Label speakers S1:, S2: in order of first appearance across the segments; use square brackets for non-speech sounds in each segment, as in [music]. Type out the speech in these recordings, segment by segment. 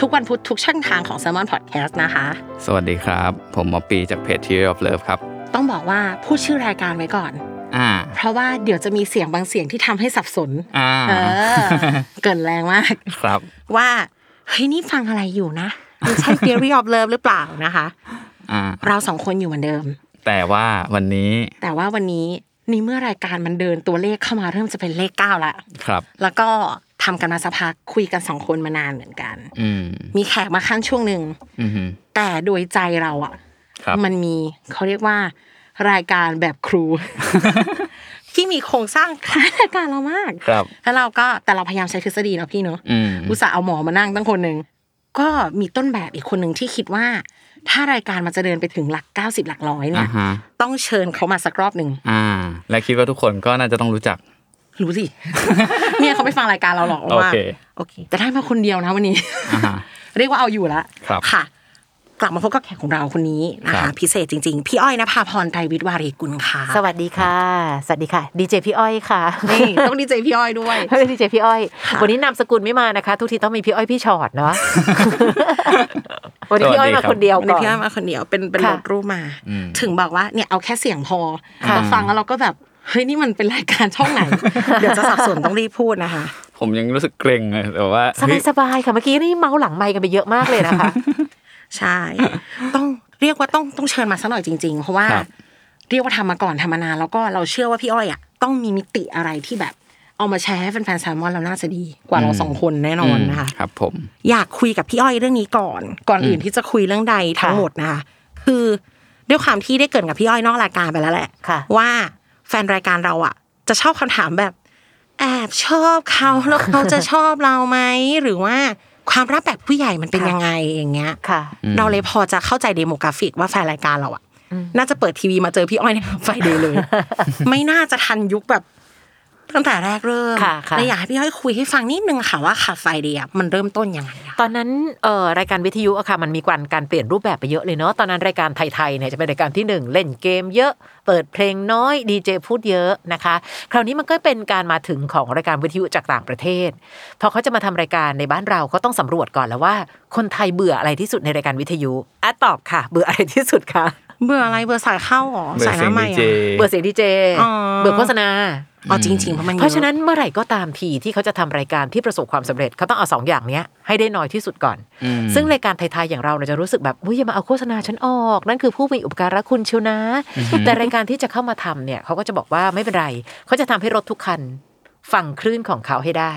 S1: ทุกวันพุธทุกช่องทางของ s ซ l m o n Podcast นะคะ
S2: สวัสดีครับ ผมหมอปีจากเพจ Theory of Love ครับ
S1: ต้องบอกว่าพูดชื่อรายการไว้ก่อน
S2: อ่า
S1: เพราะว่าเดี๋ยวจะมีเสียงบางเสียงที่ทำให้สับสน
S2: อ่า
S1: เออ เกินแรงมาก
S2: ครับ
S1: ว่าเฮ้ยนี่ฟังอะไรอยู่นะมันใช่ Theory of Love หรือเปล่านะคะ
S2: อ่า
S1: เราสองคนอยู่เหมือนเดิม
S2: แต่ว่าวันนี้
S1: แต่ว่าวันนี้นี่เมื่อรายการมันเดินตัวเลขเข้ามาเริ่มจะเป็นเลขเก้าละ
S2: ครับ
S1: แล้วก็ทำกันมาสักพักคุยกันสองคนมานานเหมือนกัน
S2: อืม
S1: มีแขกมาข้างช่วงหนึ่ง
S2: อืมฮึ
S1: แต่โดยใจเราอ่ะ
S2: ครับ
S1: มันมีเขาเรียกว่า รายการแบบครู [laughs] ที่มีโครงสร้างคล้ายรายการเรามาก
S2: ครับ
S1: แล้วเราก็แต่เราพยายามใช้ทฤษฎีเนาะพี่เนาะ
S2: อืม
S1: อุตส่าห์เอาหมอมานั่งตั้งคนหนึ่งก็มีต้นแบบอีกคนหนึ่งที่คิดว่า ถ้ารายการมันจะเดินไปถึงหลัก 90 หลักร้อยเนี่
S2: อ่าย ฮะ
S1: ต้องเชิญเขามาสักรอบหนึ่ง
S2: อ่า และคิดว่าทุกคนก็น่าจะต้องรู้จัก
S1: รู้สิ [laughs] เนี่ยเขาไม่ฟังรายการเราหรอก
S2: โอ
S1: ว่า
S2: เค
S1: โอเค แต่ได้มาคนเดียวนะวันนี้
S2: อ่าฮะ
S1: [laughs] เรียกว่าเอาอยู่ละ
S2: ครับ
S1: ค่ะ กลับมาพบกับแขกของเราคนนี้นะ
S2: ครั
S1: คะ
S2: บ
S1: พิเศษจริงๆ พี่อ้อยนภาพรไตรวิทย์วารีกุลค่ะ
S3: สวัสดีค่ะ สวัสดีค่ะ ดีเจพี่อ้อยค่ะ
S1: นี่ต้องดีใจพี่อ้อยด้วย
S3: ไม่ใช่ดีเจพี่อ้อย
S1: ค่ะ
S3: วันนี้นามสกุลไม่มานะคะ ทุกทีต้องมีพี่อ้อยพี่ชอดเนาะ วันนี้พี่อ้อยมาคนเดียว
S1: วัน
S3: ก่
S1: นี้
S3: อน
S1: พี่อ้อยมาคนเดียวเป็นเป็นร
S3: ค่ะ
S1: ถรูปมา
S2: อืม
S1: ถึงบอกว่าเนี่ยเอาแค่เสียงพอ
S3: ค่ะ
S1: เราฟังแล้วเราก็แบบเฮ้ยนี่มันเป็นรายการช่อง
S3: [laughs]
S1: ไหน เดี๋ยวจะสับสนต้องรีบพูดนะคะ
S2: ผมยังรู้สึกเกรงเลยแต่ว่า
S3: สบาย
S2: เฮ้ย
S3: สบายๆค่ะ เมื่อกี้นี่เมาส์หลังไมค์กันไปเยอะมากเลย
S1: [laughs]
S3: นะคะ
S1: ใช่ ต้องเรียกว่าต้องต้องเชิญมาสักหน่อยจริง ๆ เพราะว่า
S2: ครับ
S1: เรียกว่าทำมาก่อนทำมานานแล้วก็เราเชื่อว่าพี่อ้อยอ่ะต้องมีมิติอะไรที่แบบ เอามาแชร์ให้แฟนๆแซลมอนเราน่าจะดีกว่าเรา
S2: อืม
S1: สองคนแน่นอนนะคะ
S2: ครับผม
S1: อยากคุยกับพี่อ้อยเรื่องนี้ก่อน ก่อนอื่นที่จะคุยเรื่องใดทั้งหมดนะคะคือด้วยความที่ได้เกรินกับพี่อ้อยนอกรายการไปแล้วแหละ
S3: ค่ะ
S1: ว่าแฟนรายการเราอ่ะ จะชอบคำถามแบบ แอบชอบเขาแล้วเขาจะชอบเราไหมหรือว่าความรักแบบผู้ใหญ่มันเป็นยังไงอย่างเงี้ย
S3: ค่ะ
S1: เราเลยพอจะเข้าใจเดโมกราฟิกว่าแฟนรายการเราอะน่าจะเปิดทีวีมาเจอพี่อ้อยในไฟเดย์เลย ไม่น่าจะทันยุคแบบ ตั้งแต่แรกเริ่ม
S3: ค่ะค่ะ
S1: เลยอยากให้พี่อ้อยคุยให้ฟังนิดนึงค่ะว่าค่ะไฟเดย์มันเริ่มต้นยังไงอะ
S3: ตอนนั้นเอ่อรายการวิทยุอะค่ะมันมีการการเปลี่ยนรูปแบบไปเยอะเลยเนาะตอนนั้นรายการไทยๆเนี่ยจะเป็นรายการที่หนึ่งเล่นเกมเยอะเปิดเพลงน้อยดีเจพูดเยอะนะคะ คราวนี้มันก็เป็นการมาถึงของรายการวิทยุจากต่างประเทศ พอเขาจะมาทำรายการในบ้านเราก็ต้องสำรวจก่อนแล้วว่า คนไทยเบื่ออะไรที่สุดในรายการวิทยุอะตอบค่ะ เบื่ออะไรที่สุดคะ
S1: เบื่ออะไรเบื่อสายเข้าหรอ
S2: เบื่อ
S1: สาย
S2: เสียง
S1: น้ำให
S2: ดี
S1: ม่
S2: เจ
S1: อะ
S3: เบื่อเสียงดีเจ
S1: อ๋อ
S3: เบื่อโฆษณา
S1: อ๋อจริงๆเพราะมันยอ
S3: เพราะฉะนั้นเมื่อไหร่ก็ตามทีที่เขาจะทำรายการที่ประสบความสำเร็จเขาต้องเอาสองอย่างเนี้ยให้ได้น้อยที่สุดก่อน
S2: อืม
S3: ซึ่งรายการไทยๆอย่างเราเราจะรู้สึกแบบอุ้ยอย่ามาเอาโฆษณาฉันออก นั่นคือผู้มีอุปการะคุณเชียวนะ แต่รายการที่จะเข้ามาทำเนี่ยเขาก็จะบอกว่าไม่เป็นไรเขาจะทำให้รถทุกคันฟังคลื่นของเขาให้ได้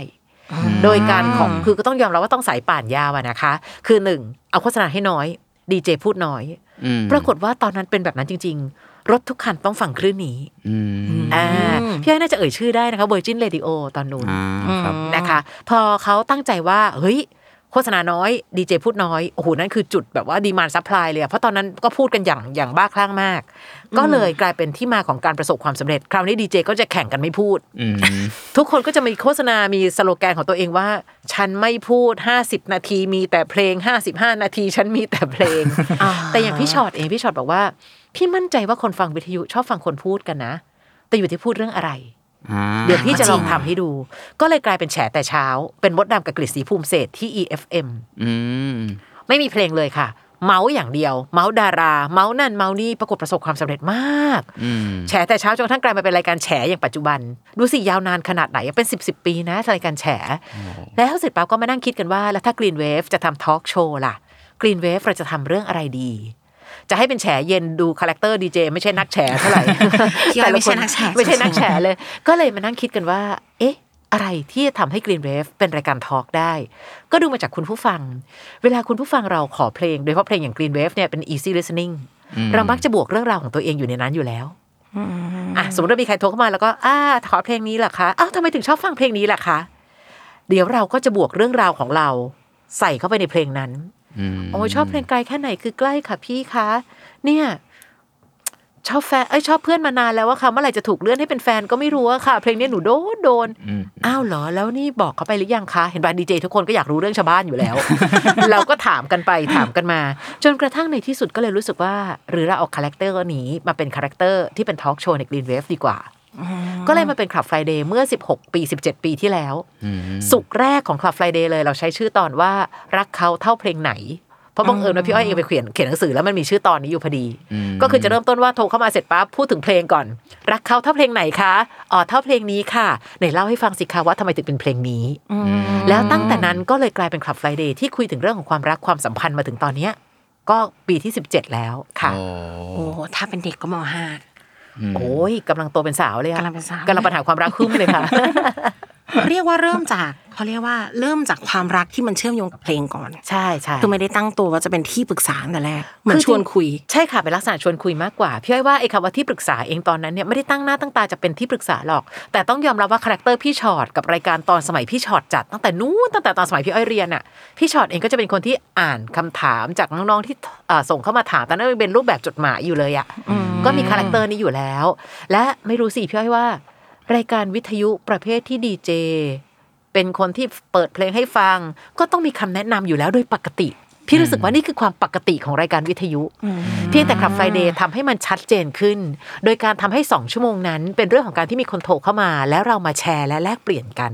S3: โดยการของคือก็ต้องยอมรับว่าต้องสายป่านยาวอะนะคะ คือหนึ่งเอาโฆษณาให้น้อยดีเจพูดน้อย
S2: อืม
S3: ปรากฏว่าตอนนั้นเป็นแบบนั้นจริง ๆ รถทุกคันต้องฟังคลื่นนี้
S2: อืม
S3: อ่าพี่อ้อยน่าจะเอ่ยชื่อได้นะคะเวอร์จินเรดิโอตอนนู้น
S2: อ่าครับ
S3: นะคะ พอเขาตั้งใจว่าเฮ้ยโฆษณาน้อยดีเจพูดน้อยโอ้โหนั่นคือจุดแบบว่าดีมานซัพพลายเลยอะเพราะตอนนั้นก็พูดกันอย่างอย่างบ้าคลั่งมาก ก็เลยกลายเป็นที่มาของการประสบความสำเร็จ คราวนี้ดีเจก็จะแข่งกันไม่พูด
S2: อืม
S3: ทุกคนก็จะมีโฆษณามีสโลแกนของตัวเองว่า ฉันไม่พูด 50 นาทีมีแต่เพลง 55 นาที ฉันมีแต่เพลง แต่อย่างพี่ชอตเองพี่ชอตบอกว่า พี่มั่นใจว่าคนฟังวิทยุชอบฟังคนพูดกันนะ แต่อยู่ที่พูดเรื่องอะไร
S2: อ่า
S3: เดี๋ยวพี่จะลองทำให้ดู ก็เลยกลายเป็นแฉแต่เช้า เป็นมดดำกับกฤษสีภูมิเศรษฐ์ที่ EFM
S2: อืม
S3: ไม่มีเพลงเลยค่ะ เมาส์อย่างเดียว เมาส์ดารา เมาส์นั่นเมาส์นี่ปรากฏประสบความสำเร็จมาก
S2: อืม
S3: แฉแต่เช้าจนกระทั่งกลายมาเป็นรายการแฉอย่างปัจจุบัน ดูสิยาวนานขนาดไหนเป็น 10บสปีนะรายการแฉ แล้วเสร็จปั๊บก็มานั่งคิดกันว่า แล้วถ้ากรีนเวฟจะทำทอล์กโชว์ล่ะกรีนเวฟเราจะทำเรื่องอะไรดี จะให้เป็นแฉเย็นดูคาแรคเตอร์ดีเจไม่ใช่นักแฉเท่า
S1: [laughs]
S3: ไหร่
S1: พี่อ้อยไม่ใช่นักแฉ
S3: ไม่ใช่นักแฉเลย ก็เลยมานั่งคิดกันว่า เอ๊ะ อะไรที่จะทำให้กรีนเวฟเป็นรายการทอล์กได้ ก็ดูมาจากคุณผู้ฟัง เวลาคุณผู้ฟังเราขอเพลง โดยเฉพาะเพลงอย่าง Green Wave เนี่ยเป็น easy listening
S2: อืม
S3: เรามักจะบวกเรื่องราวของตัวเองอยู่ในนั้นอยู่แล้วอ่ะสมมติว่ามีใครโทรเข้ามาแล้วก็อ่าขอเพลงนี้ล่ะคะอ้าวทำไมถึงชอบฟังเพลงนี้ล่ะคะ เดี๋ยวเราก็จะบวกเรื่องราวของเรา ใส่เข้าไปในเพลงนั้น
S2: ม
S3: โอ้ยชอบเพลงไกลแค่ไหนคือใกล้ค่ะพี่คะ เนี่ย ชอบแฟนเอ้ยชอบเพื่อนมานานแล้วอะค่ะเมื่อไหร่จะถูกเลื่อนให้เป็นแฟนก็ไม่รู้อะค่ะ เพลงเนี้ยหนูโดนโดน
S2: อืม
S3: อ้าวเหรอแล้วนี่บอกเขาไปหรือยังคะ เห็นป่ะดีเจทุกคนก็อยากรู้เรื่องชาวบ้านอยู่แล้ว [laughs] เราก็ถามกันไปถามกันมา จนกระทั่งในที่สุดก็เลยรู้สึกว่า หรือเราเอาคาแรคเตอร์นี้มาเป็นคาแรคเตอร์ที่เป็นทอล์กโชว์ใน Green Wave ดีกว่า ก็เลยมาเป็น Club Friday เมื่อ 16 ปี 17 ปีที่แล้ว สุกร์แรกของ Club Friday เลยเราใช้ชื่อตอนว่ารักเขาเท่าเพลงไหน เพราะบังเอิญว่าพี่อ้อยเองไปเขียนเขียนหนังสือแล้วมันมีชื่อตอนนี้อยู่พอดี
S2: อืม
S3: ก็คือจะเริ่มต้นว่าโทรเข้ามาเสร็จปั๊บพูดถึงเพลงก่อน รักเขาเท่าเพลงไหนคะอ๋อเท่าเพลงนี้ค่ะไหนเล่าให้ฟังสิคะว่าทำไมถึงเป็นเพลงนี้ แล้วตั้งแต่นั้นก็เลยกลายเป็น Club Friday ที่คุยถึงเรื่องของความรักความสัมพันธ์มาถึงตอนเนี้ยก็ปีที่ 17 แล้วค่ะ
S2: โอ้
S1: โอ้ถ้าเป็นเด็กก็มห้า
S2: ม
S3: โอ้ยกำลังโตเป็นสาวเลยอะ
S1: กำลังเป็นสาว
S3: กำลังปัญหาความรักขึ้นเลยค่ะ
S1: เรียกว่าเริ่มจากเขาเรียกว่าเริ่มจากความรักที่มันเชื่อมโยงกับเพลงก่อน
S3: ใช่ใช่
S1: คือไม่ได้ตั้งตัวว่าจะเป็นที่ปรึกษาตั้งแต่แรกเหมือนชวนคุย
S3: ใช่ค่ะเป็นลักษณะชวนคุยมากกว่าพี่อ้อยว่าไอ้คำว่าที่ปรึกษาเองตอนนั้นเนี่ยไม่ได้ตั้งหน้าตั้งตาจะเป็นที่ปรึกษาหรอก แต่ต้องยอมรับว่าคาแรคเตอร์พี่ชอตกับรายการตอนสมัยพี่ชอตจัดตั้งแต่นู้นตั้งแต่ตอนสมัยพี่อ้อยเรียนอ่ะพี่ชอตเองก็จะเป็นคนที่อ่านคำถามจากน้องๆที่เอ่อส่งเข้ามาถามตอนนั้นมันเป็นรูปแบบจดหมายอยู่เลยอ่ะก็มีคาแรคเตอร์นี้อยู่แล้ว และไม่รู้สิพี่อ้อยว่า รายการวิทยุประเภทที่ดีเจเป็นคนที่เปิดเพลงให้ฟัง ก็ต้องมีคำแนะนำอยู่แล้วโดยปกติ พี่รู้สึกว่านี่คือความปกติของรายการวิทยุเพียงแต่ขับไฟเดย์ทำให้มันชัดเจนขึ้น โดยการทำให้สองชั่วโมงนั้น เป็นเรื่องของการที่มีคนโทรเข้ามา แล้วเรามาแชร์และแลกเปลี่ยนกัน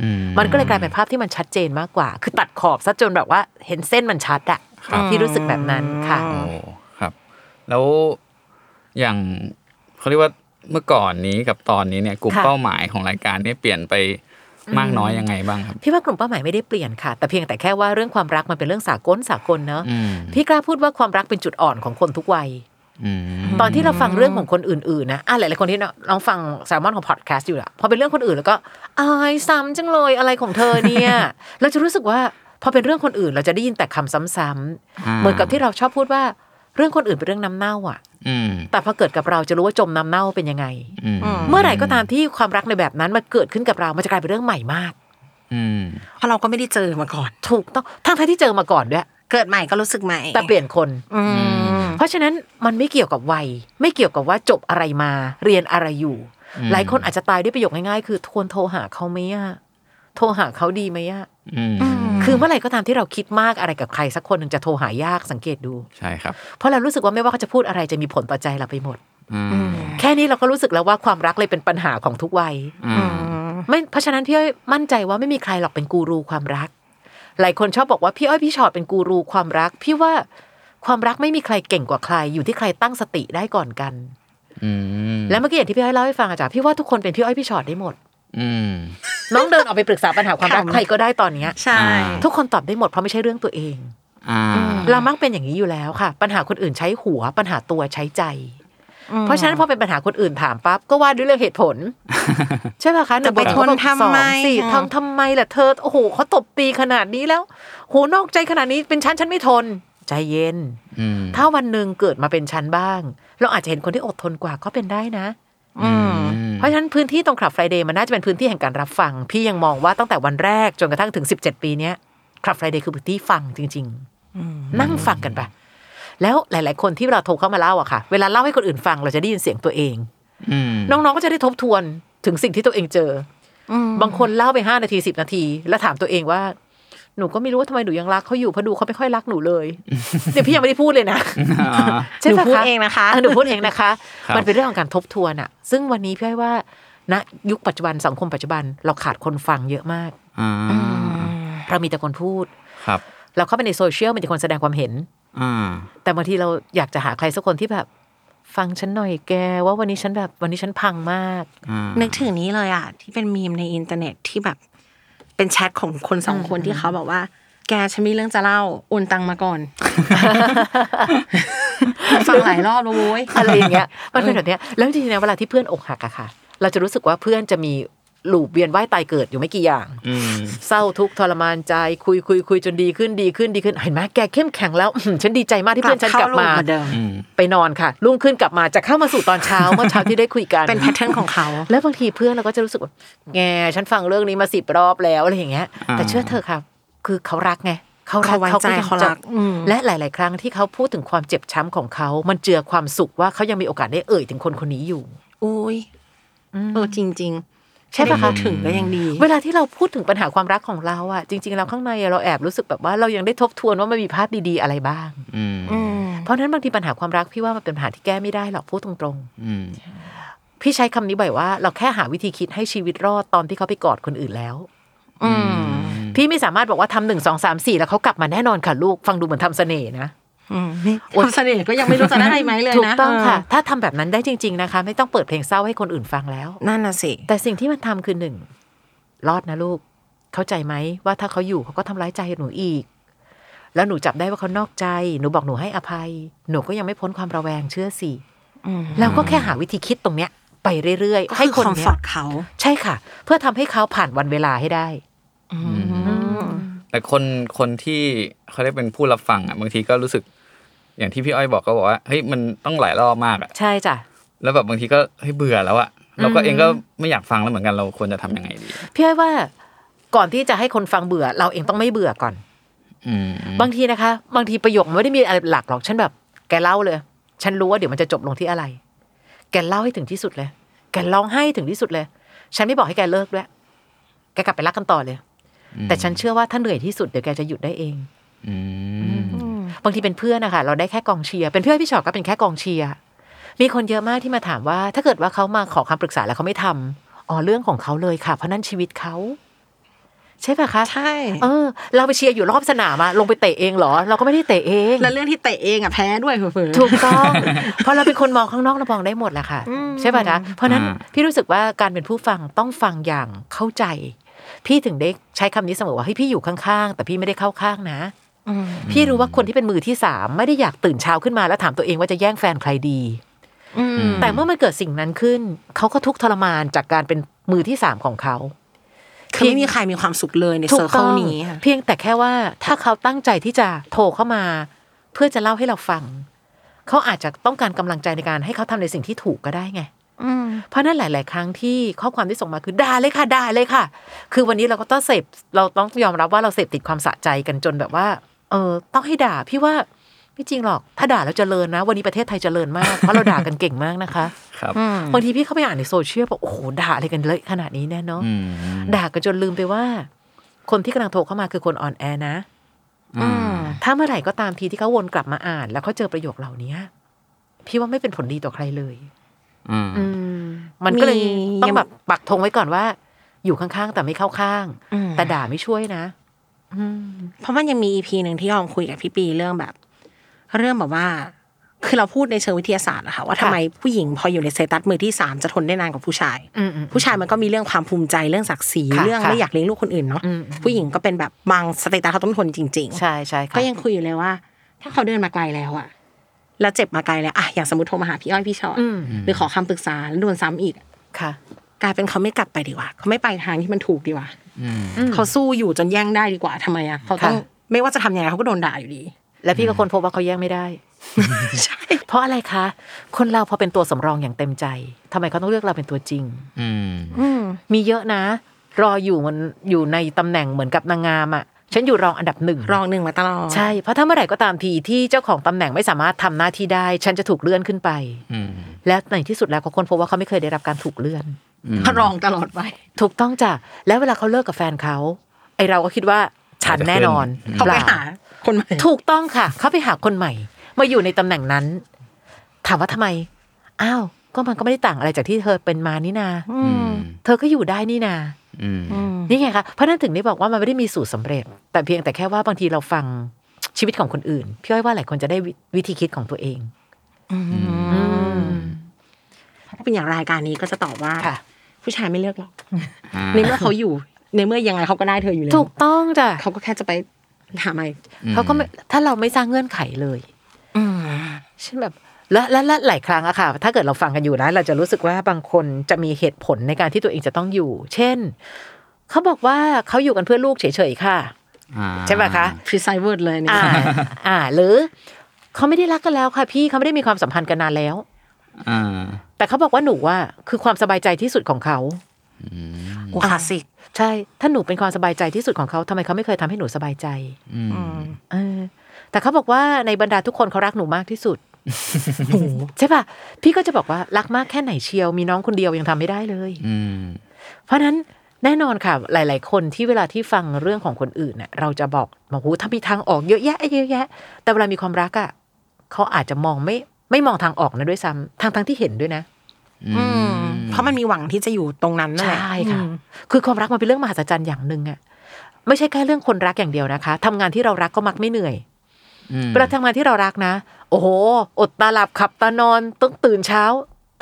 S2: อื
S3: มันก็เลยกลายเป็นภาพที่มันชัดเจนมากกว่า คือตัดขอบซะจนแบบว่าเห็นเส้นมันชัดอะพี่รู้สึกแบบนั้นค่ะ
S2: โอ้ครับ แล้วอย่างเขาเรียกว่าเมื่อก่อนนี้กับตอนนี้เนี่ย กลุ่ม
S3: ค่ะ
S2: เป้าหมายของรายการเนี่ยเปลี่ยนไปมากน้อยยังไงบ้างครับ
S3: พี่ว่ากลุ่มเป้าหมายไม่ได้เปลี่ยนค่ะ แต่เพียงแต่แค่ว่าเรื่องความรักมันเป็นเรื่องสากลสากลเนอะ
S2: อืม
S3: พี่กล้าพูดว่าความรักเป็นจุดอ่อนของคนทุกวัย
S2: อืม
S3: ตอนที่เราฟังเรื่องของคนอื่นๆนะอ่ะหลายๆคนที่น้องฟังแซลมอนของพอดแคสต์อยู่อะพอเป็นเรื่องคนอื่นแล้วก็อายซ้ำจังเลยอะไรของเธอเนี่ย [laughs] เราจะรู้สึกว่าพอเป็นเรื่องคนอื่นเราจะได้ยินแต่คำซ้ำ
S2: อ่า
S3: ๆเหมือนกับที่เราชอบพูดว่าเรื่องคนอื่นเป็นเรื่องน้ำเน่าอะ
S2: อืม
S3: แต่พอเกิดกับเราจะรู้ว่าจมน้ำเน่าเป็นยังไง
S2: อืม
S3: เมื่อไหร่ก็ตามที่ความรักในแบบนั้นมาเกิดขึ้นกับเรา มันจะกลายเป็นเรื่องใหม่มาก
S2: อืม
S1: เพราะเราก็ไม่ได้เจอมาก่อน
S3: ถูกต้องทั้งๆที่เจอมาก่อนด้วย
S1: เกิดใหม่ก็รู้สึกใหม่
S3: แต่เปลี่ยนคน
S1: อืม
S3: เพราะฉะนั้นมันไม่เกี่ยวกับวัย ไม่เกี่ยวกับว่าจบอะไรมา เรียนอะไรอยู่
S2: อืม
S3: หลายคนอาจจะตายด้วยประโยคง่ายๆ คือทวนโทรหาเขาไหมอะโทรหาเขาดีไหมอะ
S2: อืม
S3: คือเมื่อไหร่ก็ตามที่เราคิดมากอะไรกับใครสักคนหนึ่งจะโทรหายากสังเกตดู
S2: ใช่ครับ
S3: เพราะเรารู้สึกว่าไม่ว่าเขาจะพูดอะไรจะมีผลต่อใจเราไปหมด
S2: อืม
S3: แค่นี้เราก็รู้สึกแล้วว่าความรักเลยเป็นปัญหาของทุกวัย
S2: อืม
S3: ไม่เพราะฉะนั้นพี่อ้อยมั่นใจว่าไม่มีใครหรอกเป็นกูรูความรัก หลายคนชอบบอกว่าพี่อ้อยพี่ชอตเป็นกูรูความรัก พี่ว่าความรักไม่มีใครเก่งกว่าใคร อยู่ที่ใครตั้งสติได้ก่อนกัน
S2: อืม
S3: แล้วเมื่อกี้อย่างที่พี่อ้อยเล่าให้ฟังอาจารย์พี่ว่าทุกคนเป็นพี่อ้อยพี่ชอตได้หมด
S2: อืม
S3: น้องเดินออกไปปรึกษาปัญหาความรัก
S1: ค่ะ
S3: ใครก็ได้ตอนเนี้ย
S1: ใช่
S3: ทุกคนตอบได้หมดเพราะไม่ใช่เรื่องตัวเอง
S2: อ่า
S3: เรามักเป็นอย่างนี้อยู่แล้วค่ะ ปัญหาคนอื่นใช้หัว ปัญหาตัวใช้ใจ เพราะฉะนั้นพอเป็นปัญหาคนอื่นถามปั๊บก็ว่าด้วยเรื่องเหตุผล ใช่ป่ะคะหนึ่งบวกสอง
S1: จะไปทนทำไม
S3: สองสี่ทำทำไมล่ะเธอ โอ้โหเขาตบตีขนาดนี้แล้วโหนอกใจขนาดนี้เป็นฉันฉันไม่ทน ใจเย็น
S2: อืม
S3: ถ้าวันหนึ่งเกิดมาเป็นฉันบ้าง เราอาจจะเห็นคนที่อดทนกว่าก็เป็นได้นะ
S1: อืม
S3: เพราะฉะนั้นพื้นที่ตรงขับไฟเดย์มันน่าจะเป็นพื้นที่แห่งการรับฟัง พี่ยังมองว่าตั้งแต่วันแรกจนกระทั่งถึง 17 ปีเนี้ยขับไฟเดย์คือพื้นที่ฟังจริงๆ นั่งฟังกันไปแล้วหลาย ๆ คนที่เราโทรเข้ามาเล่าอะค่ะ เวลาเล่าให้คนอื่นฟังเราจะได้ยินเสียงตัวเอง
S2: อืม
S3: น้องๆก็จะได้ทบทวนถึงสิ่งที่ตัวเองเจออบางคนเล่าไปห้านาทีสิบนาที แล้วถามตัวเองว่า หนูก็ไม่รู้ว่าทำไมหนูยังรักเขาอยู่เพราะดูเขาไม่ค่อยรักหนูเลย เดี๋ยวพี่ยังไม่ได้พูดเลยนะ
S2: อ่า
S3: ใช่ป
S1: หนูพูดเองนะคะ
S3: หนูพูดเองนะคะ
S2: ครับ
S3: มันเป็นเรื่องของการทบทวนอะซึ่งวันนี้พี่อ้อยว่า ณยุคปัจจุบันสังคมปัจจุบันเราขาดคนฟังเยอะมาก
S2: อ่า
S3: เรามีแต่คนพูด
S2: ครับ
S3: เราเข้าไปในโซเชียลมีแต่คนแสดงความเห็น
S2: อ่า
S3: แต่บางทีเราอยากจะหาใครสักคนที่แบบ ฟังฉันหน่อยแกว่าวันนี้ฉันแบบวันนี้ฉันพังมาก
S2: อ่า
S1: นึกถึงนี้เลยอ่ะ ที่เป็นมีมในอินเทอร์เน็ตที่แบบ เป็นแชทของคนสองคนที่เขาบอกว่า แกฉันมีเรื่องจะเล่าโอนตังมาก่อน [laughs]
S3: [laughs]
S1: ฟังหลายรอบแล้วโว้ย
S3: อะไรอย่างเงี้ยมันเป็นแบบเนี้ยแล้วจริงๆนะเวลาที่เพื่อนอกหักอะค่ะ เราจะรู้สึกว่าเพื่อนจะมีหลูบเวียนว่ายตายเกิดอยู่ไม่กี่อย่าง
S2: อืม
S3: เศร้าทุกข์ทรมานใจคุยคุยคุยจนดีขึ้นดีขึ้นดีขึ้นเห็นไหมแกเข้มแข็งแล้วอื้อหือฉันดีใจมากที่เพื่อนฉันกลับมา
S2: อืม
S3: ไปนอนค่ะ รุ่งขึ้นกลับมาจะเข้ามาสู่ตอนเช้า เมื่อเช้าที่ได้คุยกัน
S1: เป็นแพทเทิร์นของเขา
S3: แล้วบางทีเพื่อนเราก็จะรู้สึกแบบแงฉันฟังเรื่องนี้มาสิบรอบแล้วอะไรอย่างเงี้ย
S2: อ่า
S3: แต่เชื่อเธอค่ะ คือเขารักไงเขารัก
S1: เขาไว้ใจ
S3: ก็ยัง
S1: เขารัก
S3: จะ
S1: อืม
S3: และหลาย ๆ ครั้งที่เขาพูดถึงความเจ็บช้ำของเขา มันเจือความสุขว่าเขายังมีโอกาสได้เอ่ยถึงคนคนนี้อยู่
S1: อุ้ยเออจริง ๆ
S3: ใช่ปะคะ
S1: ใช่ถึงก็ยังดี
S3: เวลาที่เราพูดถึงปัญหาความรักของเราอะจริง ๆ แล้วข้างในอะเราแอบรู้สึกแบบว่าเรายังได้ทบทวนว่ามันมีภาพดี ๆ อะไรบ้าง
S2: อืม
S1: อืม
S3: เพราะฉะนั้นบางทีปัญหาความรักพี่ว่ามันเป็นปัญหาที่แก้ไม่ได้หรอกพูดตรงๆ
S2: อืม
S3: พี่ใช้คำนี้บ่อยว่าเราแค่หาวิธีคิดให้ชีวิตรอดตอนที่เขาไปกอดคนอื่นแล้ว
S1: อืม
S3: พี่ไม่สามารถบอกว่าทำหนึ่งสองสามสี่แล้วเขากลับมาแน่นอนค่ะลูกฟังดูเหมือนทำเสน่ห์นะ
S1: อืมนี่ความเสน่ห์ก็ยังไม่รู้จะได้ไหมเลยนะ
S3: ถูกต้องค่ะ ถ้าทำแบบนั้นได้จริง ๆนะคะ ไม่ต้องเปิดเพลงเศร้าให้คนอื่นฟังแล้ว
S1: เออนั่นน่ะสิ
S3: แต่สิ่งที่มันทำคือหนึ่งรอดนะลูก เข้าใจไหมว่าถ้าเขาอยู่เขาก็ทำร้ายใจหนูอีก แล้วหนูจับได้ว่าเขานอกใจ หนูบอกหนูให้อภัย หนูก็ยังไม่พ้นความระแวงเชื่อสิ
S1: อืม
S3: แล้วก็แค่หาวิธีคิดตรงเนี้ย ไปเรื่อยๆ ให้
S1: ให้
S3: คน
S1: คอม
S3: เนี้
S1: ฟอย ร์ตเขา
S3: ใช่ค่ะ เพื่อทำให้เขาผ่านวันเวลาให้ได้
S2: แต่คนคนที่เขาได้เป็นผู้รับฟังอ่ะบางทีก็รู้สึก อย่างที่พี่อ้อยบอกก็บอกว่าเฮ้ยมันต้องหลายรอบมากอ่ะ
S3: ใช่จ้ะ
S2: แล้วแบบบางทีก็เฮ้ยเบื่อแล้วอ่ะเราก็เองก็ไม่อยากฟังแล้วเหมือนกันเราควรจะทำยังไงดี
S3: พี่อ้อยว่าก่อนที่จะให้คนฟังเบื่อ เราเองต้องไม่เบื่อก่อน
S2: อืม
S3: บางทีนะคะ บางทีประโยคมันไม่ได้มีอะไรหลักหรอกฉันแบบแกเล่าเลย ฉันรู้ว่าเดี๋ยวมันจะจบลงที่อะไร แกเล่าให้ถึงที่สุดเลย แกร้องไห้ถึงที่สุดเลย ฉันไม่บอกให้แกเลิกด้วยแกกลับไปรักกันต่อเลย แต่ฉันเชื่อว่าถ้าเหนื่อยที่สุดเดี๋ยวแกจะหยุดได้เอง
S2: อืม
S3: บางทีเป็นเพื่อนนะคะเราได้แค่กองเชียร์เป็นเพื่อนพี่ชอตก็เป็นแค่กองเชียร์มีคนเยอะมากที่มาถามว่า ถ้าเกิดว่าเขามาขอคำปรึกษาแล้วเขาไม่ทำอ๋อเรื่องของเขาเลยค่ะ เพราะนั่นชีวิตเขา ใช่ปะคะ
S1: ใช่
S3: เออ เราไปเชียร์อยู่รอบสนามอะลงไปเตะเองเหรอ เราก็ไม่ได้เตะเอง
S1: แล้วเรื่องที่เตะเองอ่ะแพ้ด้วยเผลอๆ
S3: ถูกต้อง [laughs] เพราะเราเป็นคนมองข้างนอกเรามองได้หมดแหละค่ะ ใช่ป่ะนะเพราะฉะนั้นพี่รู้สึกว่าการเป็นผู้ฟังต้องฟังอย่างเข้าใจ พี่ถึงได้ใช้คำนี้เสมอว่าเฮ้ยพี่อยู่ข้างๆ แต่พี่ไม่ได้เข้าข้างนะพี่รู้ว่าคนที่เป็นมือที่สามไม่ได้อยากตื่นเช้าขึ้นมาแล้วถามตัวเองว่าจะแย่งแฟนใครดี แต่เมื่อมันเกิดสิ่งนั้นขึ้น เขาก็ทุกข์ทรมานจากการเป็นมือที่สามของเขา
S1: คือไม่มีใครมีความสุขเลยใน
S3: ถู
S1: เซอกร์เคิ
S3: ต้
S1: ล
S3: อง
S1: นี้ค่ะ
S3: เพียงแต่แค่ว่าถ้าเขาตั้งใจที่จะโทรเข้ามา เพื่อจะเล่าให้เราฟัง เขาอาจจะต้องการกำลังใจในการให้เขาทำในสิ่งที่ถูกก็ได้ไงเพราะนั้นหลาย ๆ ครั้งที่ข้อความที่ส่งมาคือด่าเลยค่ะด่าเลยค่ะ คือวันนี้เราก็ต้องเสพเราต้องยอมรับว่าเราเสพติดความสะใจกันจนแบบว่า เออต้องให้ด่าพี่ว่าไม่จริงหรอก ถ้าด่าแล้วเจริญนะ วันนี้ประเทศไทยเจริญมากเพราะเราด่ากันเก่งมากนะคะ
S2: ครับ
S3: บางทีพี่เข้าไปอ่านในโซเชียลบอกโอ้โหด่าอะไรกันเละขนาดนี้แน่เนาะ
S2: อืม
S3: ด่ากันจนลืมไปว่า คนที่กำลังโทรเข้ามาคือคนอ่อนแอนะ
S2: อืม
S3: ถ้าเมื่อไหร่ก็ตามทีที่เขาวนกลับมาอ่าน แล้วเขาเจอประโยคเหล่านี้พี่ว่าไม่เป็นผลดีต่อใครเลย
S2: อืม
S3: มันก็เลยต้องแบบปักธงไว้ก่อนว่า อยู่ข้างๆ แต่ไม่เข้าข้าง แต่ด่าไม่ช่วยนะ
S1: เพราะมันยังมีอีพีหนึ่งที่ยอมคุยกับพี่ปีเรื่องแบบ เรื่องแบบว่า คือเราพูดในเชิงวิทยาศาสตร์นะคะว่าทำไมผู้หญิงพออยู่ในสเตตัสมือที่สามจะทนได้นานกว่าผู้ชาย
S3: อืมอืม
S1: ผู้ชายมันก็มีเรื่องความภูมิใจเรื่องศักดิ์ศรี
S3: ค่ะ
S1: เรื่องไม่
S3: ค่ะ
S1: อยากเลี้ยงลูกคนอื่นเนาะ
S3: อืม
S1: ผู้หญิงก็เป็นแบบบางสเตตัสเขาต้องทนจริง
S3: ใช่ใช่
S1: ๆ
S3: ค่ะ
S1: ก็ยังคุยอยู่เลยว่า ถ้าเขาเดินมาไกลแล้วอะแล้วเจ็บมาไกลแล้วอะอย่างสมมติโทรมาหาพี่อ้อยพี่ชอต
S3: อืม
S1: หรือขอคำปรึกษาแล้วโดนซ้ำอีก
S3: ค่ะ
S1: กลายเป็นเขาไม่กลับไปดีกว่าเขาไม่ไปทางที่มันถูกดีกว่า
S3: อืม
S1: เขาสู้อยู่จนแย่งได้ดีกว่าทำไมอ่ะเขาต้อง
S3: ค่ะ
S1: ไม่ว่าจะทำยังไงเขาก็โดนด่าอยู่ดี [laughs]
S3: แล้วพี่ก็คนพบว่าเขาแย่งไม่ได้
S1: ใช่
S3: เพราะอะไรคะ คนเราพอเป็นตัวสำรองอย่างเต็มใจทำไมเขาต้องเลือกเราเป็นตัวจริง
S2: อืม
S3: มีเยอะนะ รออยู่มันอยู่ในตำแหน่งเหมือนกับนางงามอ่ะ ฉันอยู่รองอันดับหนึ่ง
S1: รองหนึ่งมาตลอด
S3: ใช่ เพราะถ้าเมื่อไหร่ก็ตามทีที่เจ้าของตำแหน่งไม่สามารถทำหน้าที่ได้ ฉันจะถูกเลื่อนขึ้นไป
S2: อืม
S3: และในที่สุดแล้วเขาค้นพบว่าเขาไม่เคยได้รับการถูกเลื่อน
S1: เขารองตลอดไป
S3: ถูกต้องจ้ะแล้วเวลาเขาเลิกกับแฟนเขาไอเราก็คิดว่าฉันแน่นอน
S1: เขาไป
S3: ล่
S1: หา คนใหม่
S3: ถูกต้องค่ะ เขาไปหาคนใหม่ มาอยู่ในตำแหน่งนั้น ถามว่าทำไมอ้าว ก็มันก็ไม่ได้ต่างอะไรจากที่เธอเป็นมานี่นา
S1: อื
S2: อื
S1: ม
S2: ม
S3: เธอก็อยู่ได้นี่นา
S2: อืม
S1: อืม
S3: นี่ไงคะเพราะนั่นถึงได้บอกว่ามันไม่ได้มีสูตรสำเร็จ แต่เพียงแต่แค่ว่าบางทีเราฟังชีวิตของคนอื่นพี่อ้อยว่าหลายคนจะได้วิวิธีคิดของตัวเอง
S1: อืมถ้าเป็นอย่างรายการนี้ก็จะตอบว่า
S3: ค่ะ
S1: ผู้ชายไม่เลือกหรอก
S2: อ่า
S1: ในเมื่อเขาอยู่ ในเมื่อยังไงเขาก็ได้เธออยู่แล้ว
S3: ถูกต้องจ้ะ
S1: เขาก็แค่จะไปหาใหม่
S3: เขาก็ไม่ถ้าเราไม่สร้างเงื่อนไขเลยเช่นแบบและและและหลายครั้งอะค่ะ ถ้าเกิดเราฟังกันอยู่นะเราจะรู้สึกว่าบางคนจะมีเหตุผลในการที่ตัวเองจะต้องอยู่ เช่นเขาบอกว่าเขาอยู่กันเพื่อลูกเฉยๆค่ะ
S2: อ่า
S3: ใช่ไหมคะ
S1: precise word เลยเนี่ย
S3: อ่าอ่า หรือเขาไม่ได้รักกันแล้วค่ะพี่เขาไม่ได้มีความสัมพันธ์กันนานแล้ว
S2: อ่า
S3: แต่เขาบอกว่าหนูว่าคือความสบายใจที่สุดของเขา
S1: กูคลาสสิก
S3: ใช่ ถ้าหนูเป็นความสบายใจที่สุดของเขาทำไมเขาไม่เคยทำให้หนูสบายใจ
S2: อืม
S3: เออแต่เขาบอกว่าในบรรดาทุกคนเขารักหนูมากที่สุดใช่ป่ะพี่ก็จะบอกว่ารักมากแค่ไหนเชียวมีน้องคนเดียวยังทำไม่ได้เลย
S2: อืม
S3: เพราะฉะนั้นแน่นอนค่ะ หลาย ๆ คนที่เวลาที่ฟังเรื่องของคนอื่นเน่ะเราจะบอกบอกหูถ้ามีทางออกเยอะแยะเยอะแยะ แต่เวลามีความรักอ่ะเขาอาจจะมองไม่ไม่มองทางออกนะด้วยซ้ำทางทางๆที่เห็นด้วยนะ
S1: อืมเพราะมันมีหวังที่จะอยู่ตรงนั้นนั่นแหละ
S3: ใช่ค่ะ คือความรักมันเป็นเรื่องมหัศจรรย์อย่างหนึ่งอะไม่ใช่แค่เรื่องคนรักอย่างเดียวนะคะทำงานที่เรารักก็มักไม่เหนื่อย
S2: อืม
S3: เวลาทำงานที่เรารักนะ โอ้โห อดตาหลับขับตานอนต้องตื่นเช้า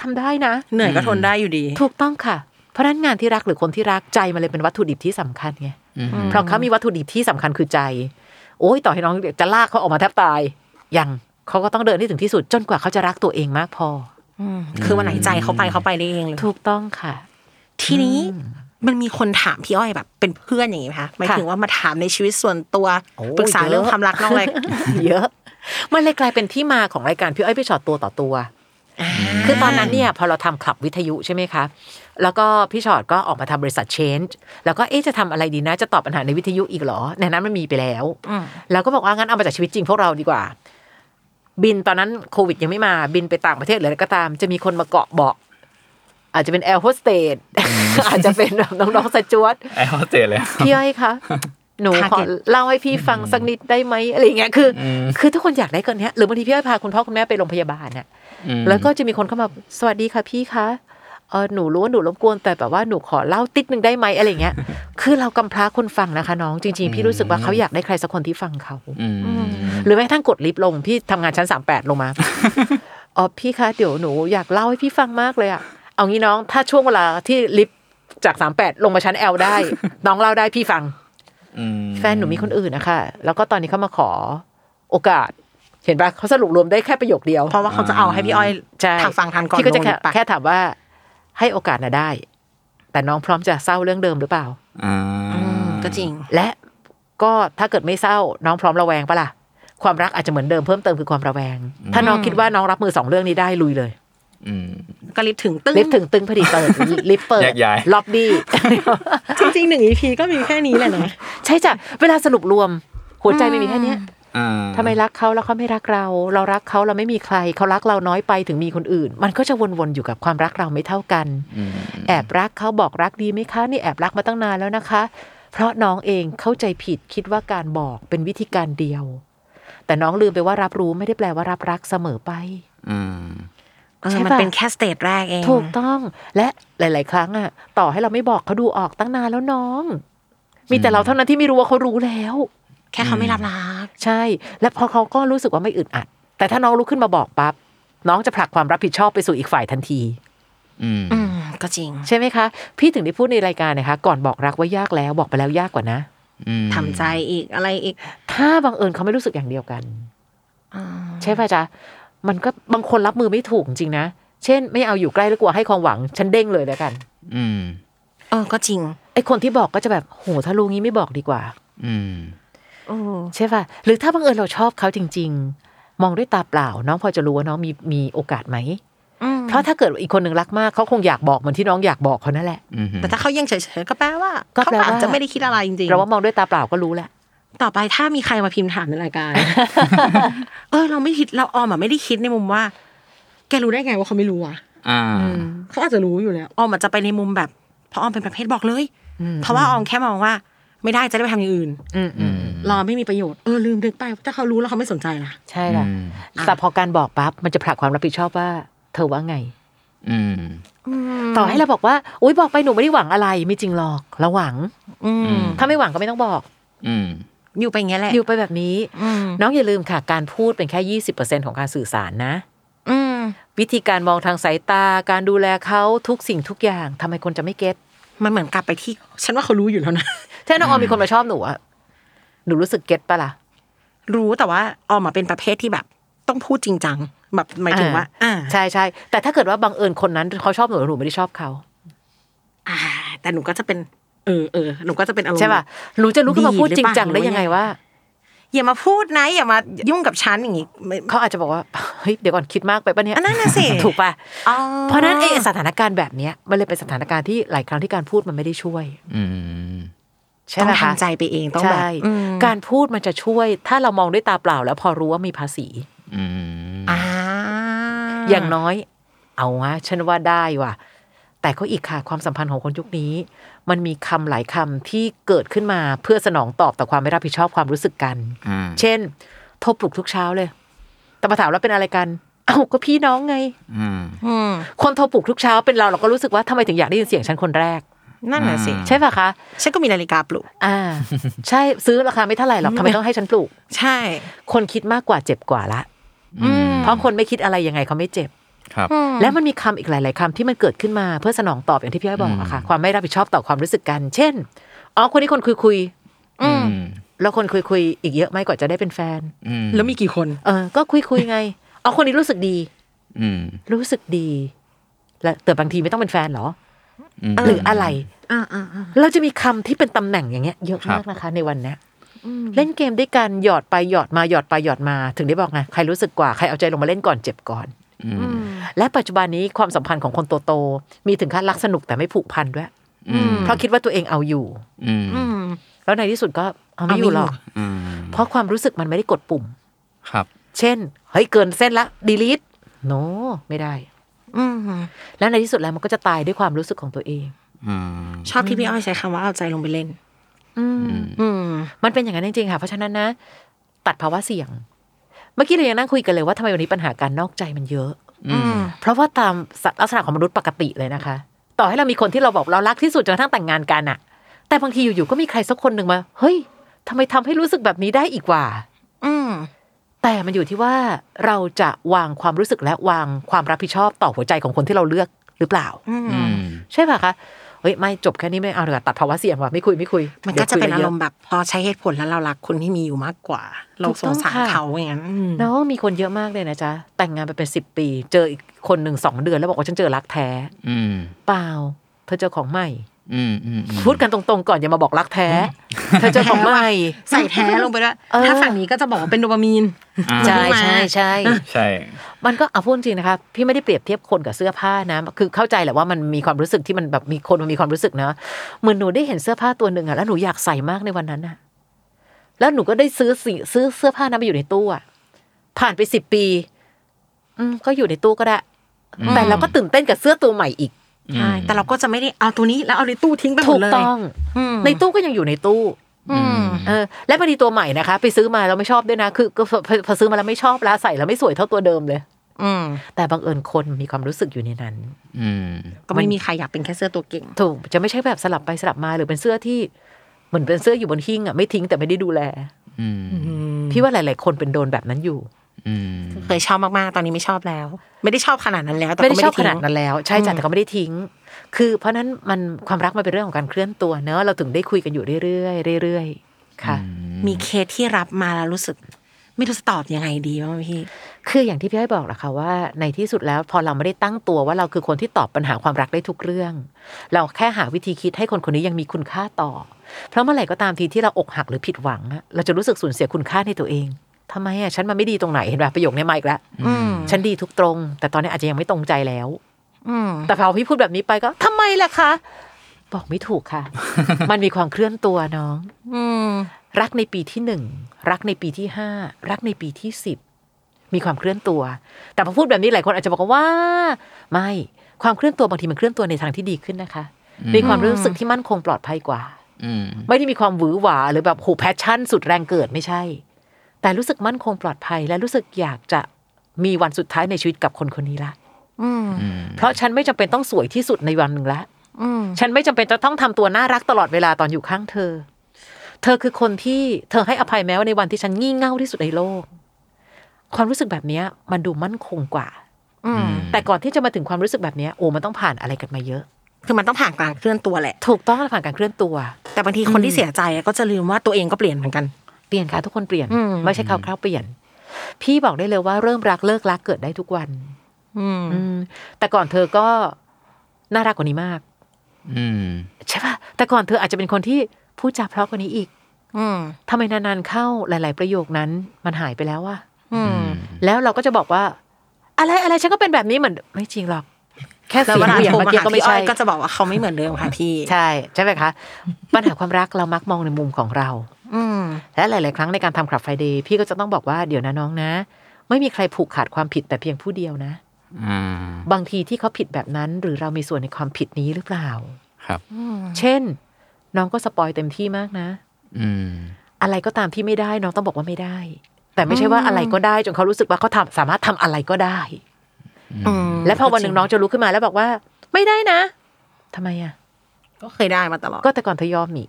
S3: ทำได้นะ
S1: เหนื่อยก็ทนได้อยู่ดี
S3: ถูกต้องค่ะ เพราะฉะนั้นงานที่รักหรือคนที่รักใจมันเลยเป็นวัตถุดิบที่สำคัญไง
S2: อืม
S3: เพราะเขามีวัตถุดิบที่สำคัญคือใจ โอ้ยต่อให้น้องจะลากเขาออกมาแทบตายยังเขาก็ต้องเดินให้ถึงที่สุดจนกว่าเขาจะรักตัวเองมากพอ
S1: คือวันไหนใจเขาไปเขาไปได้เองเลย
S3: ถูกต้องค่ะ
S1: ทีนี้มันมีคนถามพี่อ้อยแบบ เป็นเพื่อนอย่างงี้ไหมคะหมายถึงว่ามาถามในชีวิตส่วนตัว
S3: โอ้
S1: ปรึกษา
S3: เยอะ
S1: เรื่องความรักนอก
S3: [laughs]
S1: เลย
S3: เยอะ มันเลยกลายเป็นที่มาของรายการพี่อ้อยพี่ชอตตัวต่อตัว
S1: คื
S3: คือ อ
S1: ต
S3: ต
S1: อ
S3: อน น
S1: นั้
S3: นั้น นเนี่ยพอเราทำคลับวิทยุใช่ไหมคะ แล้วก็พี่ชอตก็ออกมาทำบริษัท Change แล้วก็เอ๊ะจะทำอะไรดีนะ จะตอบปัญหาในวิทยุอีกเหรอ ในนั้นมันมีไปแล้ว แล้วก็บอกว่างั้นเอามาจากชีวิตจริงพวกเราดีกว่า บินตอนนั้นโควิดยังไม่มาบินไปต่างประเทศหรืออะไรก็ตาม จะมีคนมาเกาะเบาะอาจจะเป็นแอร์โฮสเตสอาจจะเป็นแบบน้องๆสจวต
S2: ไอ้เขาเจเลย
S3: พี่อ้อย
S2: [laughs]
S3: คะ หนูขอเล่าให้พี่ฟังสักนิดได้ไหมอะไรอย่างเงี้ยคืออ
S2: ม
S3: คือทุกคนอยากได้กันเนี้ยหรือบางทีพี่อ้อยพาคุณพ่อคุณแม่ไปโรงพยาบาลน่ะ
S2: อืม
S3: แล้วก็จะมีคนเข้ามาสวัสดีค่ะพี่คะเออหนูรู้ว่าหนูรบกวนแต่แบบว่าหนูขอเล่าติดหนึ่งได้ไหมอะไรอย่างเงี้
S2: [laughs]
S3: ย คือเรากำพร้าคนฟังนะคะ น้องจริง ๆ พี่รู้สึกว่าเขาอยากได้ใครสักคนที่ฟังเขา
S2: อืม
S3: หรือแม้กระทั่งกดลิฟต์ลง พี่ทำงานชั้นสามแปดลง
S2: [laughs]
S3: มา อ๋อพี่คะเดี๋ยวหนูอยากเล่าให้พี่ฟังมากเลยอะเอางี้น้องถ้าช่วงเวลาที่ลิฟต์จากสามแปดลงมาชั้นแอลได้ น้องเล่าได้พี่ฟัง
S2: อืม
S3: แฟนหนูมีคนอื่นนะคะแล้วก็ตอนนี้เขามาขอโอกาส เห็นปะเขาสรุปรวมได้แค่ประโยคเดียว
S1: เพราะว่าเขาจะเอาให้พี่อ้อย
S3: ใช่
S1: ทางฟังทันก่อน
S3: พี่ก็จะแค่
S1: โดนหรือเปล่า
S3: แค่ถามว่าให้โอกาสนะได้ แต่น้องพร้อมจะเศร้าเรื่องเดิมหรือเปล่า
S2: อ่า
S1: อืมก็จริง
S3: และก็ถ้าเกิดไม่เศร้าน้องพร้อมระแวงปะล่ะความรักอาจจะเหมือนเดิมเพิ่มเติมคือความระแวง ถ้าน้องคิดว่าน้องรับมือสองเรื่องนี้ได้ลุยเลย
S2: อืม
S1: ก็รีบถึงตึ้ง
S3: ลิฟต์ถึงตึงพอดีเปิดลิฟต์เปิด
S2: แยกย้าย
S3: ล็อบบี้ [laughs]
S1: จริงๆหนึ่ง EP ก็มีแค่นี้แหละนะ
S3: ใช่จ้ะเวลาสรุปรวม หัวใจไม่มีแค่เนี้ย
S2: อ่า
S3: ทำไมรักเขาแล้วเขาไม่รักเรา เรารักเขาเราไม่มีใคร เขารักเราน้อยไปถึงมีคนอื่น มันก็จะวนๆอยู่กับความรักเราไม่เท่ากัน
S2: อืม
S3: แอบรักเขาบอกรักดีไหมคะนี่แอบรักมาตั้งนานแล้วนะคะ เพราะน้องเองเข้าใจผิดคิดว่าการบอกเป็นวิธีการเดียว แต่น้องลืมไปว่ารับรู้ไม่ได้แปลว่ารับรักเสมอไป
S2: อ่า
S1: เออ
S3: ใช่ปะ
S1: มันเป็นแค่สเตจแรกเอง
S3: ถูกต้องและหลาย ๆ ครั้งอะต่อให้เราไม่บอกเขาดูออกตั้งนานแล้วน้อง มีแต่เราเท่านั้นที่ไม่รู้ว่าเขารู้แล้ว
S1: แค่เขาไม่รับรัก
S3: ใช่ และพอเขาก็รู้สึกว่าไม่อึดอัด แต่ถ้าน้องลุกขึ้นมาบอกปั๊บ น้องจะผลักความรับผิดชอบไปสู่อีกฝ่ายทันที
S2: อืม
S1: อืมก็จริง
S3: ใช่ไหมคะ พี่ถึงได้พูดในรายการนะคะ ก่อนบอกรักว่ายากแล้วบอกไปแล้วยากกว่านะ
S2: อืม
S1: ทำใจอีกอะไรอีก
S3: ถ้าบังเอิญเขาไม่รู้สึกอย่างเดียวกัน
S1: อ่า
S3: ใช่ป่ะจ๊ะ มันก็บางคนรับมือไม่ถูกจริงนะ เช่น ไม่เอาอยู่ใกล้แล้วกลัวให้ความหวัง ฉันเด้งเลยแล้วกัน
S2: อืม
S1: เออก็จริง
S3: ไอคนที่บอกก็จะแบบ โห ถ้ารู้งี้ไม่บอกดีกว่า
S2: อืม
S1: เออ
S3: ใช่ป่ะ หรือถ้าบังเอิญเราชอบเขาจริง ๆ มองด้วยตาเปล่า น้องพอจะรู้ว่าน้องมีมีโอกาสไหม
S1: อืม
S3: เพราะถ้าเกิดอีกคนหนึ่งรักมากเขาคงอยากบอกเหมือนที่น้องอยากบอกเขานั่นแหละ
S2: อืม
S1: แต่ถ้าเขายังเฉยๆก็แปลว่า
S3: ก็
S1: เขา
S3: แปลว่า
S1: อาจจะไม่ได้คิดอะไรจริงๆ
S3: เราว่ามองด้วยตาเปล่าก็รู้แหละ
S1: ต่อไปถ้ามีใครมาพิมพ์ถามในรายการ เออ เราไม่คิดเราออมอ่ะไม่ได้คิดในมุมว่า แกรู้ได้ไงว่าเขาไม่รู้อ่ะ
S2: อ่า
S1: เขาอาจจะรู้อยู่แล้วออมอาจจะไปในมุมแบบเพราะออมเป็นประเภทบอกเลย เพราะว่าออมแค่มองว่า ไม่ได้จะได้ไปทำอย่างอื่น
S3: อืมอืม
S1: รอไม่มีประโยชน์เออลืมดึกไปถ้าเขารู้แล้วเขาไม่สนใจล่ะ
S3: ใช่
S2: อื
S3: ล่ะ
S2: ม
S3: แต่พอการบอกปั๊บมันจะผลักความรับผิดชอบว่า เธอว่าไง
S2: อืม
S3: ต่อให้เราบอกว่าอุ้ยบอกไปหนูไม่ได้หวังอะไรไม่จริงหรอกเราหวัง
S1: อืม
S2: อืม
S3: ถ้าไม่หวังก็ไม่ต้องบอก
S2: อืม
S1: อยู่ไปอย่างเงี้ยแหละ
S3: อยู่ไปแบบนี้
S1: อืม
S3: น้องอย่าลืมค่ะ การพูดเป็นแค่ยี่สิบเปอร์เซ็นของการสื่อสารนะ
S1: อืม
S3: วิธีการมองทางสายตาการดูแลเขาทุกสิ่งทุกอย่างทำไมคนจะไม่เก็ต
S1: มันเหมือนกลับไปที่ ฉันว่าเขารู้อยู่แล้วนะ
S3: ถ้าน้องออมมีคนมาชอบหนูอะหนูรู้สึกเก็ตปะล่ะ
S1: รู้แต่ว่าออกมาเป็นประเภทที่แบบ ต้องพูดจริงจังแบบหมายถึงว่า อ่า
S3: ใช่ใช่แต่ถ้าเกิดว่าบังเอิญคนนั้นเขาชอบหนูแล้วหนูไม่ได้ชอบเขา
S1: อ่า แต่หนูก็จะเป็น เออเออหนูก็จะเป็นอารมณ์
S3: ใช่ป่ะหนูจะลุกขึ้นมาพูดจริงจังได้ยังไงว่า
S1: อย่ามาพูดนะอย่ามายุ่งกับฉันอย่างงี้ไม่
S3: เขาอาจจะบอกว่า [laughs] เฮ้ยเดี๋ยวก่อนคิดมากไปปะเนี่ย
S1: อันนั้นน่ะสิ
S3: [laughs] ถูกป่ะ
S1: อ๋อ
S3: เพราะฉะนั้นไอ้สถานการณ์แบบเนี้ยมันเลยเป็นสถานการณ์ที่หลายครั้งที่การพูดมันไม่ได้ช่วย
S2: อืม
S3: ใช่
S1: ต้อ
S3: ไหม
S1: ง
S3: คะ
S1: ทำใจไปเองต้องแบบ
S3: ใช่
S1: อืม
S3: การพูดมันจะช่วย ถ้าเรามองด้วยตาเปล่าแล้วพอรู้ว่ามีภาษี
S2: อืม
S1: อ่า
S3: อย่างน้อย เอาวะฉันว่าได้ว่ะ แต่ก็อีกค่ะความสัมพันธ์ของคนยุคนี้ มันมีคำหลายคำที่เกิดขึ้นมาเพื่อสนองตอบต่อความไม่รับผิดชอบความรู้สึกกัน
S2: อ่า
S3: เช่น โทรปลุกทุกเช้าเลย แต่มาถามว่าเป็นอะไรกัน เอ้าก็พี่น้องไง
S2: อืม
S1: อืม
S3: คนโทรปลุกทุกเช้าเป็นเราเราก็รู้สึกว่าทำไมถึงอยากได้ยินเสียงฉันคนแรก
S1: นั่นน่ะสิ
S2: อืม
S3: ใช่ป่ะคะ
S1: ฉันก็มีนาฬิกาปลุก
S3: อ่า ใช่ซื้อราคาไม่เท่าไหร่หรอกทำไมต้องให้ฉันปลุก
S1: ใช่
S3: คนคิดมากกว่าเจ็บกว่าละ
S2: อืม
S3: เพราะคนไม่คิดอะไรยังไงเขาไม่เจ็บ
S2: ครับ
S3: และมันมีคำอีกหลาย ๆคำที่มันเกิดขึ้นมาเพื่อสนองตอบอย่างที่พี่อ้อยบอกอะค่ะ ความไม่รับผิดชอบต่อความรู้สึกกัน เช่น อ๋อคนนี้คนคุยคุย
S2: อืม
S3: ๆแล้วคนคุยคุยๆอีกเยอะไหมกว่าจะได้เป็นแฟน
S2: อืม
S1: แล้วมีกี่คน
S3: เออ ก็คุยคุยๆไง อ๋อคนนี้รู้สึกดี
S2: อืม
S3: รู้สึกดี และแต่บางทีไม่ต้องเป็นแฟนเหรอ
S2: ม
S3: หรืออะไร
S1: อ่าอ่าอ่า
S3: เราจะมีคำที่เป็นตำแหน่งอย่างเงี้ยเยอะมากนะคะ ในวันเนี้ยเล่นเกมด้วยกันหยอดไปหยอดมาหยอดไปหยอดมา ถึงได้บอกไงใครรู้สึกกว่าใครเอาใจลงมาเล่นก่อนเจ็บก่อน
S2: อืม
S3: และปัจจุบันนี้ความสัมพันธ์ของคนโตๆมีถึงขั้นรักสนุกแต่ไม่ผูกพันด้วย
S2: อืม
S3: เพราะคิดว่าตัวเองเอาอยู่
S2: อืม
S3: แล้วในที่สุดก็เอาไม่อยู่หรอก
S2: อืม
S3: เพราะความรู้สึกมันไม่ได้กดปุ่ม
S2: ครับ
S3: เช่นเฮ้ยเกินเส้นละดีลิทโนไม่ได้
S1: อืม
S3: แล้วในที่สุดแล้วมันก็จะตายด้วยความรู้สึกของตัวเอง
S2: อืม
S1: ชอบที่พี่อ้อยใช้คำว่าเอาใจลงไปเล่น
S3: อืม
S1: อืม
S3: มันเป็นอย่างนั้นจริงๆค่ะ เพราะฉะนั้นนะ ตัดภาวะเสี่ยง เมื่อกี้เรายังนั่งคุยกันเลยว่าทำไมวันนี้ปัญหาการนอกใจมันเยอะ
S2: อืม
S3: เพราะว่าตามลักษณะของมนุษย์ปกติเลยนะคะ ต่อให้เรามีคนที่เราบอกเรารักที่สุดจนกระทั่งแต่งงานกันอะแต่บางทีอยู่ๆก็มีใครสักคนหนึ่งมา เฮ้ยทำไมทำให้รู้สึกแบบนี้ได้อีกว่า
S1: อืม
S3: แต่มันอยู่ที่ว่าเราจะวางความรู้สึกและวางความรับผิดชอบต่อหัวใจของคนที่เราเลือกหรือเปล่า
S2: อืม
S3: ใช่ป่ะคะเฮ้ยไม่จบแค่นี้ไม่เอาเดี๋ยวาตัดภาวะเสี่ยงว่ะไม่คุยไม่คุย
S1: มันก็จะเป็น
S3: ดี๋
S1: อา
S3: ยวคุยย
S1: รมณ์แบบพอใช้เหตุผลแล้วเรารักคนที่มีอยู่มากกว่า เราสงสาร
S3: ถูกต้องค่ะ
S1: เขาอย่างนั้นอืม
S3: น้องมีคนเยอะมากเลยนะจ๊ะ แต่งงานไปเป็นสิบปี เจออีกคนหนึ่งสองเดือนแล้วบอกว่าฉันเจอรักแท้
S2: อืม
S3: เปล่า เธอเจอของใหม่
S2: อืมอืมอืม
S3: พูดกันตรงๆก่อนอย่ามาบอกรักแท้ เธอเจอของใหม่
S1: ใส่แท้ลงไปด้วย
S3: เออ
S1: ถ้าฝั่งนี้ก็จะบอกว่าเป็นโดปามีน
S2: อ่า
S3: ใช่
S1: มา
S3: ใช่ใช่
S2: ใช่
S3: มันก็เอาพูดจริงนะคะพี่ไม่ได้เปรียบเทียบคนกับเสื้อผ้านะ คือเข้าใจแหละว่ามันมีความรู้สึกที่มันแบบมีคนมันมีความรู้สึกเนอะเหมือนหนูได้เห็นเสื้อผ้าตัวหนึ่งอะแล้วหนูอยากใส่มากในวันนั้นอะแล้วหนูก็ได้ซื้อสิซื้อเสื้อผ้านั้นไปอยู่ในตู้อะผ่านไปสิบปี อืมก็อยู่ในตู้ก็ได้ แต่เราก็ตื่นเต้นกับเสื้อตัวใหม่อีก
S1: ใช่แต่เราก็จะไม่ได้เอาตัวนี้แล้วเอาในตู้ทิ้งไปหม
S3: ถู
S1: ด
S3: ก
S1: เลย
S3: ต้อง
S1: ม
S3: ในตู้ก็ยังอยู่ในตู้
S1: อืม
S3: เออและบางทีตัวใหม่นะคะ ไปซื้อมาแล้วไม่ชอบด้วยนะ คือก็พอพอพอซื้อมาแล้วไม่ชอบแล้วใส่แล้วไม่สวยเท่าตัวเดิมเลย
S1: อืม
S3: แต่บังเอิญคนมีความรู้สึกอยู่ในนั้น
S2: อืม
S1: ก็ไม่มีใครอยากเป็นแค่เสื้อตัวเก่ง
S3: ถูกจะไม่ใช่แบบสลับไปสลับมาหรือเป็นเสื้อที่เหมือนเป็นเสื้ออยู่บนหิ้งอ่ะไม่ทิ้งแต่ไม่ได้ดูแล
S2: อืม
S3: พี่ว่าหลาย ๆ คนเป็นโดนแบบนั้นอยู่
S2: อืม
S1: เคยชอบมากๆ ตอนนี้ไม่ชอบแล้ว ไม่ได้ชอบขนาดนั้นแล้ว แต่
S3: ไม่
S1: ก็
S3: ได้
S1: ไม่
S3: ช
S1: ได้
S3: อบข
S1: ทิ้
S3: นาด
S1: ง
S3: นั้นแล้ว ใช่
S1: อืม
S3: จ้ะแต่ก็ไม่ได้ทิ้ง คือเพราะนั้นมันความรักมันเป็นเรื่องของการเคลื่อนตัวเนอะเราถึงได้คุยกันอยู่เรื่อยๆเรื่อยๆค่ะ
S1: มีเคสที่รับมาแล้วรู้สึก ไม่รู้จะตอบยังไงดีบ้างพี่
S3: คืออย่างที่พี่ให้อยบอกแหละค่ะว่าในที่สุดแล้วพอเราไม่ได้ตั้งตัวว่าเราคือคนที่ตอบปัญหาความรักได้ทุกเรื่อง เราแค่หาวิธีคิดให้คนคนนี้ยังมีคุณค่าต่อ เพราะเมื่อไหร่ก็ตามทีที่เราอกหักหรือผิดหวังอะเราจะรู้สึกสูญเสียคุณค่าในตัวเองทำไมอ่ะฉันมันไม่ดีตรงไหนเห็นป่ะประโยคนี้มาอีกแล้ว
S1: อืม
S3: ฉันดีทุกตรง แต่ตอนนี้อาจจะยังไม่ตรงใจแล้ว
S1: อืม
S3: แต่พอพี่พูดแบบนี้ไปก็ทำไมล่ะคะ บอกไม่ถูกค่ะ มันมีความเคลื่อนตัวน้อง
S1: อืม
S3: รักในปีที่หนึ่งรักในปีที่ห้ารักในปีที่สิบมีความเคลื่อนตัว แต่พอพูดแบบนี้หลายคนอาจจะบอกว่า ไม่ความเคลื่อนตัวบางทีมันเคลื่อนตัวในทางที่ดีขึ้นนะคะ
S2: อืม
S3: มีความรู้สึกที่มั่นคงปลอดภัยกว่า
S2: อืม
S3: ไม่ได้มีความหวือหวาหรือแบบโหแพชชั่น สุดแรงเกิดไม่ใช่ แต่รู้สึกมั่นคงปลอดภัยและรู้สึกอยากจะมีวันสุดท้ายในชีวิตกับคนคนนี้ละ
S1: อืม
S2: อืม
S3: เพราะฉันไม่จำเป็นต้องสวยที่สุดในวันหนึ่งละ
S1: อืม
S3: ฉันไม่จำเป็นจะต้องทำตัวน่ารักตลอดเวลาตอนอยู่ข้างเธอ เธอคือคนที่เธอให้อภัยแม้ว่าในวันที่ฉันงี่เง่าที่สุดในโลก ความรู้สึกแบบเนี้ยมันดูมั่นคงกว่า
S1: อืม
S3: แต่ก่อนที่จะมาถึงความรู้สึกแบบเนี้ยโอ้มันต้องผ่านอะไรกันมาเยอะ
S1: คือมันต้องผ่านการเคลื่อนตัวแหละ
S3: ถูกต้องผ่านการเคลื่อนตัว
S1: แต่บางทีคนที่เสียใจก็จะลืมว่าตัวเองก็เปลี่ยนเหมือนกัน
S3: เปลี่ยนค่ะทุกคนเปลี่ยน
S1: อืม
S3: ไม่ใช่คราวๆเปลี่ยน พี่บอกได้เลยว่าเริ่มรักเลิกรักเกิดได้ทุกวัน
S1: อืม
S3: อืมแต่ก่อนเธอก็น่ารักกว่านี้มาก
S2: อืม
S3: ใช่ป่ะแต่ก่อนเธออาจจะเป็นคนที่พูดจาเพราะกว่านี้อีก
S1: อืม
S3: ทำไมนานๆเข้าหลาย ๆ ประโยคนั้นมันหายไปแล้วอะ
S1: อืม
S3: แล้วเราก็จะบอกว่า อะไรอะไรฉันก็เป็นแบบนี้เหมือนไม่จริงหรอก แค่
S1: แล้ว
S3: เสีย
S1: เว
S3: ง
S1: ลา
S3: เหวี่ยง
S1: โทร
S3: เมื่อ
S1: มา
S3: กี้
S1: หา
S3: ก็ไม่
S1: พี่อ้
S3: ใช่
S1: อยก็จะบอกว่าเขาไม่เหมือนเดิมค่ะพี่
S3: ใช่ใช่ไหมคะปัญหาความรักเรามักมองในมุมของเรา
S1: อืม
S3: และหลาย ๆ ครั้งในการทำคลับไฟเดย์พี่ก็จะต้องบอกว่าเดี๋ยวนะน้องนะ ไม่มีใครผูกขาดความผิดแต่เพียงผู้เดียวนะ
S2: อ่า
S3: บางทีที่เขาผิดแบบนั้น หรือเรามีส่วนในความผิดนี้หรือเปล่า
S2: ครับ
S3: เช่น น้องก็สปอยเต็มที่มากนะ
S2: อืม
S3: อะไรก็ตามที่ไม่ได้น้องต้องบอกว่าไม่ได้ แต่ไม่ใช่ว่าอะไรก็ได้จนเขารู้สึกว่าเขาทำสามารถทำอะไรก็ได้
S1: อืม
S3: และพอวันหนึ่งน้องจะลุกขึ้นมาแล้วบอกว่า ไม่ได้นะทำไมอ่ะ
S1: ก็เคยได้มาตลอด
S3: ก็แต่ก่อนเธอยอมนี่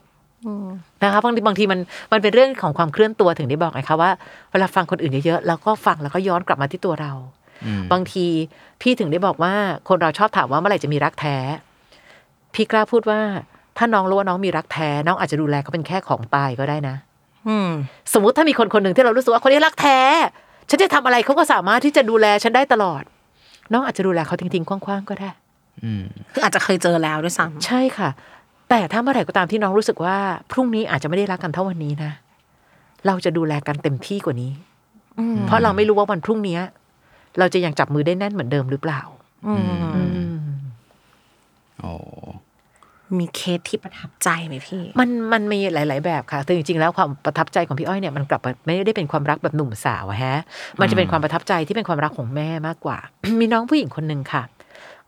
S3: นะคะบางทีบางทีมันมันเป็นเรื่องของความเคลื่อนตัวถึงได้บอกไงคะว่าเวลาฟังคนอื่นเยอะๆแล้วก็ฟังแล้วก็ย้อนกลับมาที่ตัวเรา
S2: อืม
S3: บางทีพี่ถึงได้บอกว่าคนเราชอบถามว่าเมื่อไหร่จะมีรักแท้ พี่กล้าพูดว่า ถ้าน้องรู้ว่าน้องมีรักแท้ น้องอาจจะดูแลเขาเป็นแค่ของตายก็ได้นะ
S1: อืม
S3: สมมติถ้ามีคนคนหนึ่งที่เรารู้สึกว่าคนนี้รักแท้ ฉันจะทำอะไรเขาก็สามารถที่จะดูแลฉันได้ตลอด น้องอาจจะดูแลเขาทิ้งๆคว้างๆก็ได้
S2: อืม
S1: คืออาจจะเคยเจอแล้วด้วยซ้
S3: ใช่ค่ะ แต่ถ้าเมื่อไหร่ก็ตามที่น้องรู้สึกว่า พรุ่งนี้อาจจะไม่ได้รักกันเท่าวันนี้นะ เราจะดูแลกันเต็มที่กว่านี้
S1: ำอืม
S3: เพราะเราไม่รู้ว่าวันพรุ่งนี้ เราจะยังจับมือได้แน่นเหมือนเดิมหรือเปล่า
S1: อืม
S2: โอ้
S1: มีเคสที่ประทับใจไหมพี่
S3: มันมันมีหลาย ๆ แบบค่ะแต่จริง ๆ แล้วความประทับใจของพี่อ้อยเนี่ยมันกลับมาไม่ได้เป็นความรักแบบหนุ่มสาวอะฮะ มันจะเป็นความประทับใจที่เป็นความรักของแม่มากกว่า [coughs] มีน้องผู้หญิงคนหนึ่งค่ะ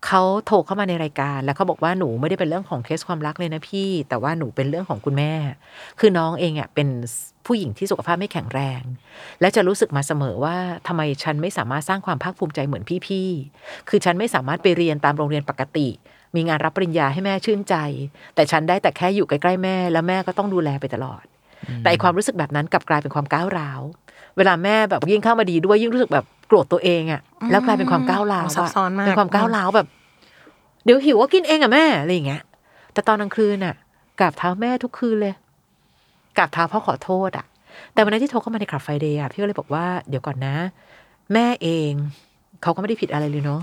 S3: เขาโทรเข้ามาในรายการแล้วเขาบอกว่าหนูไม่ได้เป็นเรื่องของเคสความรักเลยนะพี่ แต่ว่าหนูเป็นเรื่องของคุณแม่ คือน้องเองอ่ะเป็นผู้หญิงที่สุขภาพไม่แข็งแรง และจะรู้สึกมาเสมอว่าทำไมฉันไม่สามารถสร้างความภาคภูมิใจเหมือนพี่ๆ คือฉันไม่สามารถไปเรียนตามโรงเรียนปกติ มีงานรับปริญญาให้แม่ชื่นใจ แต่ฉันได้แต่แค่อยู่ใกล้ๆแม่ แล้วแม่ก็ต้องดูแลไปตลอด แต่ไอ้ความรู้สึกแบบนั้นกลับกลายเป็นความก้าวร้าว เวลาแม่แบบยิ่งเข้ามาดีด้วยยิ่งรู้สึกแบบโกรธตัวเองอะแล้วกลายเป็นความก้าวร้าว
S1: ซับ
S3: อะ
S1: ซ้อนมาก
S3: เป็นความก้าวร้าวแบบ เดี๋ยวหิวก็กินเองอะแม่อะไรอย่างเงี้ย แต่ตอนกลางคืนน่ะกราบเท้าแม่ทุกคืนเลยกราบเท้าพ่อขอโทษอ่ะ แต่วันนั้นที่โทรเข้ามาในคลับไฟเดย์อ่ะพี่ก็เลยบอกว่าเดี๋ยวก่อนนะ แม่เองเขาก็ไม่ได้ผิดอะไรเลยเนาะ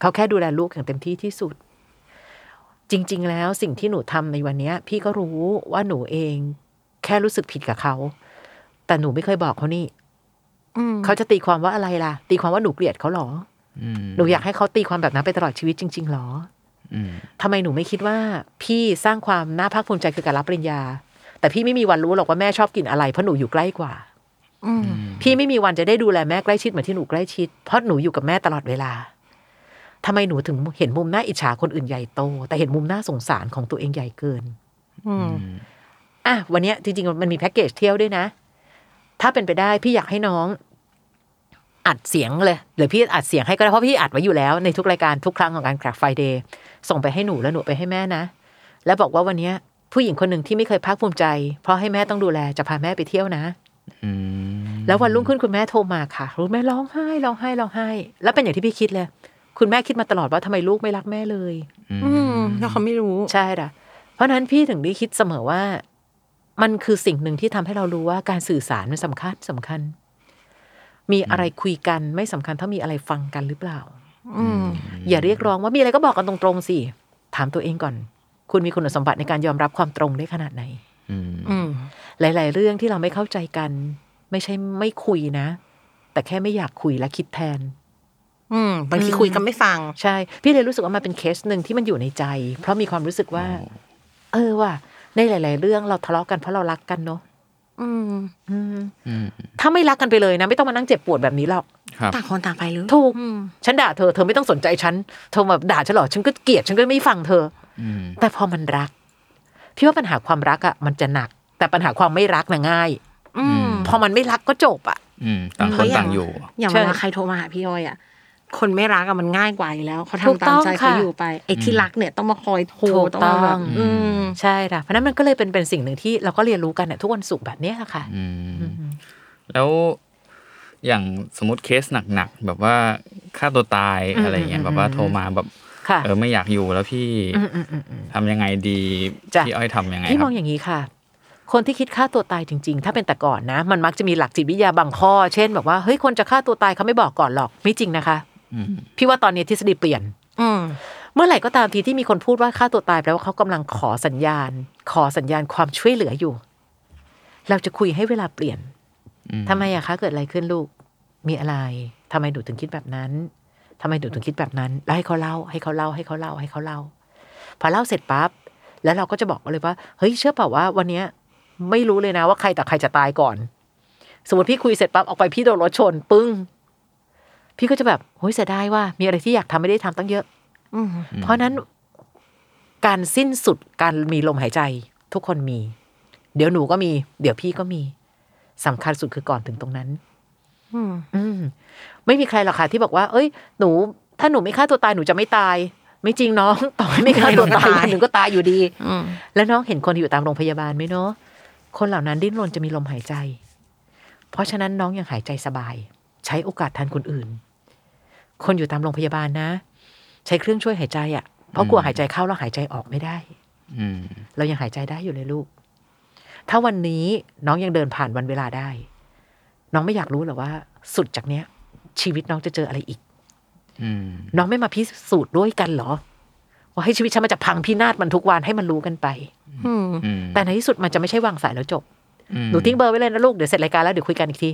S3: เขาแค่ดูแลลูกอย่างเต็มที่ที่สุด จริง ๆ แล้วสิ่งที่หนูทำในวันเนี้ย พี่ก็รู้ว่าหนูเองแค่รู้สึกผิดกับเขา แต่หนูไม่เคยบอกเขานี่
S1: อืม
S3: เขาจะตีความว่าอะไรล่ะ ตีความว่าหนูเกลียดเขาเหรอ
S2: อืม
S3: หนูอยากให้เขาตีความแบบนั้นไปตลอดชีวิตจริงๆเหรอ
S2: อืม
S3: ทำไมหนูไม่คิดว่าพี่สร้างความน่าภาคภูมิใจคือการรับปริญญา แต่พี่ไม่มีวันรู้หรอกว่าแม่ชอบกินอะไรเพราะหนูอยู่ใกล้กว่า
S1: อืม
S3: พี่ไม่มีวันจะได้ดูแลแม่ใกล้ชิดเหมือนที่หนูใกล้ชิดเพราะหนูอยู่กับแม่ตลอดเวลาทำไมหนูถึงเห็นมุมน่าอิจฉาคนอื่นใหญ่โต แต่เห็นมุมน่าสงสารของตัวเองใหญ่เกิน
S1: อืม
S3: อ่ะวันเนี้ยจริงๆมันมีแพ็กเกจเที่ยวด้วยนะ ถ้าเป็นไปได้พี่อยากให้น้อง อัดเสียงเลยหรือพี่อัดเสียงให้ก็ได้เพราะพี่อัดไว้อยู่แล้วในทุกรายการทุกครั้งของการกราฟไฟเดย์ส่งไปให้หนูแล้วหนูไปให้แม่นะ แล้วบอกว่าวันเนี้ยผู้หญิงคนหนึ่งที่ไม่เคยภาคภูมิใจ เพราะให้แม่ต้องดูแลจะพาแม่ไปเที่ยวนะ
S2: อืม
S3: แล้ววันรุ่งขึ้นคุณแม่โทรมาค่ะรู้แม่ร้องไห้ร้องไห้ร้องไห้ แล้วเป็นอย่างที่พี่คิดเลย คุณแม่คิดมาตลอดว่าทำไมลูกไม่รักแม่เลย
S1: อืมแล้วเขาไม่รู้
S3: ใช่ล่ะ เพราะฉะนั้นพี่ถึงได้คิดเสมอว่า มันคือสิ่งหนึ่งที่ทำให้เรารู้ว่าการสื่อสารมันสำคัญสำคัญ มีอะไรคุยกันไม่สำคัญเท่ามีอะไรฟังกันหรือเปล่า
S1: อืม
S3: อย่าเรียกร้องว่ามีอะไรก็บอกกันตรงๆสิ ถามตัวเองก่อน คุณมีคุณสมบัติในการยอมรับความตรงได้ขนาดไหน
S2: อืม
S1: อืม
S3: หลาย ๆ เรื่องที่เราไม่เข้าใจกัน ไม่ใช่ไม่คุยนะ แต่แค่ไม่อยากคุยและคิดแทน
S1: อืมบางทีคุยกันไม่ฟัง
S3: ใช่ พี่เลยรู้สึกว่ามันเป็นเคสหนึ่งที่มันอยู่ในใจ เพราะมีความรู้สึกว่า เออว่ะในหลาย ๆ เรื่องเราทะเลาะกันเพราะเรารักกันเนอะ
S1: อืม
S3: อืม
S2: อืม
S3: ถ้าไม่รักกันไปเลยนะ ไม่ต้องมานั่งเจ็บปวดแบบนี้หรอก
S2: ครับ
S1: ต่างคนต่างไปหรือ
S3: ถูก
S1: อืม
S3: ฉันด่าเธอเธอไม่ต้องสนใจฉันเธอมาด่าฉันเหรอฉันก็เกลียดฉันก็ไม่ฟังเธอ
S2: อืม
S3: แต่พอมันรักพี่ว่าปัญหาความรักอะ่ะ มันจะหนัก แต่ปัญหาความไม่รักน่ะง่าย
S1: อืม
S3: พอมันไม่รักก็จบอ่ะ
S2: อืมต่างคนต่างอยู่
S1: อย่าง
S3: ใช่
S1: เวลาใครโทรมาหาพี่ย้อยอ่ะ คนไม่รักอะมันง่ายกว่าอยู่แล้วเขา
S3: ถูก
S1: ทำตา
S3: ต้
S1: ม
S3: อง
S1: ใจเขา
S3: ค่ะ
S1: อยู่ไปไอ้ที่รักเนี่ยต้องมาคอยโทร
S3: ถูก
S1: ต้องมาแบบ
S3: ต้อง
S1: อืม
S3: ใช่ค่ะเพราะฉะนั้นมันก็เลยเป็นเป็นสิ่งหนึ่งที่เราก็เรียนรู้กันเนี่ยทุกวันศุกร์แบบเนี้ยค่ะ
S2: อืมแล้วอย่างสมมติเคสหนักๆแบบว่าฆ่าตัวตาย
S3: อืม
S2: อะไรอย่างเงี้
S3: อื
S2: ย
S3: ม
S2: แบบว่า
S3: อืม
S2: โทรมาแบบ
S3: ค่ะ
S2: เออไม่อยากอยู่แล้วพี่
S3: มอืมอืมอืม
S2: ทำยังไงดี
S3: จ้ะ
S2: พี่อ้อยทำยังไง
S3: พี่
S2: ค
S3: ม
S2: รั
S3: อบ งอย่างนี้ค่ะ คนที่คิดฆ่าตัวตายจริง ๆ ถ้าเป็นแต่ก่อนนะ มันมักจะมีหลักจิตวิทยาบางข้อ เช่นแบบว่าเฮ้ยคนจะฆ่าตัวตายเขาไม่บอกก่อนหรอกไม่จริงนะคะ
S2: อืม
S3: พี่ว่าตอนนี้ทฤษฎีเปลี่ยน
S1: อืม
S3: เมื่อไหร่ก็ตามทีที่มีคนพูดว่าฆ่าตัวตายแปลว่าเขากำลังขอสัญญาณ ขอสัญญาณความช่วยเหลืออยู่ เราจะคุยให้เวลาเปลี่ยน
S2: อืม
S3: ทำไมอะคะเกิดอะไรขึ้นลูก มีอะไรทำไมหนูถึงคิดแบบนั้นทำไมหนูถึงคิดแบบนั้น แล้วให้เขาเล่า ให้เขาเล่าให้เขาเล่าให้เขาเล่า พอเล่าเสร็จปั๊บแล้วเราก็จะบอกเลยว่าเฮ้ยเชื่อเปล่าว่าวันเนี้ย ไม่รู้เลยนะว่าใครแต่ใครจะตายก่อน สมมติพี่คุยเสร็จปั๊บออกไปพี่โดนรถชนปึ้ง พี่ก็จะแบบเฮ้ยเสียดายว่ามีอะไรที่อยากทำไม่ได้ทำตั้งเยอะ
S1: อืม
S3: เพราะนั้นการสิ้นสุดการมีลมหายใจ ทุกคนมี เดี๋ยวหนูก็มี เดี๋ยวพี่ก็มีสำคัญสุดคือก่อนถึงตรงนั้น
S1: อืม
S3: อืมไม่มีใครหรอกค่ะที่บอกว่า เอ้ย หนู ถ้าหนูไม่ฆ่าตัวตายหนูจะไม่ตาย ไม่จริงน้อง [laughs] ต่อให้ไม่ฆ่าตัวตาย
S1: ไม่ตาย
S3: วันหนึ่งก็ตายอยู่ดี
S1: อืม
S3: แล้วน้องเห็นคนที่อยู่ตามโรงพยาบาลไหมเนาะ คนเหล่านั้นดิ้นรนจะมีลมหายใจ เพราะฉะนั้นน้องยังหายใจสบาย ใช้โอกาสแทันคนอื่น คนอยู่ตามโรงพยาบาลนะ ใช้เครื่องช่วยหายใจอะ่ะ เพราะกลัวหายใจเข้าแล้วหายใจออกไม่ได้
S2: อืม
S3: เรายังหายใจได้อยู่เลยลูก ถ้าวันนี้น้องยังเดินผ่านวันเวลาได้ น้องไม่อยากรู้หรอว่า สุดจากเนี้ย ชีวิตน้องจะเจออะไรอีก
S2: อืม
S3: น้องไม่มาพิสูจน์ด้วยกันเหรอ ว่าให้ชีวิตฉันมันจะพังพินาศมันทุกวันให้มันรู้กันไป
S1: อืม
S2: อืม
S3: แต่ในที่สุดมันจะไม่ใช่วางสายแล้วจบ
S2: อืม
S3: หนูทิ้งเบอร์ไว้เลยนะลูก เดี๋ยวเสร็จรายการแล้วเดี๋ยวคุยกันอีกที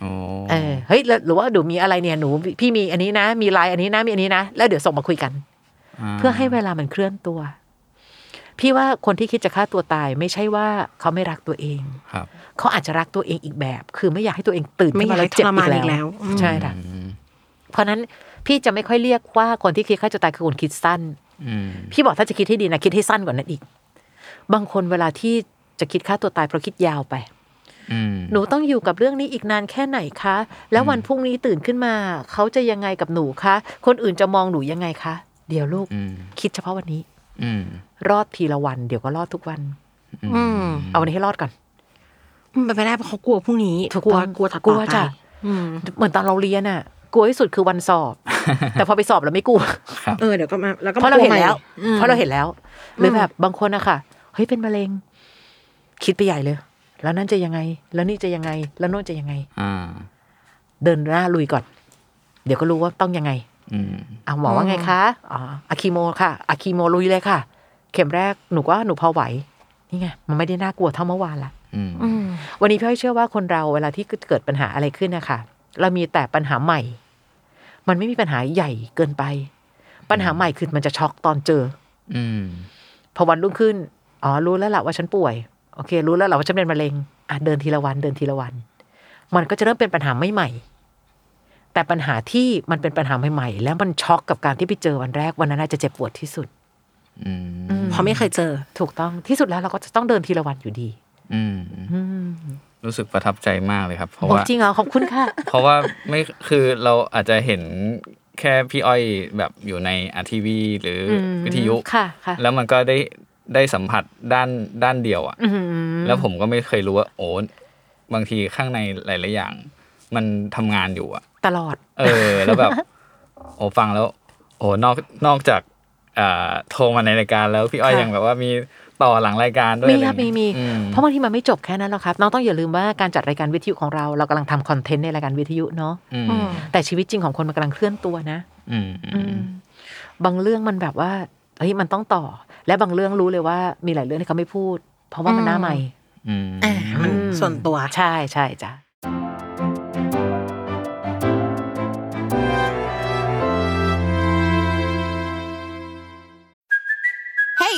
S2: โอ้
S3: เออ เฮ้ยแล้วหรือว่าหนูมีอะไรเนี่ย หนูพี่มีอันนี้นะ มีไลน์อันนี้นะ มีอันนี้นะ แล้วเดี๋ยวส่งมาคุยกัน
S2: า
S3: เพื่อให้เวลามันเคลื่อนตัว พี่ว่าคนที่คิดจะฆ่าตัวตายไม่ใช่ว่าเขาไม่รักตัวเอง
S2: ครับ
S3: เขาอาจจะรักตัวเองอีกแบบ คือไม่อยากให้ตัวเองตื่นขึ้นมาแล้วเจ็บ
S1: ไม่อยากให้ทรมานอี
S3: อี
S1: ก
S3: ก
S1: แล้
S3: แล้ว ว ใช่ค่ะ
S2: อืม
S3: เพราะนั้นพี่จะไม่ค่อยเรียกว่าคนที่คิดฆ่าตัวตายคือคนคิดสั้น
S2: อืม
S3: พี่บอกถ้าจะคิดให้ดีนะ คิดให้สั้นกว่านั้นอีก บางคนเวลาที่จะคิดฆ่าตัวตายเพราะคิดยาวไป
S2: อืม
S3: หนูต้องอยู่กับเรื่องนี้อีกนานแค่ไหนคะ แล้ววันพรุ่งนี้ตื่นขึ้นมา เขาจะยังไงกับหนูคะ คนอื่นจะมองหนูยังไงคะ เดี๋ยวลูก
S2: อืม
S3: คิดเฉพาะวันนี้
S2: อืม
S3: รอดทีละวัน เดี๋ยวก็รอดทุกวัน
S1: อืม
S3: เอาวันนี้ให้รอดก่อน
S1: มันไปไม่ได้เพราะเขากลัวพรุ่งนี้
S3: ถูก
S1: กลัว
S3: ต้อง
S1: กลัวถัด
S3: กลัว
S1: ต่อไป
S3: จ้ะ
S1: อืม
S3: เหมือนตอนเราเรียนอะกลัวที่สุดคือวันสอบ แต่พอไปสอบแล้วไม่กลัว
S1: เออเดี๋ยวก็มาแล้วก็ม
S3: เพราะเราเห็นแล้ว
S1: กใหม่อืม
S3: เพราะเราเห็นแล้ว หรือแบบบางคนอะค่ะ เฮ้ยเป็นมะเร็ง คิดไปใหญ่เลย แล้วนั่นจะยังไง แล้วนี่จะยังไง แล้วโน่นจะยังไง
S2: อ่า
S3: เดินหน้าลุยก่อน เดี๋ยวก็รู้ว่าต้องยังไง
S2: อืม
S3: อ่ะหมอว่าไงคะ อ๋ออะคีโมค่ะอะคีโมลุยเลยค่ะ เข็มแรกหนูก็หนูพอไหว นี่ไง มันไม่ได้น่ากลัวเท่าเมื่อวานละ
S2: อืม
S3: วันนี้พี่อ้อยเชื่อว่าคนเราเวลาที่เกิดปัญหาอะไรขึ้นนะคะ เรามีแต่ปัญหาใหม่ มันไม่มีปัญหาใหญ่เกินไป ปัญหาใหม่คือมันจะช็อกตอนเจอ
S2: อืม
S3: พอวันรุ่งขึ้น อ๋อ รู้แล้วแหละว่าฉันป่วย โอเค รู้แล้วแหละว่าฉันเป็นมะเร็ง อ่ะ เดินทีละวัน เดินทีละวัน มันก็จะเริ่มเป็นปัญหาไม่ใหม่ แต่ปัญหาที่มันเป็นปัญหาใหม่ๆ แล้วมันช็อกกับการที่ไปเจอวันแรก วันนั้นอาจจะเจ็บปวดที่สุด
S2: อืม
S1: เพราะไม่เคยเจอ
S3: ถูกต้องที่สุดแล้วเราก็จะต้องเดินทีละวันอยู่ดี
S2: อืม
S3: อืม
S2: รู้สึกประทับใจมากเลยครับ เพราะ
S3: โอ้
S2: ว่า
S3: จริงเหรอ ขอบคุณค่ะ
S2: เพราะว่าไม่คือเราอาจจะเห็นแค่พี่อ้อยแบบอยู่ในอาทีวีหรืออ
S3: ม
S2: วิทยุ
S3: ค่ะค่ะ
S2: แล้วมันก็ได้ได้สัมผัสด้านด้านเดียวอะ่ะ
S3: อืม
S2: แล้วผมก็ไม่เคยรู้ว่า โอ้บางทีข้างในหลายๆอย่าง มันทำงานอยู่อะ่ะ
S3: ตลอด
S2: เออ แล้ว
S3: [laughs]
S2: แบบ โอ้ฟังแล้ว โอ้นอกนอกจากอ่าโทรมาในรายการแล้วพี่อ้อย
S3: ค่ะ
S2: ยังแบบว่ามีต่อหลังรายการด้วย
S3: มี
S2: อะไอ
S3: ครั
S2: ย่า
S3: บ
S2: ง
S3: มี
S2: เงี้ย
S3: มี
S2: อืม
S3: เพราะบางทีมันไม่จบแค่นั้นหรอกครับ น้องต้องอย่าลืมว่าการจัดรายการวิทยุของเราเรากำลังทำคอนเทนต์ในรายการวิทยุเนาะ
S2: อืม
S3: แต่ชีวิตจริงของคนมันกำลังเคลื่อนตัวนะ
S2: อืมอืม
S3: บางเรื่องมันแบบว่าเฮ้ยมันต้องต่อ และบางเรื่องรู้เลยว่ามีหลายเรื่องที่เขาไม่พูด เพราะว่ามันหน้าใหม่
S2: อืม
S1: อ่ามันส่วนตัว
S3: ใช่ใช่จ้ะ
S4: Hey,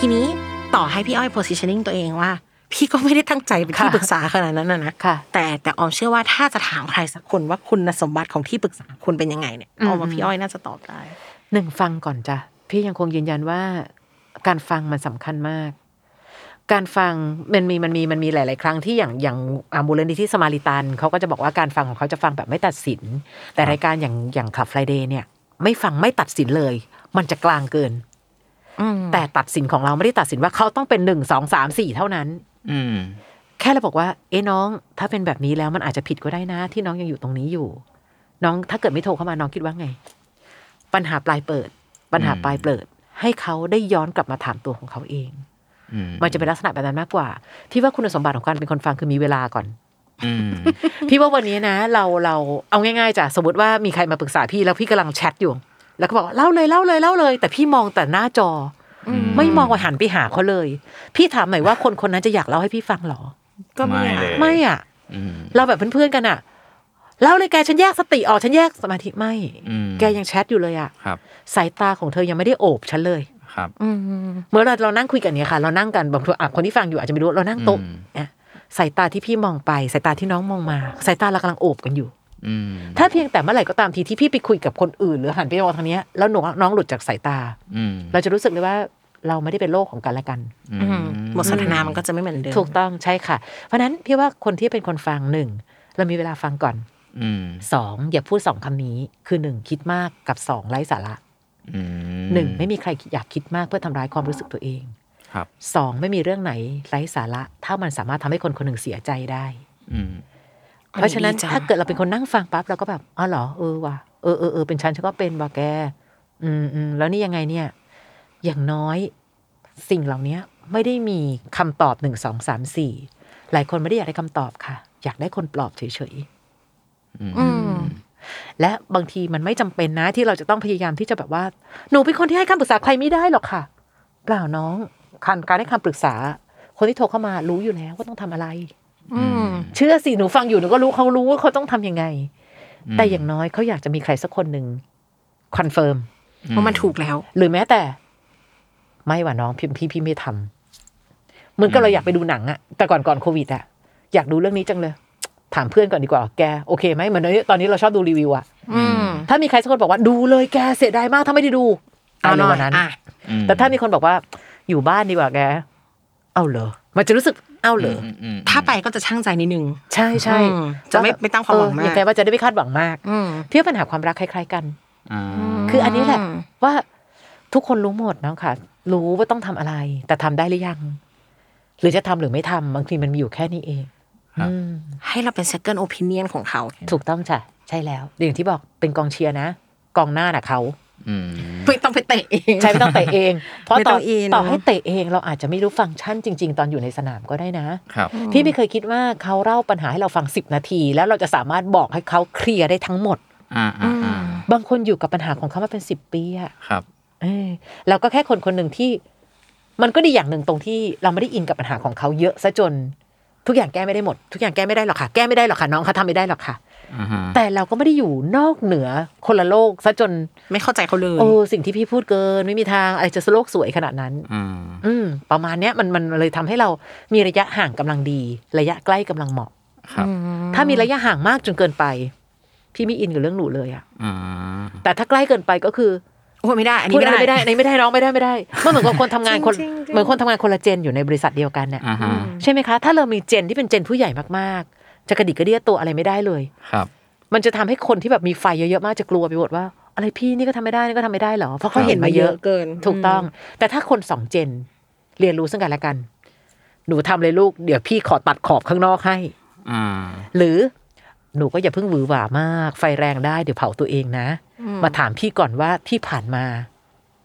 S1: ทีนี้ต่อให้พี่อ้อย positioning ตัวเองว่า พี่ก็ไม่ได้ตั้งใจเป็นที่
S3: ค่ะ
S1: ปรึกษาขนาดนั้นนะนะ
S3: ค่ะ
S1: แต่แต่ออมเชื่อว่าถ้าจะถามใครสักคนว่าคุณสมบัติของที่ปรึกษาคุณเป็นยังไงเนี่ย
S3: อืม
S1: ออมว่าพี่อ้อยน่าจะตอบได้
S3: หนึ่งฟังก่อนจ้ะพี่ยังคงยืนยันว่า การฟังมันสำคัญมาก การฟังมันมีมันมีมันมีหลาย ๆ ครั้งที่อย่างอย่างอ่ามูลนิธิสมาริตันเขาก็จะบอกว่าการฟังของเขาจะฟังแบบไม่ตัดสิน แต่รายการอย่างอย่างขับไฟเดย์เนี่ย ไม่ฟังไม่ตัดสินเลย มันจะกลางเกิน แต่ตัดสินของเราไม่ได้ตัดสินว่าเขาต้องเป็นหนึ่งสองสามสี่เท่านั้น
S2: อืม
S3: แค่เราบอกว่าเอ้น้องถ้าเป็นแบบนี้แล้วมันอาจจะผิดก็ได้นะ ที่น้องยังอยู่ตรงนี้อยู่ น้องถ้าเกิดไม่โทรเข้ามาน้องคิดว่าไง ปัญหาปลายเปิด ปัญหา
S2: อืม
S3: ปลายเปิด ให้เขาได้ย้อนกลับมาถามตัวของเขาเอง
S2: อืม
S3: มันจะเป็นลักษณะแบบนั้นมากกว่าพี่ว่าคุณสมบัติของการเป็นคนฟังคือมีเวลาก่อน [laughs]
S2: อืม
S3: พี่ว่าวันนี้นะ เราเราเอาง่ายๆจ้ะสมมติว่ามีใครมาปรึกษาพี่แล้วพี่กำลังแชทอยู่ แล้วก็บอกว่าเล่าเลยเล่าเลยเล่าเลย แต่พี่มองแต่หน้าจออ
S2: ม
S3: ไม่มองว่าหันไปหาเขาเลย พี่ถามหน่อยว่าคนคนนั้นจะอยากเล่าให้พี่ฟังเหรอ
S1: ก็ไม่
S2: ไม่
S1: อะ
S2: เลย
S3: ไม่อ่ะ
S2: อืม
S3: เราแบบเพื่อนๆกันอะเล่าเลยแกฉันแยกสติออกฉันแยกสมาธิไม่
S2: อืม
S3: แกยังแชทอยู่เลยอะ
S2: ครับ
S3: สายตาของเธอยังไม่ได้โอบฉันเลย
S2: ครับ
S1: อืม
S3: เมื่อเราเรานั่งคุยกันเนี่ยค่ะ เรานั่งกันบางทีอ่ะคนที่ฟังอยู่อาจจะไม่รู้เรานั่งโต๊ะ
S2: อืม
S3: เนี่ยสายตาที่พี่มองไปสายตาที่น้องมองมาสายตาเรากำลังโอบกันอยู่
S2: อืม
S3: ถ้าเพียงแต่เมื่อไหร่ก็ตามทีที่พี่ไปคุยกับคนอื่น หรือหันไปมองทางเนี้ยแล้วหนูน้องหลุดจากสายตา
S2: อืม
S3: เราจะรู้สึกเลยว่าเราไม่ได้เป็นโลกของกันและกัน
S2: อืม
S1: บทสนทนามันก็จะไม่เหมือนเดิม
S3: ถูกต้องใช่ค่ะ เพราะฉะนั้นพี่ว่าคนที่เป็นคนฟังหนึ่งเรามีเวลาฟังก่อน
S2: อืม
S3: สองอย่าพูดสองคำนี้คือหนึ่งคิดมากกับสองไร้สาระ
S2: อืม
S3: หนึ่งไม่มีใครอยากคิดมากเพื่อทำร้ายความรู้สึกตัวเอง
S2: ครับ
S3: สองไม่มีเรื่องไหนไร้สาระ ถ้ามันสามารถทำให้คนคนหนึ่งเสียใจได้
S2: อืม
S3: เพราะฉะนั้น
S1: ดีจัง
S3: ถ้าเกิดเราเป็นคนนั่งฟังปั๊บเราก็แบบอ๋อเหรอเออว่ะเออเออเออเป็นฉันฉันก็เป็นว่ะแก อืมอืมแล้วนี่ยังไงเนี่ย อย่างน้อยสิ่งเหล่านี้ไม่ได้มีคำตอบหนึ่งสองสามสี่หลายคนไม่ได้อยากได้คำตอบค่ะ อยากได้คนปลอบเฉยๆ
S1: อืม
S3: และบางทีมันไม่จำเป็นนะที่เราจะต้องพยายามที่จะแบบว่า หนูเป็นคนที่ให้คำปรึกษาใครไม่ได้หรอกค่ะ เปล่าน้องการการให้คำปรึกษา คนที่โทรเข้ามารู้อยู่แล้วว่าต้องทำอะไร
S1: อืม
S3: เชื่อสิหนูฟังอยู่หนูก็รู้เขารู้ว่าเขาต้องทำยังไง แต่อย่างน้อยเขาอยากจะมีใครสักคนหนึ่งคอนเฟิร์ม
S1: เพราะมันถูกแล้ว
S3: หรือแม้แต่ ไม่ว่าน้องพี่พี่พี่ไม่ทำเหมือนก็เราอยากไปดูหนังอะแต่ก่อนก่อนโควิดอะอยากดูเรื่องนี้จังเลย ถามเพื่อนก่อนดีกว่า แกโอเคไหมเหมือนตอนนี้เราชอบดูรีวิวอะ
S1: อืม
S3: ถ้ามีใครสักคนบอกว่าดูเลยแกเสียดายมากถ้าไม่ได้ดู
S1: เอาหน่อ
S3: ล
S1: ย ย
S3: วันนั้น
S1: อ่ะ
S3: แต่ถ้ามีคนบอกว่าอยู่บ้านดีกว่าแก เอาเหรอ มันจะรู้สึกเอาเหรออ
S1: ถ้าไปก็จะช่างใจนิดนึง
S3: ใช่ใช่
S1: อืมจะไม่ไม่ตั้งความหวังมาก
S3: เอออย่างแกว่าจะได้ไม่คาดหวังมาก
S1: อืม
S3: เพี่ว่าปัญหาความรักคล้ายๆกัน
S2: อ่า
S3: คืออันนี้แหละว่าทุกคนรู้หมดน้องค่ะ รู้ว่าต้องทำอะไร แต่ทำได้หรือยัง หรือจะทำหรือไม่ทำบางทีมันมีอยู่แค่นี้เองอืม
S1: ให้เราเป็น second opinion ของเขา
S3: ถูกต้องจ้ะใช่แล้วอย่างที่บอกเป็นกองเชียร์นะกองหน้าน่ะเขา
S2: อืม
S1: ไม่ต้องไปเตะเอง
S3: ใช่ไม่ต้องเตะเอง เพราะ
S1: ไม่
S3: ต่
S1: ต้
S3: อ
S1: องอิน
S3: ต่อให้เตะเองเราอาจจะไม่รู้ฟังก์ชันจริง ๆ ตอนอยู่ในสนามก็ได้นะ
S2: ครับ
S3: พี่ไม่เคยคิดว่าเขาเล่าปัญหาให้เราฟัง 10 นาที แล้วเราจะสามารถบอกให้เขาเคลียร์ได้ทั้งหมด
S2: อ่าอ่าอ่า
S3: บางคนอยู่กับปัญหาของเขามาเป็น 10 ปีอะ
S2: ครับ
S3: เออเราก็แค่คนคนหนึ่งที่ มันก็ดีอย่างหนึ่งตรงที่เราไม่ได้อินกับปัญหาของเขาเยอะซะจน ทุกอย่างแก้ไม่ได้หมด ทุกอย่างแก้ไม่ได้หรอกค่ะแก้ไม่ได้หรอกค่ะน้องเขาทำไม่ได้หรอกค่ะ
S2: อ่าฮะ
S3: แต่เราก็ไม่ได้อยู่นอกเหนือคนละโลกซะจน
S1: ไม่เข้าใจเขาเลย
S3: โอ้สิ่งที่พี่พูดเกิน ไม่มีทางอะไรจะโลกสวยขนาดนั้น
S2: อ่า
S3: อืมประมาณเนี้ยมันมันเลยทำให้เรามีระยะห่างกำลังดี ระยะใกล้กำลังเหมาะ
S2: ครับ
S3: ถ้ามีระยะห่างมากจนเกินไป พี่ไม่อินกับเรื่องหนูเลยอะ
S2: อ่า
S3: แต่ถ้าใกล้เกินไปก็คือ
S1: โอ้ยไม่ได้ อัน
S3: พู
S1: นี้
S3: ดอะไร
S1: ไม่
S3: ไม่ได้
S1: ได้
S3: อันนี้ไม่ได้น้องไม่ได้ไม่ได้มันเหมือนกับคนทำงานคนเหมือนคนทำงานคนละเจนอยู่ในบริษัทเดียวกันเนี่ย
S2: อ่าฮะ
S3: ใช่ไหมคะ ถ้าเรามีเจนที่เป็นเจนผู้ใหญ่มากๆ จะกระดิกกระเดี้ยตัวอะไรไม่ได้เลย
S2: ครับ
S3: มันจะทำให้คนที่แบบมีไฟเยอะๆมากจะกลัวไปหมดว่า อะไรพี่นี่ก็ทำไม่ได้นี่ก็ทำไม่ได้เหรอเพราะเขาเห็นมาเยอะ
S1: เกิน
S3: ถูกต้อง แต่ถ้าคนสองเจน เรียนรู้ซึ่งกันและกัน หนูทำเลยลูก เดี๋ยวพี่ขอตัดขอบข้างนอกให้
S2: อ่า
S3: หรือหนูก็อย่าเพิ่งหวือหวามาก ไฟแรงได้เดี๋ยวเผาตัวเองนะ มาถามพี่ก่อนว่าที่ผ่านมา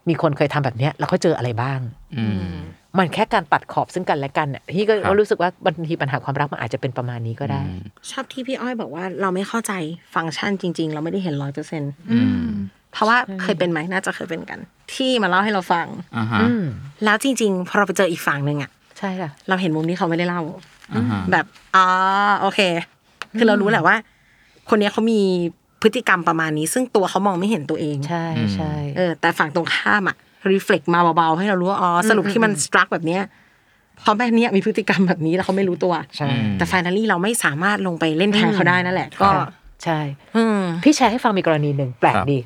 S3: มีคนเคยทำแบบเนี้ยแล้วเขาเจออะไรบ้าง
S2: อืม
S3: มันแค่การตัดขอบซึ่งกันและกันน่ะพี่ก็
S2: ครับ
S3: รู้สึกว่าบางทีปัญหาความรักมันอาจจะเป็นประมาณนี้ก็ได้
S1: ชอบที่พี่อ้อยบอกว่าเราไม่เข้าใจฟังก์ชันจริง ๆ เราไม่ได้เห็นร้อยเปอร์เซ็นต์
S2: อืม
S1: เพราะว่าเคยเป็นไหมน่าจะเคยเป็นกัน ที่มาเล่าให้เราฟัง
S2: อ่าฮะ
S3: อืม
S1: แล้วจริง ๆ พอเราไปเจออีกฝั่งหนึ่งอะ
S3: ใช่ค่ะ
S1: เราเห็นมุมที่เขาไม่ได้เล่า
S2: อ่าฮะ
S1: แบบอ๋อโอเค คือเรารู้แหละว่า คนเนี้ยเขามีพฤติกรรมประมาณนี้ ซึ่งตัวเขามองไม่เห็นตัวเอง
S3: ใช่ใช่
S1: เออแต่ฝั่งตรงข้ามอะรีเฟล็กมาเบาๆ ให้เรารู้ว่าอ๋อสรุปที่มันสตรักแบบเนี้ยเพราะแม่เนี้ยมีพฤติกรรมแบบนี้แล้วเขาไม่รู้ตัว
S3: ใช่
S2: อืม
S1: แต่ฟ i น a ลี่เราไม่สามารถลงไปเล่นแทงเขาได้นั่นแหละ ก็
S3: ค่ะใช่
S1: อืม
S3: พี่แชร์ให้ฟังมีกรณีหนึ่งแปลก
S2: ครับ
S3: ดี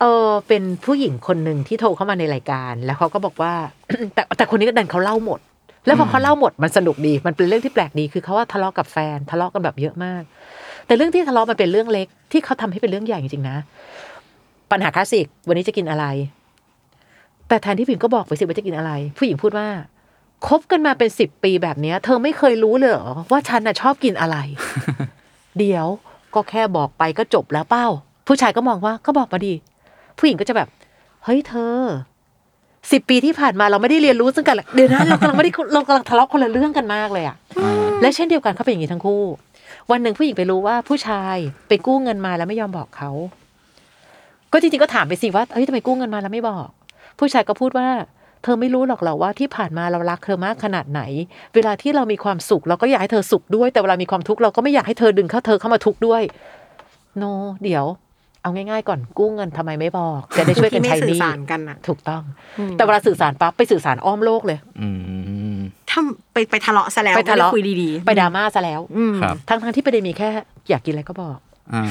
S3: เออเป็นผู้หญิงคนหนึ่งที่โทรเข้ามาในรายการ แล้วเขาก็บอกว่า [coughs] แต่แต่คนนี้ก็ดันเขาเล่าหมด แล้วพอเขาเล่าหมดมันสนุกดี มันเป็นเรื่องที่แปลกดีคือเขาว่าทะเลาะกับแฟนทะเลาะกันแบบเยอะมาก แต่เรื่องที่ทะเลาะมันเป็นเรื่องเล็กที่เขาทำให้เป็นเรื่องใหญ่จริงๆนะ ปัญหาคลาสสิกวันนี้จะกินอะไร แต่แทนที่ผู้หญิงก็บอกไปสิว่าจะกินอะไร ผู้หญิงพูดว่าคบกันมาเป็นสิบปีแบบเนี้ย เธอไม่เคยรู้เลยเหรอว่าฉันน่ะชอบกินอะไร เดี๋ยวก็แค่บอกไปก็จบแล้วเป้า ผู้ชายก็มองว่าก็บอกมาดี ผู้หญิงก็จะแบบ เฮ้ยเธอสิบปีที่ผ่านมาเราไม่ได้เรียนรู้ซึ่งกันและเดี๋ยวนะเรากำลังไม่ได้เรากำลังทะเลาะคนละเรื่องกันมากเลยอะ
S2: อ่า
S3: และเช่นเดียวกันเขาเป็นอย่างนี้ทั้งคู่ วันหนึ่งผู้หญิงไปรู้ว่าผู้ชายไปกู้เงินมาแล้วไม่ยอมบอกเขา ก็จริงๆก็ถามไปสิว่าเฮ้ยทำไมกู้เงินมาแล้วไม่บอก ผู้ชายก็พูดว่า เธอไม่รู้หรอกเหรอว่าที่ผ่านมาเรารักเธอมากขนาดไหน เวลาที่เรามีความสุขเราก็อยากให้เธอสุขด้วย แต่เวลามีความทุกข์เราก็ไม่อยากให้เธอดึงเข้าเธอเข้ามาทุกข์ด้วย โน เดี๋ยว เอาง่าย ๆ ก่อนกู้เงินทำไมไม่บอก จะได้ช่วยกันใช้ห
S1: ที่ไม่สื่
S3: นี้
S1: อสารกันน่ะ
S3: ถูกต้อง แต่เวลาสื่อสารปั๊บไปสื่อสารอ้อมโลกเลย
S2: อืม
S1: ถ้าไปไปทะเลาะซะแล้ว
S3: ไปทะ
S1: ม่
S3: เลาะ
S1: ด้คุยดีๆ
S3: ไปดราม่าซะแล้ว
S1: อืม
S2: ครับ
S3: ทั้งทั้งๆที่ประเด็นมีแค่อยากกินอะไรก็บอก
S2: อ่า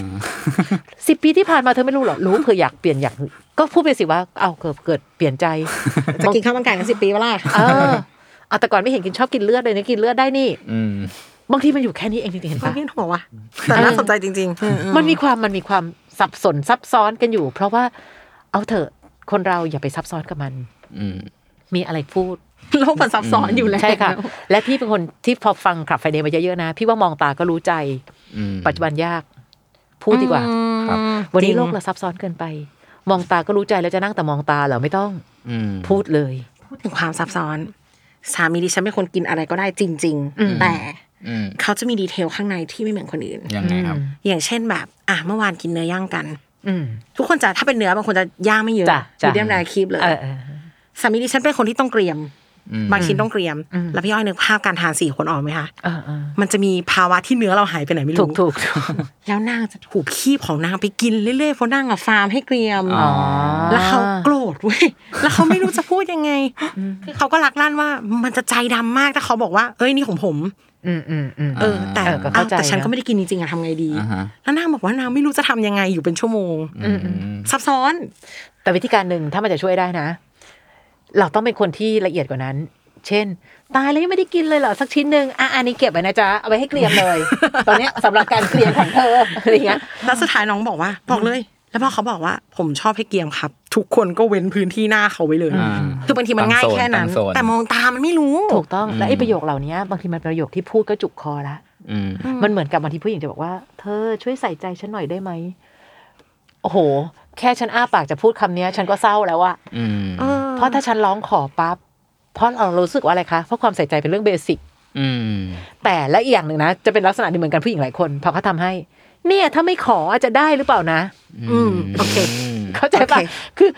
S3: สิปีที่ผ่านมาเธอไม่รู้หรอ รู้เผื่ออยากเปลี่ยนอยากก็พูดไปสิว่าเอาเกิดเกิดเปลี่ยนใจ
S1: [laughs] จะกินข้าวมันไก่กันสิบปีวะล่ะ
S3: เออเอาแต่ก่อนไม่เห็นกินชอบกินเลือดเลยนะกินเลือดได้นี่
S2: อืม
S3: บางทีมันอยู่แค่นี้เองจริงๆเห็น
S1: ไม่
S3: ปะ
S1: เห็นหัววะแต่น่าสนใจจริง ๆ
S3: มันมีความมันมีความสับสนซับซ้อนกันอยู่ เพราะว่าเอาเถอะคนเราอย่าไปซับซ้อนกับมัน
S2: อืม
S3: มีอะไรพูด
S1: โลกมันซับซ้อนอยู่แล้ว
S3: ใช่ค่ะ และพี่เป็นคนที่พอฟังขับไฟเดย์มาเยอะๆนะ พี่ว่ามองตาก็รู้ใจ
S2: อืม
S3: ปัจจุบันยาก พูดดีกว่า
S2: ครับ
S3: วันนี้โลกเราซับซ้อนเกินไป มองตาก็รู้ใจแล้วจะนั่งแต่มองตาเหรอไม่ต้อง
S2: อืม
S3: พูดเลย
S1: พูดถึงความซับซ้อน สามีดิฉันเป็นคนกินอะไรก็ได้จริง ๆ แต่
S2: อืม
S1: เขาจะมีดีเทลข้างในที่ไม่เหมือนคนอื่น
S2: ยังไงครับ
S1: อย่างเช่นแบบ อ่ะเมื่อวานกินเนื้อย่างกัน
S3: อืม
S1: ทุกคนจะถ้าเป็นเนื้อบางคนจะย่างไม่เยอะ
S3: จ้ะจ้ะ
S1: มีเดียมแรคีบเลย
S3: เออเออ
S1: สามีดิฉันเป็นคนที่ต้องเกรียม
S2: อืม
S1: บางชิ้นต้องเกรียม
S3: อืม
S1: แล้วพี่อ้อยนึกภาพการทานสี่คนออกไหมคะ
S3: เออเออ
S1: มันจะมีภาวะที่เนื้อเราหายไปไหนไม่
S3: ถูก
S1: รู้
S3: ถูก
S1: แล้วนางจะถูกคีบของนางไปกินเรื่อยๆเพราะนางอะฟาร์มให้เกรียม
S2: อ๋อ
S1: แล้วเขาโกรธเว้ [laughs] ย แล้วเขาไม่รู้จะพูดยังไง คือเขาก็รักลั่นว่ามันจะใจดำมากถ้าเขาบอกว่า เอ้ยนี่ของผม
S3: อืมอืมอืม
S1: เออ แต่
S3: เออก็เข้าใจ
S1: แต่ฉัน
S3: นะ
S1: ก็ไม่ได้กินจริงๆอะทำไงดี
S2: อ่าฮะ
S1: แล้วนางบอกว่านางไม่รู้จะทำยังไงอยู่เป็นชั่วโมง
S2: อืม
S1: ซับซ้อน
S3: แต่วิธีการหนึ่งถ้ามันจะช่วยได้นะ เราต้องเป็นคนที่ละเอียดกว่านั้น เช่น ตายแล้วยังไม่ได้กินเลยเหรอสักชิ้นหนึ่งอ่ะอันนี้เก็บไว้นะจ๊ะเอาไว้ให้เกลียมเลย ตอนเนี้ยสำหรับการเกลียมของเธออะไรอย่างเงี้ย
S1: แล้วสุดท้ายน้องบอกว่า บอกเลย แล้วพอเขาบอกว่า ผมชอบให้เกียมครับ ทุกคนก็เว้นพื้นที่หน้าเขาไว้เลย
S2: อ่า
S1: คือบางทีมันง่ายแค่นั้น
S2: ตั้งโซน
S1: แต่มองตามันไม่รู้
S3: ถูกต้องและไอ้ประโยคเหล่านี้บางทีมันเป็นประโยคที่พูดก็จุกคอละ
S2: อืม
S3: มันเหมือนกับบางทีผู้หญิงจะบอกว่า เธอช่วยใส่ใจฉันหน่อยได้ไหม โอ้โห แค่ฉันอ้าปากจะพูดคำเนี้ย ฉันก็เศร้าแล้วอะ
S2: อืม
S3: เพราะถ้าฉันร้องขอปั๊บเพราะเรารู้สึกว่าอะไรคะ เพราะความใส่ใจเป็นเรื่องเบสิก
S2: อืม
S3: แต่และอีกอย่างหนึ่งนะ จะเป็นลักษณะเดียวเหมือนกันผู้หญิงหลายคนพอเขาทำให้ เนี่ยถ้าไม่ขออาจจะได้หรือเปล่านะ
S1: อืมโอเค
S3: เข้าใจปะ
S1: โอเค
S3: คือ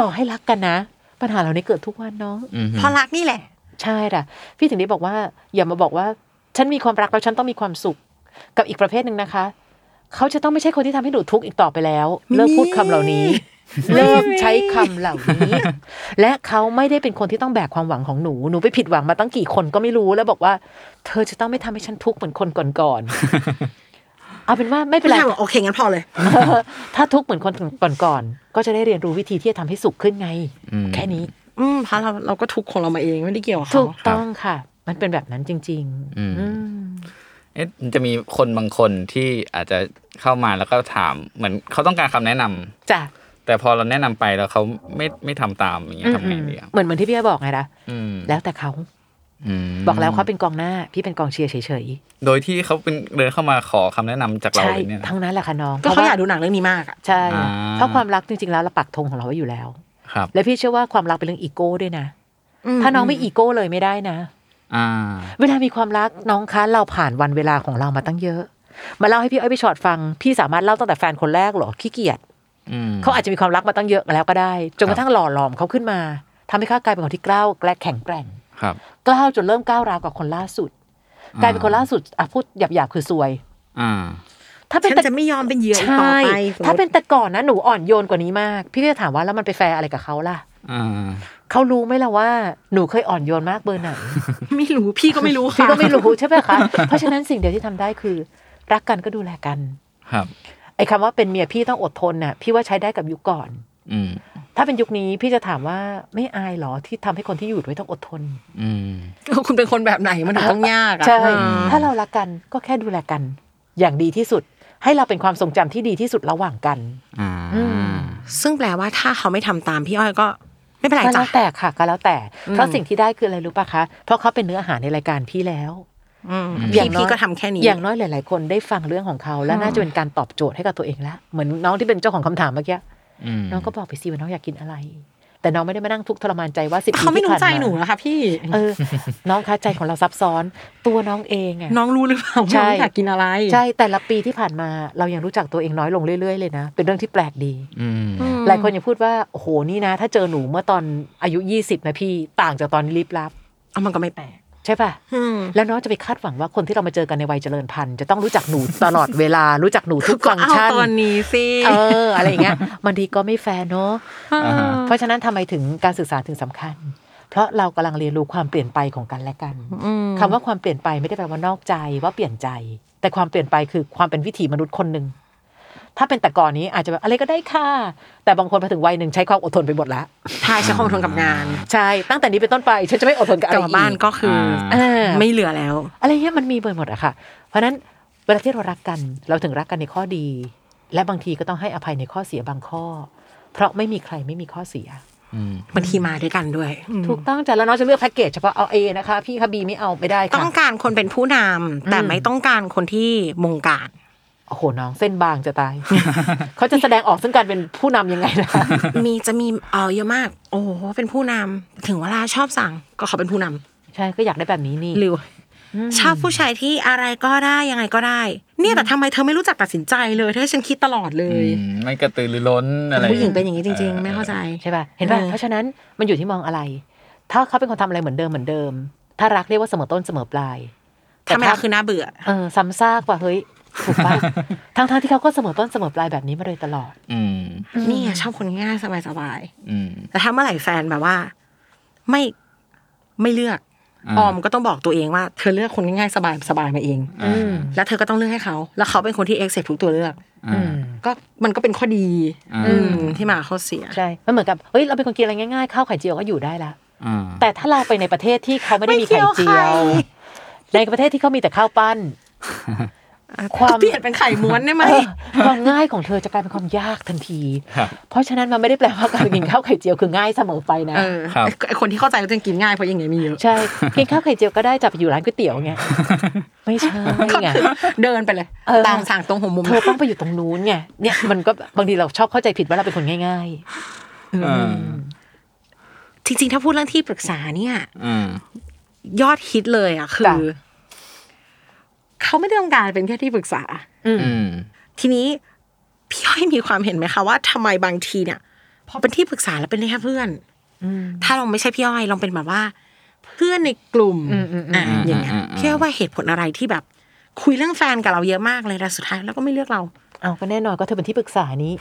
S3: ต่อให้รักกันนะ ปัญหาเหล่านี้เกิดทุกวันน้อง
S2: อืม
S1: เพราะรักนี่แหละ
S3: ใช่ค่ะพี่ถึงได้บอกว่าอย่ามาบอกว่า ฉันมีความรักแล้วฉันต้องมีความสุข กับอีกประเภทหนึ่งนะคะ เขาจะต้องไม่ใช่คนที่ทำให้หนูทุกข์อีกต่อไปแล้ว เลิกพูดคำเหล่านี้ เลิกใช้คำเหล่านี้ และเขาไม่ได้เป็นคนที่ต้องแบกความหวังของหนูหนูไปผิดหวังมาตั้งกี่คนก็ไม่รู้แล้วบอกว่า เธอจะต้องไม่ทำให้ฉันทุกข์เหมือนคนก่อนๆ เอาเป็นว่าไม่เป็น
S1: ผู้
S3: ไร
S1: ชายบอกโอเคงั้นพอเลย
S3: ถ้าทุกข์เหมือนคนก่อนๆก็จะได้เรียนรู้วิธีที่จะทำให้สุขขึ้นไง
S2: อืม
S3: แค่นี้
S1: อืมเพราะเราเราก็ทุกข์ของเรามาเองไม่ได้เกี่ยวกับ
S3: ถู
S1: เขา
S3: กต้องค่ะ มันเป็นแบบนั้นจริง ๆ
S2: อืม
S3: อืม
S2: เอ๊ะมันจะมีคนบางคนที่อาจจะเข้ามาแล้วก็ถาม เหมือนเขาต้องการคำแนะนำ
S3: จ้ะ
S2: แต่พอเราแนะนำไปแล้วเขาไม่ไม่ทำตามอย่างเงี้ยทำไงดีอ่ะ
S3: เหมือนเหมือนที่พี่อ้อยบอกไงล่ะ
S2: อืม
S3: แล้วแต่เขา
S2: ม
S3: บอกแล้วเขาเป็นกองหน้า พี่เป็นกองเชียร์เฉย
S2: โดยที่เขาเป็นเดินเข้ามาขอคำแนะนำจาก
S3: ๆ
S2: เรา
S3: ใช่
S2: เลยเนี่ยนะ
S3: ทั้งนั้นแหละค่ะน้อง
S1: ก็เขา
S3: พระว่
S1: อยากดูหนังเรื่องนี้มากอะ
S3: ใช่
S2: อ่า
S3: เพราะความรักจริงๆแล้วเราปักธงของเราไว้อยู่แล้ว
S2: ครับ
S3: และพี่เชื่อว่าความรักเป็นเรื่องอีโก้ด้วยนะ ถ้าน้องไม่อีโก้เลยไม่ได้นะ
S2: อ่า
S3: เวลามีความรักน้องคะเราผ่านวันเวลาของเรามาตั้งเยอะ มาเล่าให้พี่อ้อยพี่ชอดฟัง พี่สามารถเล่าตั้งแต่แฟนคนแรกเหรอขี้เกียจ
S2: อืม
S3: เขาอาจจะมีความรักมาตั้งเยอะแล้วก็ได้จนกระทั่งหล่อหลอมเขาขึ้นมาทำให้เขากลายเป็นคนที่กล้าวและแข็งแกร่ง
S2: ครับ
S3: กล้าวจนเริ่มก้าวราวกับคนล่าสุด กลายเป็นคนล่าสุดอ่ะพูดหยาบๆคือซวย
S2: อ่า
S3: ถ้าเป็น
S1: ฉัน
S3: แต่
S1: จะไม่ยอมเป็นเหยื่ออีกต่อ
S3: ใช่
S1: ไป
S3: ถ้าเป็นแต่ก่อนนะหนูอ่อนโยนกว่านี้มาก พี่ก็จะถามว่าแล้วมันไปแฟร์อะไรกับเขาล่ะ
S2: อ่า
S3: เขารู้ไหมล่ะว่าหนูเคยอ่อนโยนมากเบอร์ไหน
S1: ไม่รู้พี่ก็ไม่รู้ [laughs] ค่ะ
S3: พี่ก็ไม่รู้ใช่ไหมคะ เพราะฉะนั้นสิ่งเดียวที่ทำได้คือ รักกันก็ดูแลกัน
S2: ครับ
S3: ไอ้คำว่าเป็นเมียพี่ต้องอดทนน่ะ พี่ว่าใช้ได้กับยุคก่อน
S2: อืม
S3: ถ้าเป็นยุคนี้พี่จะถามว่าไม่อายเหรอที่ทำให้คนที่อยู่ด้วยต้องอดทน
S2: อืม
S1: คุณเป็นคนแบบไหนมันถึงต้องยากอะ
S3: ใช่
S1: อืม
S3: ถ้าเรารักกันก็แค่ดูแลกัน อย่างดีที่สุด ให้เราเป็นความทรงจำที่ดีที่สุดระหว่างกัน
S2: อ่า
S3: อืม
S1: ซึ่งแปลว่าถ้าเขาไม่ทำตามพี่อ้อยก็ ไม่เป็นไร
S3: ก็แล้
S1: จ้ะ
S3: วแต่ค่ะก็แล้วแต่
S1: อืม
S3: เพราะสิ่งที่ได้คืออะไรรู้ปะคะ เพราะเขาเป็นเนื้ออาหารในรายการพี่แล้ว
S1: อืม
S3: อ
S1: พี่
S3: ย่างน้อย
S1: พี่ก็ทำแค่นี้
S3: อย่างน้อยหลาย ๆ คนได้ฟังเรื่องของเขาและน่าจะเป็นการตอบโจทย์ให้กับตัวเองแล้วเหมือนน้องที่เป็นเจ้าของคำถามเมื่อกี้
S2: อืม
S3: น้องก็บอกไปสิว่าน้องอยากกินอะไร แต่น้องไม่ได้มานั่งทุกข์ทรมานใจว่าสิบปี
S1: เขาไม่
S3: ที่
S1: รู้
S3: ผ่าน
S1: ใจ
S3: มา
S1: หนูนะคะพี่
S3: เออ น้องคะใจของเราซับซ้อน ตัวน้องเองอะ
S1: น้องรู้หรือเปล่าว่า
S3: ใช่
S1: น้องอยากกินอะไร
S3: ใช่แต่ละปีที่ผ่านมาเรายังรู้จักตัวเองน้อยลงเรื่อยๆเลยนะ เป็นเรื่องที่แปลกดี
S2: อืม
S1: อืม
S3: หลายคนยังพูดว่าโอ้โหนี่นะ ถ้าเจอหนูเมื่อตอนอายุ 20นะพี่ต่างจากตอนรีบลับ
S1: เอามันก็ไม่แปลก
S3: ใช่ป่ะ
S1: อืม
S3: แล้วน้องจะไปคาดหวังว่าคนที่เรามาเจอกันในวัยเจริญพันธุ์จะต้องรู้จักหนูตลอดเวลารู้จักหนูทุก
S1: ก็
S3: ฟังก์
S1: เอา
S3: ชัน
S1: ตอนนี้สิ
S3: เอออะไรอย่างเงี้ยมันดีก็ไม่แฟร์เนาะ
S1: เออ
S3: เพราะฉะนั้นทำไมถึงการศึกษาถึงสำคัญ เพราะเรากำลังเรียนรู้ความเปลี่ยนไปของกันและกัน
S1: อืม
S3: คำว่าความเปลี่ยนไปไม่ได้แปลว่านอกใจว่าเปลี่ยนใจ แต่ความเปลี่ยนไปคือความเป็นวิถีมนุษย์คนหนึ่งถ้าเป็นแต่ก่อนนี้อาจจะแบบอะไรก็ได้ค่ะแต่บางคนพอถึงวัยหนึ่งใช้ความอดทนไปหมดละ
S1: ทายใช้ความอดทนกับงาน
S3: ใช่ตั้งแต่นี้เป็นต้นไปฉันจะไม่อดทนกับอะ
S1: ก
S3: ไร
S1: ลับ
S3: อี
S1: บ้านก็คืออา ไม่เหลือแล้ว
S3: อะไรเงี้ยมันมีไปหมดอะค่ะ เพราะฉะนั้นเวลาที่เรารักกันเราถึงรักกันในข้อดี และบางทีก็ต้องให้อภัยในข้อเสียบางข้อ เพราะไม่มีใครไม่มีข้อเสีย
S2: อืม
S1: บางทีมาด้วยกันด้วย
S3: ถูกต้องจ้ะแล้วน้องจะเลือกแพ็กเกจเฉพาะเอาเอนะคะ พี่คะบีไม่เอาไม่ได้
S1: ต้
S3: ค่ะ
S1: องการคนเป็นผู้นำแต่
S3: อืม
S1: ไม่ต้องการคนที่มง [laughs] การ
S3: โอ้โหน้องเส้นบางจะตาย [laughs] เขาจะแสดงออกซึ่งการเป็นผู้นำยังไงนะคะ [laughs]
S1: มีจะมีเออเยอะมาก โอ้โหเป็นผู้นำถึงเวลาชอบสั่งก็ขอเป็นผู้น
S3: ใช่ก็อยากได้แบบนี้นี่
S1: ำหรือชอบผู้ชายที่อะไรก็ได้ยังไงก็ได้ เนี่ยแต่ทำไมเธอไม่รู้จักตัดสินใจเลยเธอให้ฉันคิดตลอดเล
S2: อื
S1: ย
S2: ม ไม่กระตือรือร้นอะไร
S1: ผู้หญิงเป็นอย่างนี้จริง ๆ ไม่เข้าใจ
S3: ใช่ป่ะเห็นป่ะ
S1: เออ
S3: เพราะฉะนั้นมันอยู่ที่มองอะไร ถ้าเขาเป็นคนทำอะไรเหมือนเดิมเหมือนเดิม ถ้ารักเรียกว่าเสมอต้นเสมอปลาย
S1: ทำไมเราคือน่าเบื่อ
S3: เออซ้ำซากว่ะเฮ้ยถูกป่ะ ทั้งทั้งๆที่เขาก็เสมอต้นเสมอปลายแบบนี้มาโดยตลอด
S2: อืม
S1: นี่ไงชอบคนง่ายสบาย
S2: อืม
S1: ๆแต่ถ้าเมื่อไหร่แฟนแบบว่า ไม่ไม่เลือก
S2: อ่า
S1: ออมก็ต้องบอกตัวเองว่าเธอเลือกคนง่ายๆสบายสบายมาเอง
S2: อืม
S1: แล้วเธอก็ต้องเลือกให้เขา แล้วเขาเป็นคนที่เอ็กเซปทุกตัวเลือก
S2: อืม
S1: ก็มันก็เป็นข้อดี
S2: อ่า
S1: อืมที่มาข้อเสีย
S3: ใช่มันเหมือนกับเฮ้ยเราเป็นคนกินอะไรง่ายๆข้าวไข่เจียวก็อยู่ได้ละ
S2: อ่า
S3: แต่ถ้าเราไปในประเทศที่เขาไม่ได้
S1: ไม่
S3: มีไข่
S1: เจี
S3: เจี
S1: ย
S3: ยว ว
S1: ไข่
S3: ในประเทศที่เขามีแต่ข้าวปั้น ความ
S1: เปลี่ยนเป็นไข่ม้วนได้ไหม
S3: เออความง่ายของเธอจะกลายเป็นความยากทันที
S2: ครับ
S3: เพราะฉะนั้นมันไม่ได้แปลว่าการกินข้าวไข่เจียวคือง่ายเสมอไปนะ
S1: เออ
S2: ครับ
S1: ไอ้คนที่เข้าใจก็จะกินง่ายเพราะอยังไงมีเยอะ
S3: ใช่ กินข้าวไข่เจียวก็ได้จับไปอยู่ร้านก๋วยเตี๋ยวไง ไม่ใช่ไง
S1: เดินไปเลย
S3: เออ
S1: ตามสั่งตรงหัวมุม
S3: เธอต้องไปอยู่ตรงนู้นไง เนี่ยมันก็บางทีเราชอบเข้าใจผิดว่าเราเป็นคนง่าย
S2: อ่า
S1: จริงๆ ถ้าพูดเรื่องที่ปรึกษาเนี่ย
S2: อ่าย
S1: อดฮิตเลยอ่ะ คือ
S3: จ้ะ
S1: เขาไม่ได้ต้องการเป็นแค่ที่ปรึกษา
S2: อืม
S1: ทีนี้พี่ย้อยมีความเห็นไหมคะว่าทำไมบางทีเนี่ยพอเป็นที่ปรึกษาแล้วเป็นแค่เพื่อนถ้าลองไม่ใช่พี่ย้อยลองเป็นแบบว่า เพื่อนในกลุ่มอ่าอย่างเงี้ย
S2: อืมอืม
S1: พี่ย้อยว่าเหตุผลอะไรที่แบบ คุยเรื่องแฟนกับเราเยอะมากเลยแต่สุดท้ายแล้วก็ไม่เลือกเรา
S3: ๆ เอาก็แน่นอนก็เธอเป็นที่ปรึกษานี้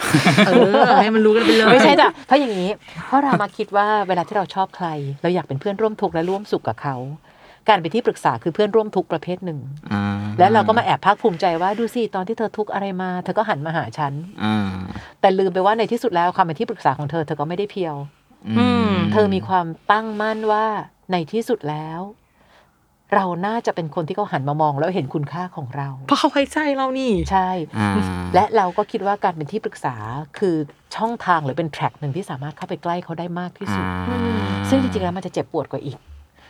S1: เออให้มันรู้กันไปเลย
S3: ไม่ใช่จ้ะเพราะอย่างนี้ เพราะเรามาคิดว่าเวลาที่เราชอบใคร เราอยากเป็นเพื่อนร่วมทุกข์และร่วมสุขกับเขา การไปนที่ปรึกษาคือเพื่อนร่วมทุกข์ประเภทหนึ่ง
S2: อ่า
S3: แล้วเราก็มาแอบภาคภูมิใจว่าดูสิตอนที่เธอทุกข์อะไรมา เธอก็หันมาหาฉัน
S2: อ่า
S3: แต่ลืมไปว่าในที่สุดแล้วความเป็นที่ปรึกษาของเธอเธอก็ไม่ได้เพียว
S2: อืม
S3: เธอมีความตั้งมั่นว่าในที่สุดแล้ว เราน่าจะเป็นคนที่เขาหันมามองแล้วเห็นคุณค่าของเรา
S1: เพราะเขาไว้ใจเรานี่
S3: ใช่
S2: อ่า
S3: และเราก็คิดว่าการเป็นที่ปรึกษาคือช่องทางหรือเป็นแทร็กหนึ่งที่สามารถเข้าไปใกล้เขาได้มากที่สุด
S2: อ่า
S3: ซึ่งจริงๆแล้วมันจะเจ็บปวดกว่าอีก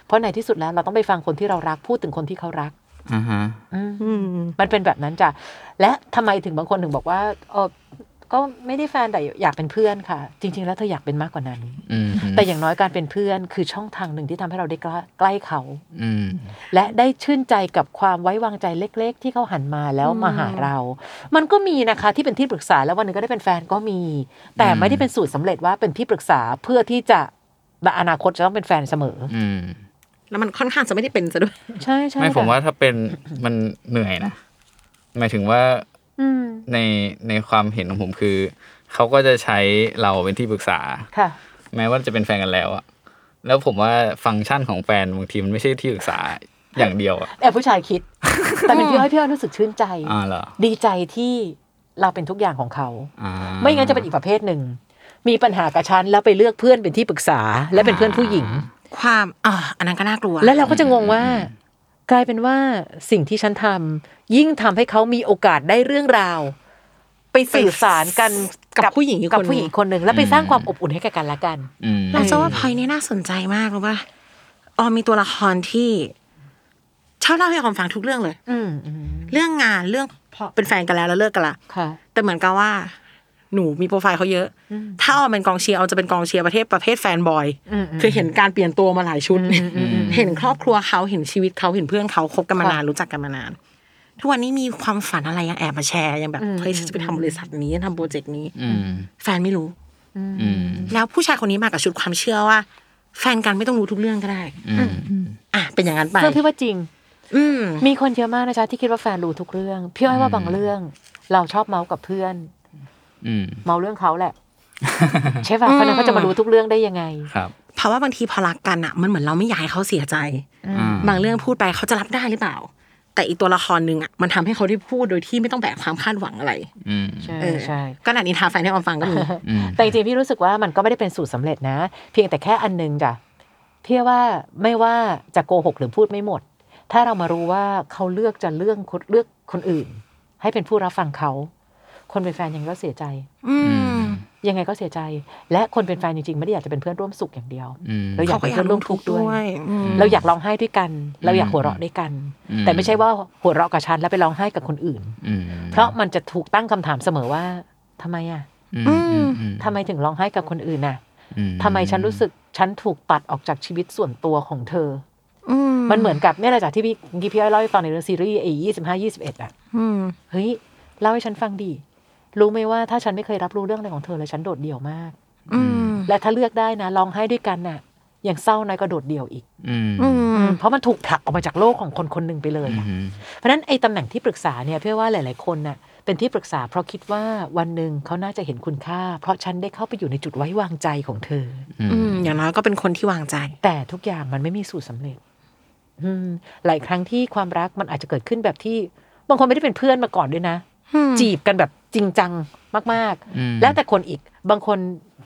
S3: เพราะในที่สุดแล้วเราต้องไปฟังคนที่เรารักพูดถึงคนที่เขารัก
S2: อ่าฮะ
S1: อืม
S3: มันเป็นแบบนั้นจ้ะ และทำไมถึงบางคนถึงบอกว่าเออก็ไม่ได้แฟนแต่อยากเป็นเพื่อนค่ะ จริง ๆ แล้วเธออยากเป็นมากกว่านั้น
S2: อืม
S3: แต่อย่างน้อยการเป็นเพื่อนคือช่องทางหนึ่งที่ทำให้เราได้ใกล้ใกล้เขา
S2: อืม
S3: และได้ชื่นใจกับความไว้วางใจเล็ก ๆ ที่เขาหันมาแล้วมาหาเรา มันก็มีนะคะที่เป็นที่ปรึกษาแล้ววันหนึงก็ได้เป็นแฟนก็มี แต่ไม่ได้เป็นสูตรสำเร็จว่าเป็นที่ปรึกษาเพื่อที่จะแบบอนาคตจะต้องเป็นแฟนเสมอ
S2: อืม
S1: แล้วมันค่อนข้างจะไม่ได้เป็นซะด้วย
S5: ใช่ใช่
S2: ไม่ผม
S5: ค่ะ
S2: ว่าถ้าเป็นมันเหนื่อยนะหมายถึงว่า
S5: อืม
S2: ในในความเห็นของผมคือ เขาก็จะใช้เราเป็นที่ปรึกษา
S3: ค่ะ
S2: แม้ว่าจะเป็นแฟนกันแล้วอะแล้วผมว่าฟังก์ชันของแฟนบางทีมันไม่ใช่ที่ปรึกษาอย่างเดียวอะ
S3: แอบผู้ชายคิด แต่เป็นพี่อ้อยพี่อ้อยรู้สึกชื่นใจ
S2: อ่าเหรอ
S3: ดีใจที่เราเป็นทุกอย่างของเขา
S2: อ่า
S3: ไม่งั้นจะเป็นอีกประเภทหนึ่ง มีปัญหากับฉันแล้วไปเลือกเพื่อนเป็นที่ปรึกษา และเป็นเพื่อนผู้หญิง
S1: ความอ่าอันนั้นก็น่ากลัว
S3: แล้วเราก็จะงงว่า กลายเป็นว่าสิ่งที่ฉันทำยิ่งทำให้เขามีโอกาสได้เรื่องราว ไปสื่อสารกัน
S1: กับผู้หญิงอีก
S3: กับ
S1: คน
S3: ผู้หญิงคนหนึ่งแล้วไปสร้าง
S2: อืม
S3: ความอบอุ่นให้แก่กันและกัน
S2: อืม
S1: เราจะว่าพลอยนี่น่าสนใจมากรู้ป่ะออมมีตัวละครที่ชอบเล่าให้ออมฟังทุกเรื่องเลย
S3: อืมอืม
S1: เรื่องงานเรื่องพอเป็นแฟนกันแล้วแล้วเลิกกันละ
S3: ค่ะ
S1: แต่เหมือนกับว่า หนูมีโปรไฟล์เขาเยอะ ถ้าออมเป็นกองเชียร์ออมจะเป็นกองเชียร์ประเภทประเภทแฟนบอย
S3: อืมอืม
S1: คือเห็นการเปลี่ยนตัวมาหลายชุด เห็นครอบครัวเขาเห็นชีวิตเขาเห็นเพื่อนเขาคบกันมานานรู้จักกันมานาน ทุกวันนี้มีความฝันอะไรยังแอบมาแชร์ยังแบบเฮ้ยฉันจะไปทำบริษัทนี้ทำโปรเจกต์นี้
S2: อืม
S1: แฟนไม่รู้
S2: อืม
S1: แล้วผู้ชายคนนี้มากับชุดความเชื่อว่า แฟนกันไม่ต้องรู้ทุกเรื่องก็ได้
S2: อืม
S1: อ่ะเป็นอย่างนั้นไป
S3: เพื่อพี่ว่าจริง
S1: อืม
S3: มีคนเยอะมากนะจ๊ะที่คิดว่าแฟนรู้ทุกเรื่อง พี่อ้อยว่าบางเรื่อง เราชอบเมาส์กับเพื่อน
S2: อืม
S3: เมาเรื่องเขา [laughs] แหละ ใช่ป่ะเพราะนั้นเขาจะมารู้ทุกเรื่องได้ยังไง
S2: ครับ
S1: เพราะว่าบางทีพอรักกันอ่ะ มันเหมือนเราไม่อยากให้เขาเสียใจ
S2: อ่
S1: บางเรื่องพูดไปเขาจะรับได้หรือเปล่า แต่อีกตัวละครหนึ่งอ่ะมันทำให้เขาได้พูดโดยที่ไม่ต้องแบกความคาดหวังอะไร
S2: อืม
S3: ใช่
S1: เออ
S3: ใช่
S1: ก็นัดนินทาแฟนให้ออมฟังก็
S3: [laughs]
S1: มี
S2: อืม
S3: แต่จริงๆพี่รู้สึกว่ามันก็ไม่ได้เป็นสูตรสำเร็จนะ เพียงแต่แค่อันนึงจ้ะพี่ว่าไม่ว่าจะโกหกหรือพูดไม่หมด ถ้าเรามารู้ว่าเขาเลือกจะเลือกคนเลือกคนอื่น ให้เป็นผู้รับฟังเขา คนเป็นแฟนยังไงก็เสียใจ
S1: อืม
S3: ยังไงก็เสียใจ และคนเป็นแฟนจริงๆไม่ได้อยากจะเป็นเพื่อนร่วมสุขอย่างเดียว
S2: อืม
S3: เราอยากเป็นเพื่อนร่วมทุกข์ด้วย
S1: อืม
S3: เราอยากร้องไห้ด้วยกัน เราอยากหัวเราะด้วยกัน
S2: อืม
S3: แต่ไม่ใช่ว่าหัวเราะกับฉันแล้วไปร้องไห้กับคนอื่น
S2: อืม
S3: เพราะมันจะถูกตั้งคำถามเสมอว่าทำไมอ่ะ
S2: อืมอืมอื
S3: ทำไมถึงร้องไห้กับคนอื่นน่ะ
S2: อื
S3: ทำไมฉันรู้สึกฉันถูกตัดออกจากชีวิตส่วนตัวของเธออมันเหมือนกับเนี่ยแหละจากที่พี่กีพี่อ้อยเล่าให้ฟังในเรื่องซีรีส์ไอ้ยี่สิบห้ายี่สิบเอ็ดอ่ะ
S1: อืม
S3: เฮ้ยเล่าให้ฉันฟังดี รู้ไหมว่าถ้าฉันไม่เคยรับรู้เรื่องอะไรของเธอเลยฉันโดดเดี่ยวมาก
S1: อืม
S3: และถ้าเลือกได้นะร้องไห้ด้วยกันน่ะอย่างเศร้านะก็โดดเดี่ยวอีก
S2: อืม
S1: อืม
S6: 嗯
S3: เพราะมันถูกผลักออกมาจากโลกของคนคนหนึ่งไปเลยอะ
S2: อืม
S3: เพราะฉะนั้นไอ้ตำแหน่งที่ปรึกษาเนี่ยพี่ว่าหลาย ๆคนน่ะเป็นที่ปรึกษาเพราะคิดว่าวันหนึ่งเขาน่าจะเห็นคุณค่า เพราะฉันได้เข้าไปอยู่ในจุดไว้วางใจของเธอ
S2: อื
S1: อื
S2: ม
S1: มอย่างน้อยก็เป็นคนที่วางใจ
S3: แต่ทุกอย่างมันไม่มีสูตรสำเร็จ อืม หลายครั้งที่ความรักมันอาจจะเกิดขึ้นแบบที่ บางคนไม่ได้เป็นเพื่อนมาก่อนด้วยนะ จีบกันแบบจริงจังมากๆ แล้วแต่คนอีกบางคน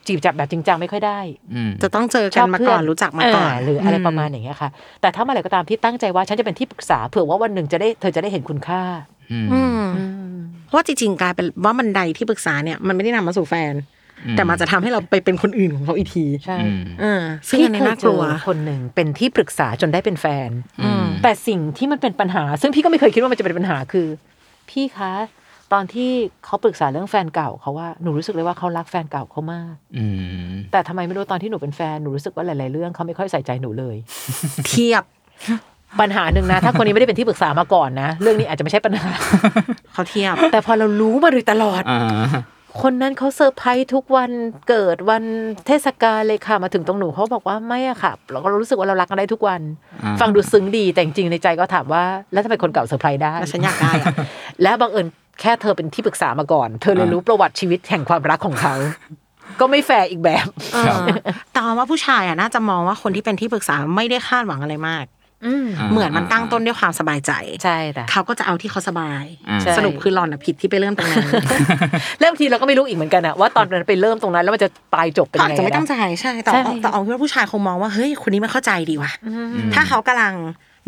S3: จีบจับแบบจริงจังไม่ค่อยได้
S2: อืม
S1: จะต้องเจอ
S3: ช
S1: กัน
S3: บ
S1: มา
S3: เพื่
S1: ก่อนรู้จักมาก่อน
S3: เหรืออะไรประมาณอย่างเงี้ยค่ะ แต่ถ้าเมื่อไหร่ก็ตามที่ตั้งใจว่าฉันจะเป็นที่ปรึกษาเผื่อว่าวันหนึ่งจะได้เธอจะได้เห็นคุณค่า
S2: อืม
S1: อืมเพราะว่าจริงๆกลายเป็นว่าบันไดที่ปรึกษาเนี่ยมันไม่ได้นำมาสู่แฟน แต่มันจะทำให้เราไปเป็นคนอื่นของเขาอีกที
S3: ใช่
S2: อืม
S1: เออซึ่งอันนี้น่ากลัว
S3: พี่เคยเจอคนหนึ่งเป็นที่ปรึกษาจนได้เป็นแฟน
S1: อืม
S3: แต่สิ่งที่มันเป็นปัญหา ซึ่งพี่ก็ไม่เคยคิดว่ามันจะเป็นปัญหาคือ พี่คะ ตอนที่เขาปรึกษาเรื่องแฟนเก่าเขาว่าหนูรู้สึกเลยว่าเขารักแฟนเก่าเขามาก
S2: อืม
S3: แต่ทำไมไม่รู้ตอนที่หนูเป็นแฟนหนูรู้สึกว่าหลาย ๆ เรื่องเขาไม่ค่อยใส่ใจหนูเลย
S1: เทียบ
S3: ปัญหาหนึ่งนะ ถ้าคนนี้ไม่ได้เป็นที่ปรึกษามาก่อนนะ เรื่องนี้อาจจะไม่ใช่ปัญหา
S1: เขาเทียบ
S3: [laughs] แต่พอเรารู้มาโดยตลอด
S2: อ่า
S3: คนนั้นเขาเซอร์ไพรส์ทุกวันเกิดวันเทศกาลเลยค่ะมาถึงตรงหนูเขาบอกว่าไม่อะค่ะเราก็รู้สึกว่าเรารักกันได้ทุกวัน
S2: อ่า
S3: ฟังดูซึ้งดีแต่จริงๆในใจก็ถามว่า แล้วทำไมคนเก่าเซอร์ไพรส์ได้
S1: แล้วฉันอยากได้อะ
S3: และบังเอิญแค่เธอเป็นที่ปรึกษามาก่อน เธอเลยรู้ประวัติชีวิตแห่งความรักของเขา ก็ไม่แฟร์อีกแบบ
S2: ครับ
S1: เออแต่ว่าผู้ชายอ่ะน่าจะมองว่าคนที่เป็นที่ปรึกษาไม่ได้คาดหวังอะไรมาก
S3: อืม
S2: อ่า
S1: เหมือนมันตั้งต้นด้วยความสบายใจ
S3: ใช่แต่
S1: เขาก็จะเอาที่เขาสบาย
S2: อ่า
S3: ใช่
S1: สรุปคือหลอนอะผิดที่ไปเริ่มตรงนั้น
S3: แล้วบางทีเราก็ไม่รู้อีกเหมือนกันอะว่าตอนนั้นไปเริ่มตรงนั้นแล้วมันจะปลายจบเป็น
S1: เขา
S3: ยั
S1: อาจ
S3: งไง
S1: จะไม่ตั้ง
S3: นะ
S1: ใจใช่แต่
S3: ใช่
S1: แต่เอาคิดว่าผู้ชายคงมองว่าเฮ้ยคนนี้ไม่เข้าใจดีว่ะ
S2: อืม
S1: ถ้าเขากำลัง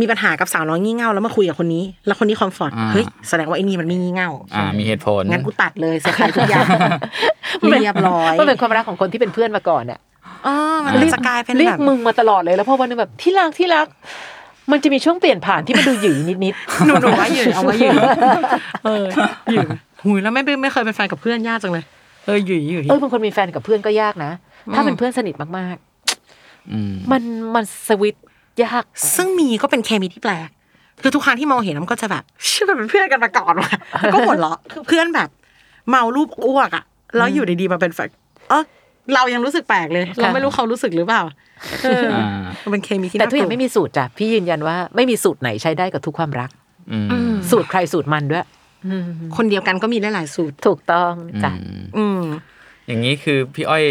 S1: มีปัญหากับสาวน้อยงี่เง่าแล้วมาคุยกับคนนี้ แล้วคนนี้คอมฟอร์ต
S2: อ่า
S1: เฮ้ยแสดงว่าไอ้นี่มันไม่งี่เง่า
S2: อ่ามีเหตุผล
S1: งั้นกูตัดเลยเสียหายทุกอย่างเรียบร้อย
S3: มันเป็นความรักของคนที่เป็นเพื่อนมาก่อนอะ
S1: อ๋อมันจะกลายเป็น
S3: เรีย
S1: แบ
S3: ก
S1: บ
S3: มึงมาตลอดเลยแล้วพอวันหนึงแบบที่รักที่รัก มันจะมีช่วงเปลี่ยนผ่านที่มันดูหยิ่นิดนิด
S1: หนูหนูว่าอยู่เอาไว่าอยู่เอออยู่หุยแล้วไม่ไม่เคยเป็นแฟนกับเพื่อนยากจังเลยเอออยู่อยู่
S3: ๆเออบางคนมีแฟนกับเพื่อนก็ยากนะ ถ้าเป็นเพื่อนสนิทมาก
S2: อืม
S3: ๆ มันมันสวิตช์ยาก
S1: ซึ่งมีก็เป็นเคมีที่แปลก คือทุกครั้งที่มองเห็นมันก็จะแบบเชื่อมันเป็นเพื่อนกันมาก่อนว่ะ [laughs] แล้วก็หมดเหรอคือเพื่อนแบบ เมารูปอ้วกอ่ะ แล้วอยู่ดีๆมาเป็นแฟนเออ เรายังรู้สึกแปลกเลย เราไม่รู้เขารู้สึกหรือเปล่าเออ
S2: อ่า
S1: มันเป็นเคมีที่
S3: แต่
S1: น่า
S3: ทุกอย่างไม่มีสูตรจ้ะพี่ยืนยันว่าไม่มีสูตรไหนใช้ได้กับทุกความรัก
S2: อืม
S3: สูตรใครสูตรมันด้วย อืม
S1: กลัวคนเดียวกันก็มีได้หลายสูตร
S3: ถูกต้องจ้ะ
S2: อืม
S1: อืม
S2: อย่างนี้คือพี่อ้อย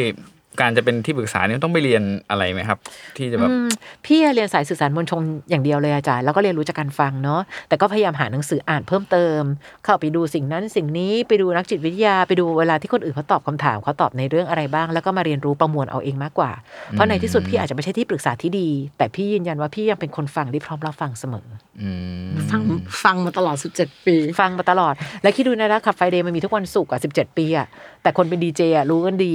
S2: การจะเป็นที่ปรึกษาเนี่ยต้องไปเรียนอะไรไหมครับ ที่จะแบบ
S3: อืมพี่เรียนสายสื่อสารมวลชนอย่างเดียวเลยอาจารย์แล้วก็เรียนรู้จากการฟังเนาะแต่ก็พยายามหาหนังสืออ่านเพิ่มเติม เข้าไปดูสิ่งนั้นสิ่งนี้ไปดูนักจิตวิทยาไปดูเวลาที่คนอื่นเขาตอบคำถามเขาตอบในเรื่องอะไรบ้าง แล้วก็มาเรียนรู้ประมวลเอาเองมากกว่า เพราะในที่สุดพี่อาจจะไม่ใช่ที่ปรึกษาที่ดี แต่พี่ยืนยันว่าพี่ยังเป็นคนฟังที่พร้อมรับฟังเสมอ
S2: อืม
S1: ฟังฟังมาตลอดสิบเจ็ดปี
S3: ฟังมาตลอด แล้วคิดดูนะนะขับไฟเดย์มันมีทุกวันศุกร์อ่ะสิบเจ็ดปีอ่ะแต่คนเป็นดีเจอ่ะรู้กันดี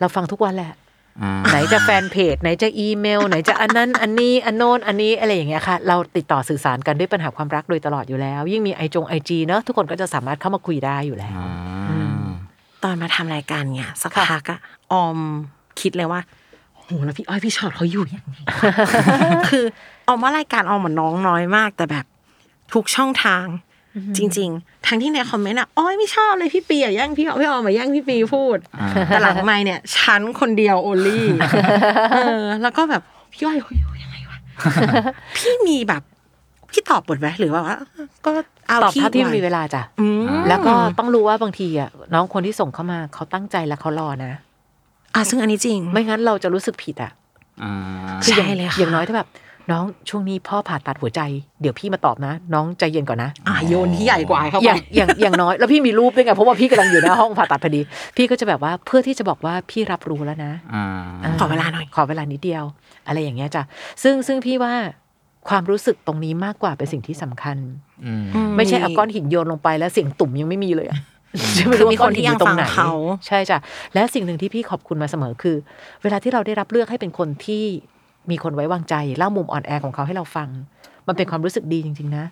S3: เราฟังทุกวันแหละ
S2: อ่า
S3: [laughs] ไหนจะแฟนเพจ ไหนจะอีเมล ไหนจะอันนั้น อันนี้อันโน้นอันนี้อะไรอย่างเงี้ยค่ะ เราติดต่อสื่อสารกันด้วยปัญหาความรักโดยตลอดอยู่แล้ว ยิ่งมีไอจงไอจีเนอะทุกคนก็จะสามารถเข้ามาคุยได้อยู่แล้ว
S2: อ่า
S1: ตอนมาทำรายการเนี่ยสักพักอะออมคิดเลยว่าโหแล้วพี่อ้อยพี่ชอตเขาอยู่ [laughs] ยังไง คือออมว่ารายการออมเหมือนน้องน้อยมาก แต่แบบทุกช่องทาง จริง ๆ ทั้งที่ในคอมเมนต์อะอ้อยไม่ชอบเลยพี่ปีอะแย่งพี่ออมพี่ออมมาแย่งพี่ปีพูด
S2: อ่า
S1: แต่หลังไม่เนี่ยฉันคนเดียวโอ [laughs] ลี่เออ แล้วก็แบบพี่อ้อยโอ้ยโอ้ยยังไง [laughs] วะ พี่มีแบบ พี่ตอบบทไหมหรือว่า ก็เอา
S3: ตอบเท่าที่มีเวลาจ้ะ
S1: อืม
S3: แล้วก็ต้องรู้ว่าบางทีอ่ะน้องคนที่ส่งเข้ามาเขาตั้งใจและเขารอนะ
S1: อ่ะซึ่งอันนี้จริง
S3: ไม่งั้นเราจะรู้สึกผิดอ่ะ
S2: อ่า
S3: คืออย่าง
S1: ใช่เลยค่ะ
S3: อย่างน้อยถ้าแบบ น้องช่วงนี้พ่อผ่าตัดหัวใจ เดี๋ยวพี่มาตอบนะ น้องใจเย็นก่อนนะ
S1: อ่ะโยนที่ใหญ่กว่าเข้า
S3: อ
S1: ไป
S3: ย่างอย่างอย่างน้อยแล้วพี่มีรูปด้วยไงเพราะว่าพี่กำลังอยู่หน้าห้องผ่าตัดพอดี พี่ก็จะแบบว่าเพื่อที่จะบอกว่าพี่รับรู้แล้วนะ
S2: อ่า
S3: า
S1: ขอเวลาหน่อย
S3: ขอเวลานิดเดียว อะไรอย่างเงี้ยจ้ะซึ่งซึ่งพี่ว่าความรู้สึกตรงนี้มากกว่าเป็นสิ่งที่สำคัญ
S2: อืม
S3: ไม่ใช่เอาก้อนหินโยนลงไปแล้วเสียงตุ่มยังไม่มี
S1: [laughs]
S3: เลยอะไม่รู้ว่าก้อนหินอยู่ตรงไหน
S1: คือมีคนที่ยังฟังเขา
S3: ใช่จ้ะและสิ่งหนึ่งที่พี่ขอบคุณมาเสมอคือ เวลาที่เราได้รับเลือกให้เป็นคนที่มีคนไว้วางใจเล่ามุมอ่อนแอของเขาให้เราฟัง มันเป็นความรู้สึกดีจริง ๆ นะ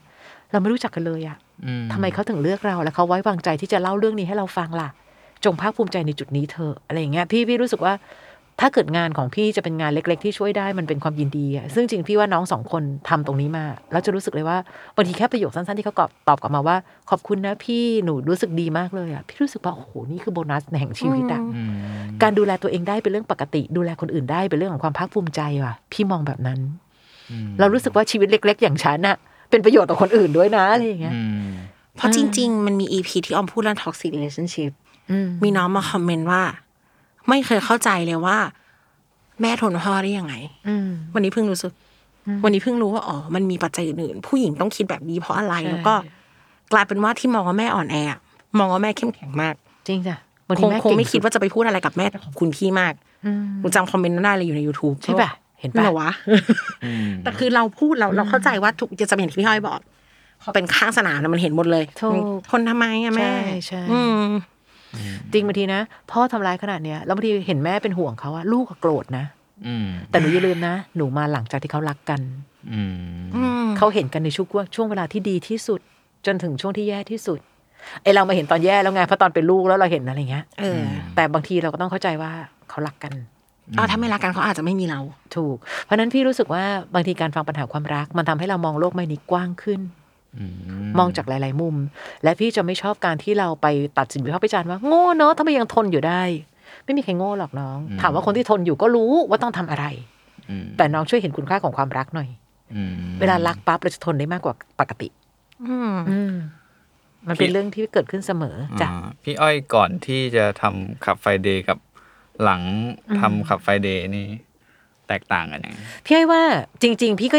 S3: เราไม่รู้จักกันเลยอะ
S2: อืม
S3: ทำไมเขาถึงเลือกเราและเขาไว้วางใจที่จะเล่าเรื่องนี้ให้เราฟังล่ะ จงภาคภูมิใจในจุดนี้เธอะอะไรอย่างเงี้ยพี่พี่รู้สึกว่า ถ้าเกิดงานของพี่จะเป็นงานเล็ก ๆ ที่ช่วยได้มันเป็นความยินดีอะซึ่งจริงพี่ว่าน้องสองคนทำตรงนี้มา แล้วจะรู้สึกเลยว่าบางทีแค่ประโยคสั้นๆที่เขาตอบกลับมาว่า ขอบคุณนะพี่หนูรู้สึกดีมากเลยอะพี่รู้สึกว่าโอ้โหนี่คือโบนัสแห่งชีวิตอะการดูแลตัวเองได้เป็นเรื่องปกติ ดูแลคนอื่นได้เป็นเรื่องของความภาคภูมิใจว่ะ พี่มองแบบนั้น
S2: อืม
S3: เรารู้สึกว่าชีวิตเล็ก ๆ อย่างฉันอะเป็นประโยชน์ต่อคนอื่นด้วยนะอะไรอย่างเงี้ย
S2: อืม
S1: เพราะจริง ๆ มันมีอีพีที่ออมพูดเรื่อง toxic relationship
S3: อืม
S1: มีน้องมาคอมเมนต์ว่า ไม่เคยเข้าใจเลยว่า แม่ทนพ่อได้ยังไง
S3: อืม
S1: วันนี้เพิ่งรู้สึก วันนี้เพิ่งรู้ว่าอ๋อมันมีปัจจัยอื่นๆผู้หญิงต้องคิดแบบนี้เพราะอะไรแล้วก็ กลายเป็นว่าที่มองว่าแม่อ่อนแออะมองว่าแม่เข้มแข็งมาก
S3: จริงจ้ะบาง
S1: ค
S3: ที
S1: ง
S3: แม่
S1: คง
S3: เก่ง
S1: ไม่คิด
S3: สุ
S1: ว่าจะไปพูดอะไรกับแม่แต่ขอบคุณพี่มาก
S3: อืม
S1: หนูจำคอมเมนต์นั้นได้เลยอยู่ใน YouTube
S3: ใช่ป่ะ เห็น
S1: ไม่
S3: ป่ะ
S1: เหรอวะ
S2: อืม
S1: แต่คือเราพูดเราเราเข้าใจว่าทุกจะจะเป็นอย่างที่พี่ห้อยบอกพอเป็นข้างสนามนะมันเห็นหมดเลย
S3: ถูก
S1: ทนทำไมอะแม่
S3: ใช่ใช่
S1: อืม
S3: จริงบางทีนะพ่อทำร้ายขนาดเนี้ยแล้วบางทีเห็นแม่เป็นห่วงเขาอะลูกก็โกรธนะ
S2: อืม
S3: แต่หนูอย่าลืมนะ หนูมาหลังจากที่เขารักกัน
S2: อืม
S1: อืม
S3: เขาเห็นกันในช่วงว่าช่วงเวลาที่ดีที่สุด จนถึงช่วงที่แย่ที่สุดไอเรามาเห็นตอนแย่แล้วไงเพราะตอนเป็นลูกแล้วเราเห็นอะไรเงี้ย
S1: เออ
S3: แต่บางทีเราก็ต้องเข้าใจว่าเขารักกัน
S1: เอาถ้าไม่รักกันเขาอาจจะไม่มีเรา
S3: ถูก เพราะฉะนั้นพี่รู้สึกว่าบางทีการฟังปัญหาความรัก มันทำให้เรามองโลกใบนี้กว้างขึ้น มองจากหลาย ๆ มุม และพี่จะไม่ชอบการที่เราไปตัดสินวิพากษ์วิจารณ์ว่าโง่เนาะทำไมยังทนอยู่ได้ ไม่มีใครโง่หรอกน้อง ถามว่าคนที่ทนอยู่ก็รู้ว่าต้องทำอะไร
S2: อืม
S3: แต่น้องช่วยเห็นคุณค่าของความรักหน่อย
S2: อืม
S3: เวลารักปั๊บเราจะทนได้มากกว่าปกติ
S1: อืม
S3: อืมมันเป็น
S2: พี่
S3: เรื่องที่เกิดขึ้นเสมอจ้ะ
S2: อ่าพี่อ้อยก่อนที่จะทำขับไฟเดย์กับหลังทำขับไฟเดย์นี่ แตกต่างกันยังไง
S3: พี่อ้อยว่าจริง ๆ พี่ก็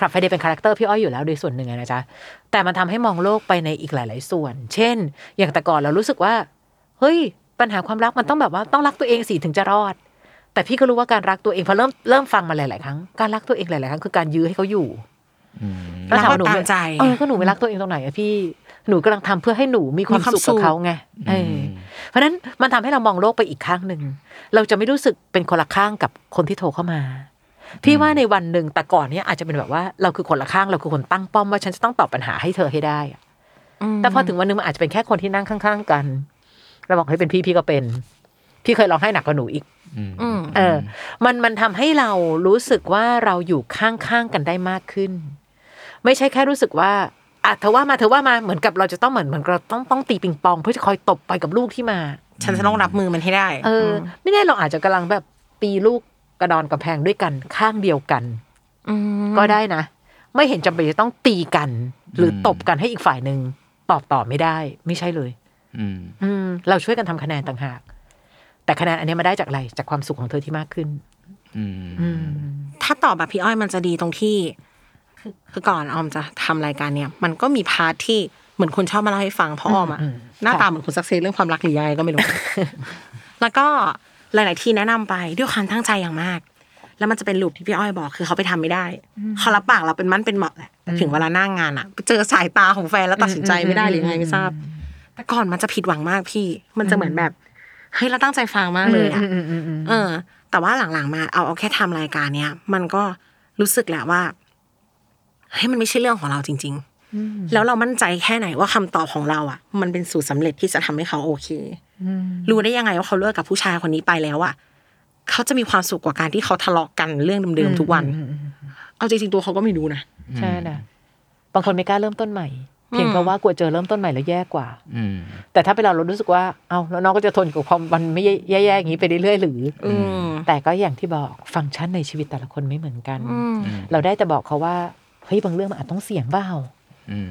S3: ขับไฟเดย์เป็นคาแรคเตอร์พี่อ้อยอยู่แล้วโดยส่วนหนึ่งอะนะจ๊ะ แต่มันทำให้มองโลกไปในอีกหลาย ๆ ส่วน เช่น อย่างแต่ก่อนเรารู้สึกว่า เฮ้ย ปัญหาความรักมันต้องแบบว่าต้องรักตัวเองสิถึงจะรอด แต่พี่ก็รู้ว่าการรักตัวเองพอเริ่มเริ่มฟังมาหลาย ๆ ครั้งการรักตัวเองหลาย ๆ ครั้งคือการยื้อให้เขาอยู่
S2: อืม
S3: แล้วถามว่าหนู
S1: รักก็ตามใจ
S3: เออก็หนูไม่รักตัวเองตรงไหนอะพี่หนูกำลังทำเพื่อให้หนูมีความ
S1: มีความ
S3: สุข
S1: สุ
S3: กับ
S1: ข
S3: เขาไงเออเพราะฉะนั้นมันทำให้เรามองโลกไปอีกข้างหนึ่งเราจะไม่รู้สึกเป็นคนละข้างกับคนที่โทรเข้ามา พี่ว่าในวันหนึ่งแต่ก่อนเนี้ยอาจจะเป็นแบบว่าเราคือคนละข้างเราคือคนตั้งป้อมว่าฉันจะต้องตอบปัญหาให้เธอให้ได้อะแต่พอถึงวันหนึ่งมันอาจจะเป็นแค่คนที่นั่งข้าง ๆ กันเราบอกให้ยเป็นพี่พี่ก็เป็นพี่เคยร้องไห้หนักกว่าหนูอีก
S2: อืม
S1: อืม
S3: เออ มันมันทำให้เรารู้สึกว่าเราอยู่ข้างๆกันได้มากขึ้น ไม่ใช่แค่รู้สึกว่าอ่ะเธอว่ามาเธอว่ามาเหมือนกับเราจะต้องเหมือนเหมือนเราต้องต้องตีปิงปอง เพื่อจะคอยตบไปกับลูกที่มา
S1: ฉันจะต้องรับมือมันให้ได้
S3: เอออไม่แน่เราอาจจะกำลังแบบปีลูกกระดอนกระแพงด้วยกันข้างเดียวกัน ก็ได้นะ ไม่เห็นจำเป็นจะต้องตีกัน หรืออ
S2: ม
S3: ตบกันให้อีกฝ่ายหนึ่งตอบต่อไม่ได้ ไม่ใช่เลย
S2: อืม
S3: อืมเราช่วยกันทำคะแนนต่างหาก แต่คะแนนอันเนี้ยมาได้จากอะไร จากความสุขของเธอที่มากขึ้น
S2: อืม
S3: อืม
S1: ถ้าตอบแบบพี่อ้อยมันจะดีตรงที่ คือก่อนออมจะทำรายการเนี่ย มันก็มีพาร์ทที่เหมือนคนชอบมาเล่าให้ฟังเพราะออมอะ
S3: อืมอืม
S1: หน้าตาเหมือนคนสักเซสเรื่องความรักหรือยังไงก็ไม่รู้ แล้วก็หลาย ๆ ที่แนะนำไปด้วยความตั้งใจอย่างมาก แล้วมันจะเป็นลูปที่พี่อ้อยบอก คือเขาไปทำไม่ได้เขารับปากเราเป็นมั่นเป็นเหมาะแหละแต่ถึงเวลาหน้างานอะไปเจอสายตาของแฟนแล้วตัดสินใจไม่ได้หรือยังไงไม่ทราบ แต่ก่อนมันจะผิดหวังมากพี่ มันจะเหมือนแบบเฮ้ยเราตั้งใจฟังมากเลยอะ เออ แต่ว่าหลังๆมาเอาเอาแค่ทำรายการเนี้ยมันก็รู้สึกแหละว่าเฮ้ยมันไม่ใช่เรื่องของเราจริง ๆ แล้วเรามั่นใจแค่ไหนว่าคำตอบของเราอ่ะ มันเป็นสูตรสำเร็จที่จะทำให้เขาโอเครู้ได้ยังไงว่าเขาเลิกกับผู้ชายคนนี้ไปแล้วอ่ะเขาจะมีความสุขกว่าการที่เขาทะเลาะกันเรื่องเดิมๆทุกวัน เอาจริงๆตัวเขาก็ไม่รู้นะ
S3: ใช่นะบางคนไม่กล้าเริ่มต้นใหม่ เพียงเพราะว่ากลัวเจอเริ่มต้นใหม่แล้วแย่กว่า
S2: อืม
S3: แต่ถ้าเป็นเราเรารู้สึกว่า เอาแล้วน้องก็จะทนกับความมันไม่แย่ๆอย่างนี้ไปเรื่อยๆหรือ
S1: อืม
S3: [laughs] แต่ก็อย่างที่บอกฟังก์ชันในชีวิตแต่ละคนไม่เหมือนกัน
S2: อืม
S3: เราได้แต่บอกเขาว่าเฮ้ยบางเรื่องมันอาจต้องเสี่ยงเปล่า
S2: อืม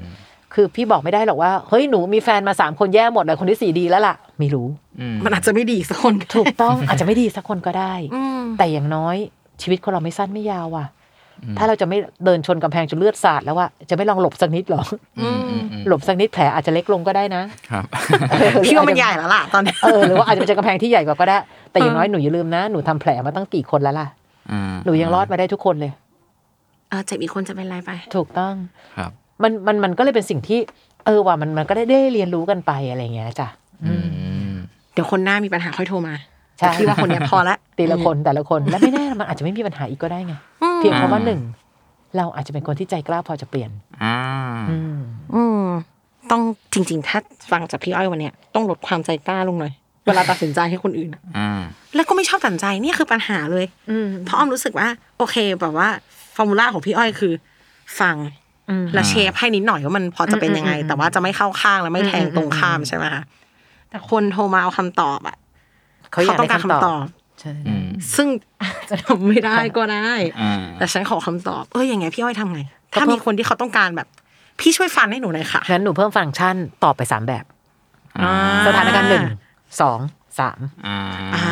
S3: คือพี่บอกไม่ได้หรอกว่าเฮ้ยหนูมีแฟนมาสามคนแย่หมดเลยคนที่สี่ดีแล้วล่ะไม่รู้
S2: อืม
S1: มันอาจจะไม่ดีสักคน
S3: ถูก
S1: [laughs]
S3: ต้อง อาจจะไม่ดีสักคนก็ได้
S1: อืม
S3: แต่อย่างน้อยชีวิตคนเราไม่สั้นไม่ยาวอ่ะ ถ้าเราจะไม่เดินชนกำแพงจนเลือดสาดแล้วว่าจะไม่ลองหลบสักนิดหรอ
S2: อืมอืมอืม
S3: หลบสักนิดแผลอาจจะเล็กลงก็ได้นะครับ
S1: [laughs] พี่ว่ามันใหญ่แล้วล่ะตอนนี้
S3: เออหรือว่าอาจจะไปเจอกำแพงที่ใหญ่กว่าก็ได้ แต่อย่างน้อยหนูอย่าลืมนะหนูทำแผลมาตั้งกี่คนแล้วล่ะ
S2: อ่า
S3: หนูยังรอดมาได้ทุกคนเลย
S1: เออเจ็บอีกคนจะเป็นไรไป
S3: ถูกต้อง
S2: ครับ
S3: มันมันมันก็เลยเป็นสิ่งที่ เออว่ามันมันก็ได้ได้เรียนรู้กันไปอะไรอย่างเงี้ยจ้ะ
S2: อืม
S1: เดี๋ยวคนหน้ามีปัญหาค่อยโทรมา
S3: ใช่
S1: แต่พี่ว่าคนเนี้ยพอละ
S3: แต่ละคนแต่ละคนและไม่แน่มันอาจจะไม่มีปัญหาอีกก็ได้ไงเพียงเพราะว่าหนึ่งเราอาจจะเป็นคนที่ใจกล้าพอจะเปลี่ยน
S2: อ่า
S3: อืม
S1: อืมต้องจริง ๆ ถ้าฟังจากพี่อ้อยวันเนี้ยต้องลดความใจกล้าลงหน่อย เวลาตัดสินใจให้คนอื่น
S2: อ่า
S1: แล้วก็ไม่ชอบตัดสินใจเนี่ยคือปัญหาเลย
S3: อืม
S1: เพราะอ้อมรู้สึกว่า โอเคแบบว่าฟอร์มูล่าของพี่อ้อยคือ ฟัง
S3: อืม
S1: แล้วเชฟให้นิดหน่อยว่ามันพอจะเป็นยังไง แต่ว่าจะไม่เข้าข้างและไม่แทงตรงข้ามใช่ไหมคะแต่คนโทรมาเอาคำตอบอ่ะ
S3: เขาอยาก
S1: ต้อง
S3: ได้
S1: การคำ
S3: คำต
S1: ต
S3: อ
S1: อ
S3: บบ ใช่
S2: อืม
S1: ซึ่งอาจจะทำไม่ได้ก็ได้
S3: [laughs]
S2: อ่า
S1: แต่ฉันขอคำตอบเอ้ยอย่างไงพี่อ้อยทำไง
S3: ก็เพราะ
S1: ถ้ามีคนที่เขาต้องการแบบ พี่ช่วยฟันให้หนูหน่อยค่ะ
S3: งั้นหนูเพิ่มฟังก์ชันตอบไปสามแบบ สถานการณ์หนึ่งสองสาม
S2: อ่า
S1: อ่า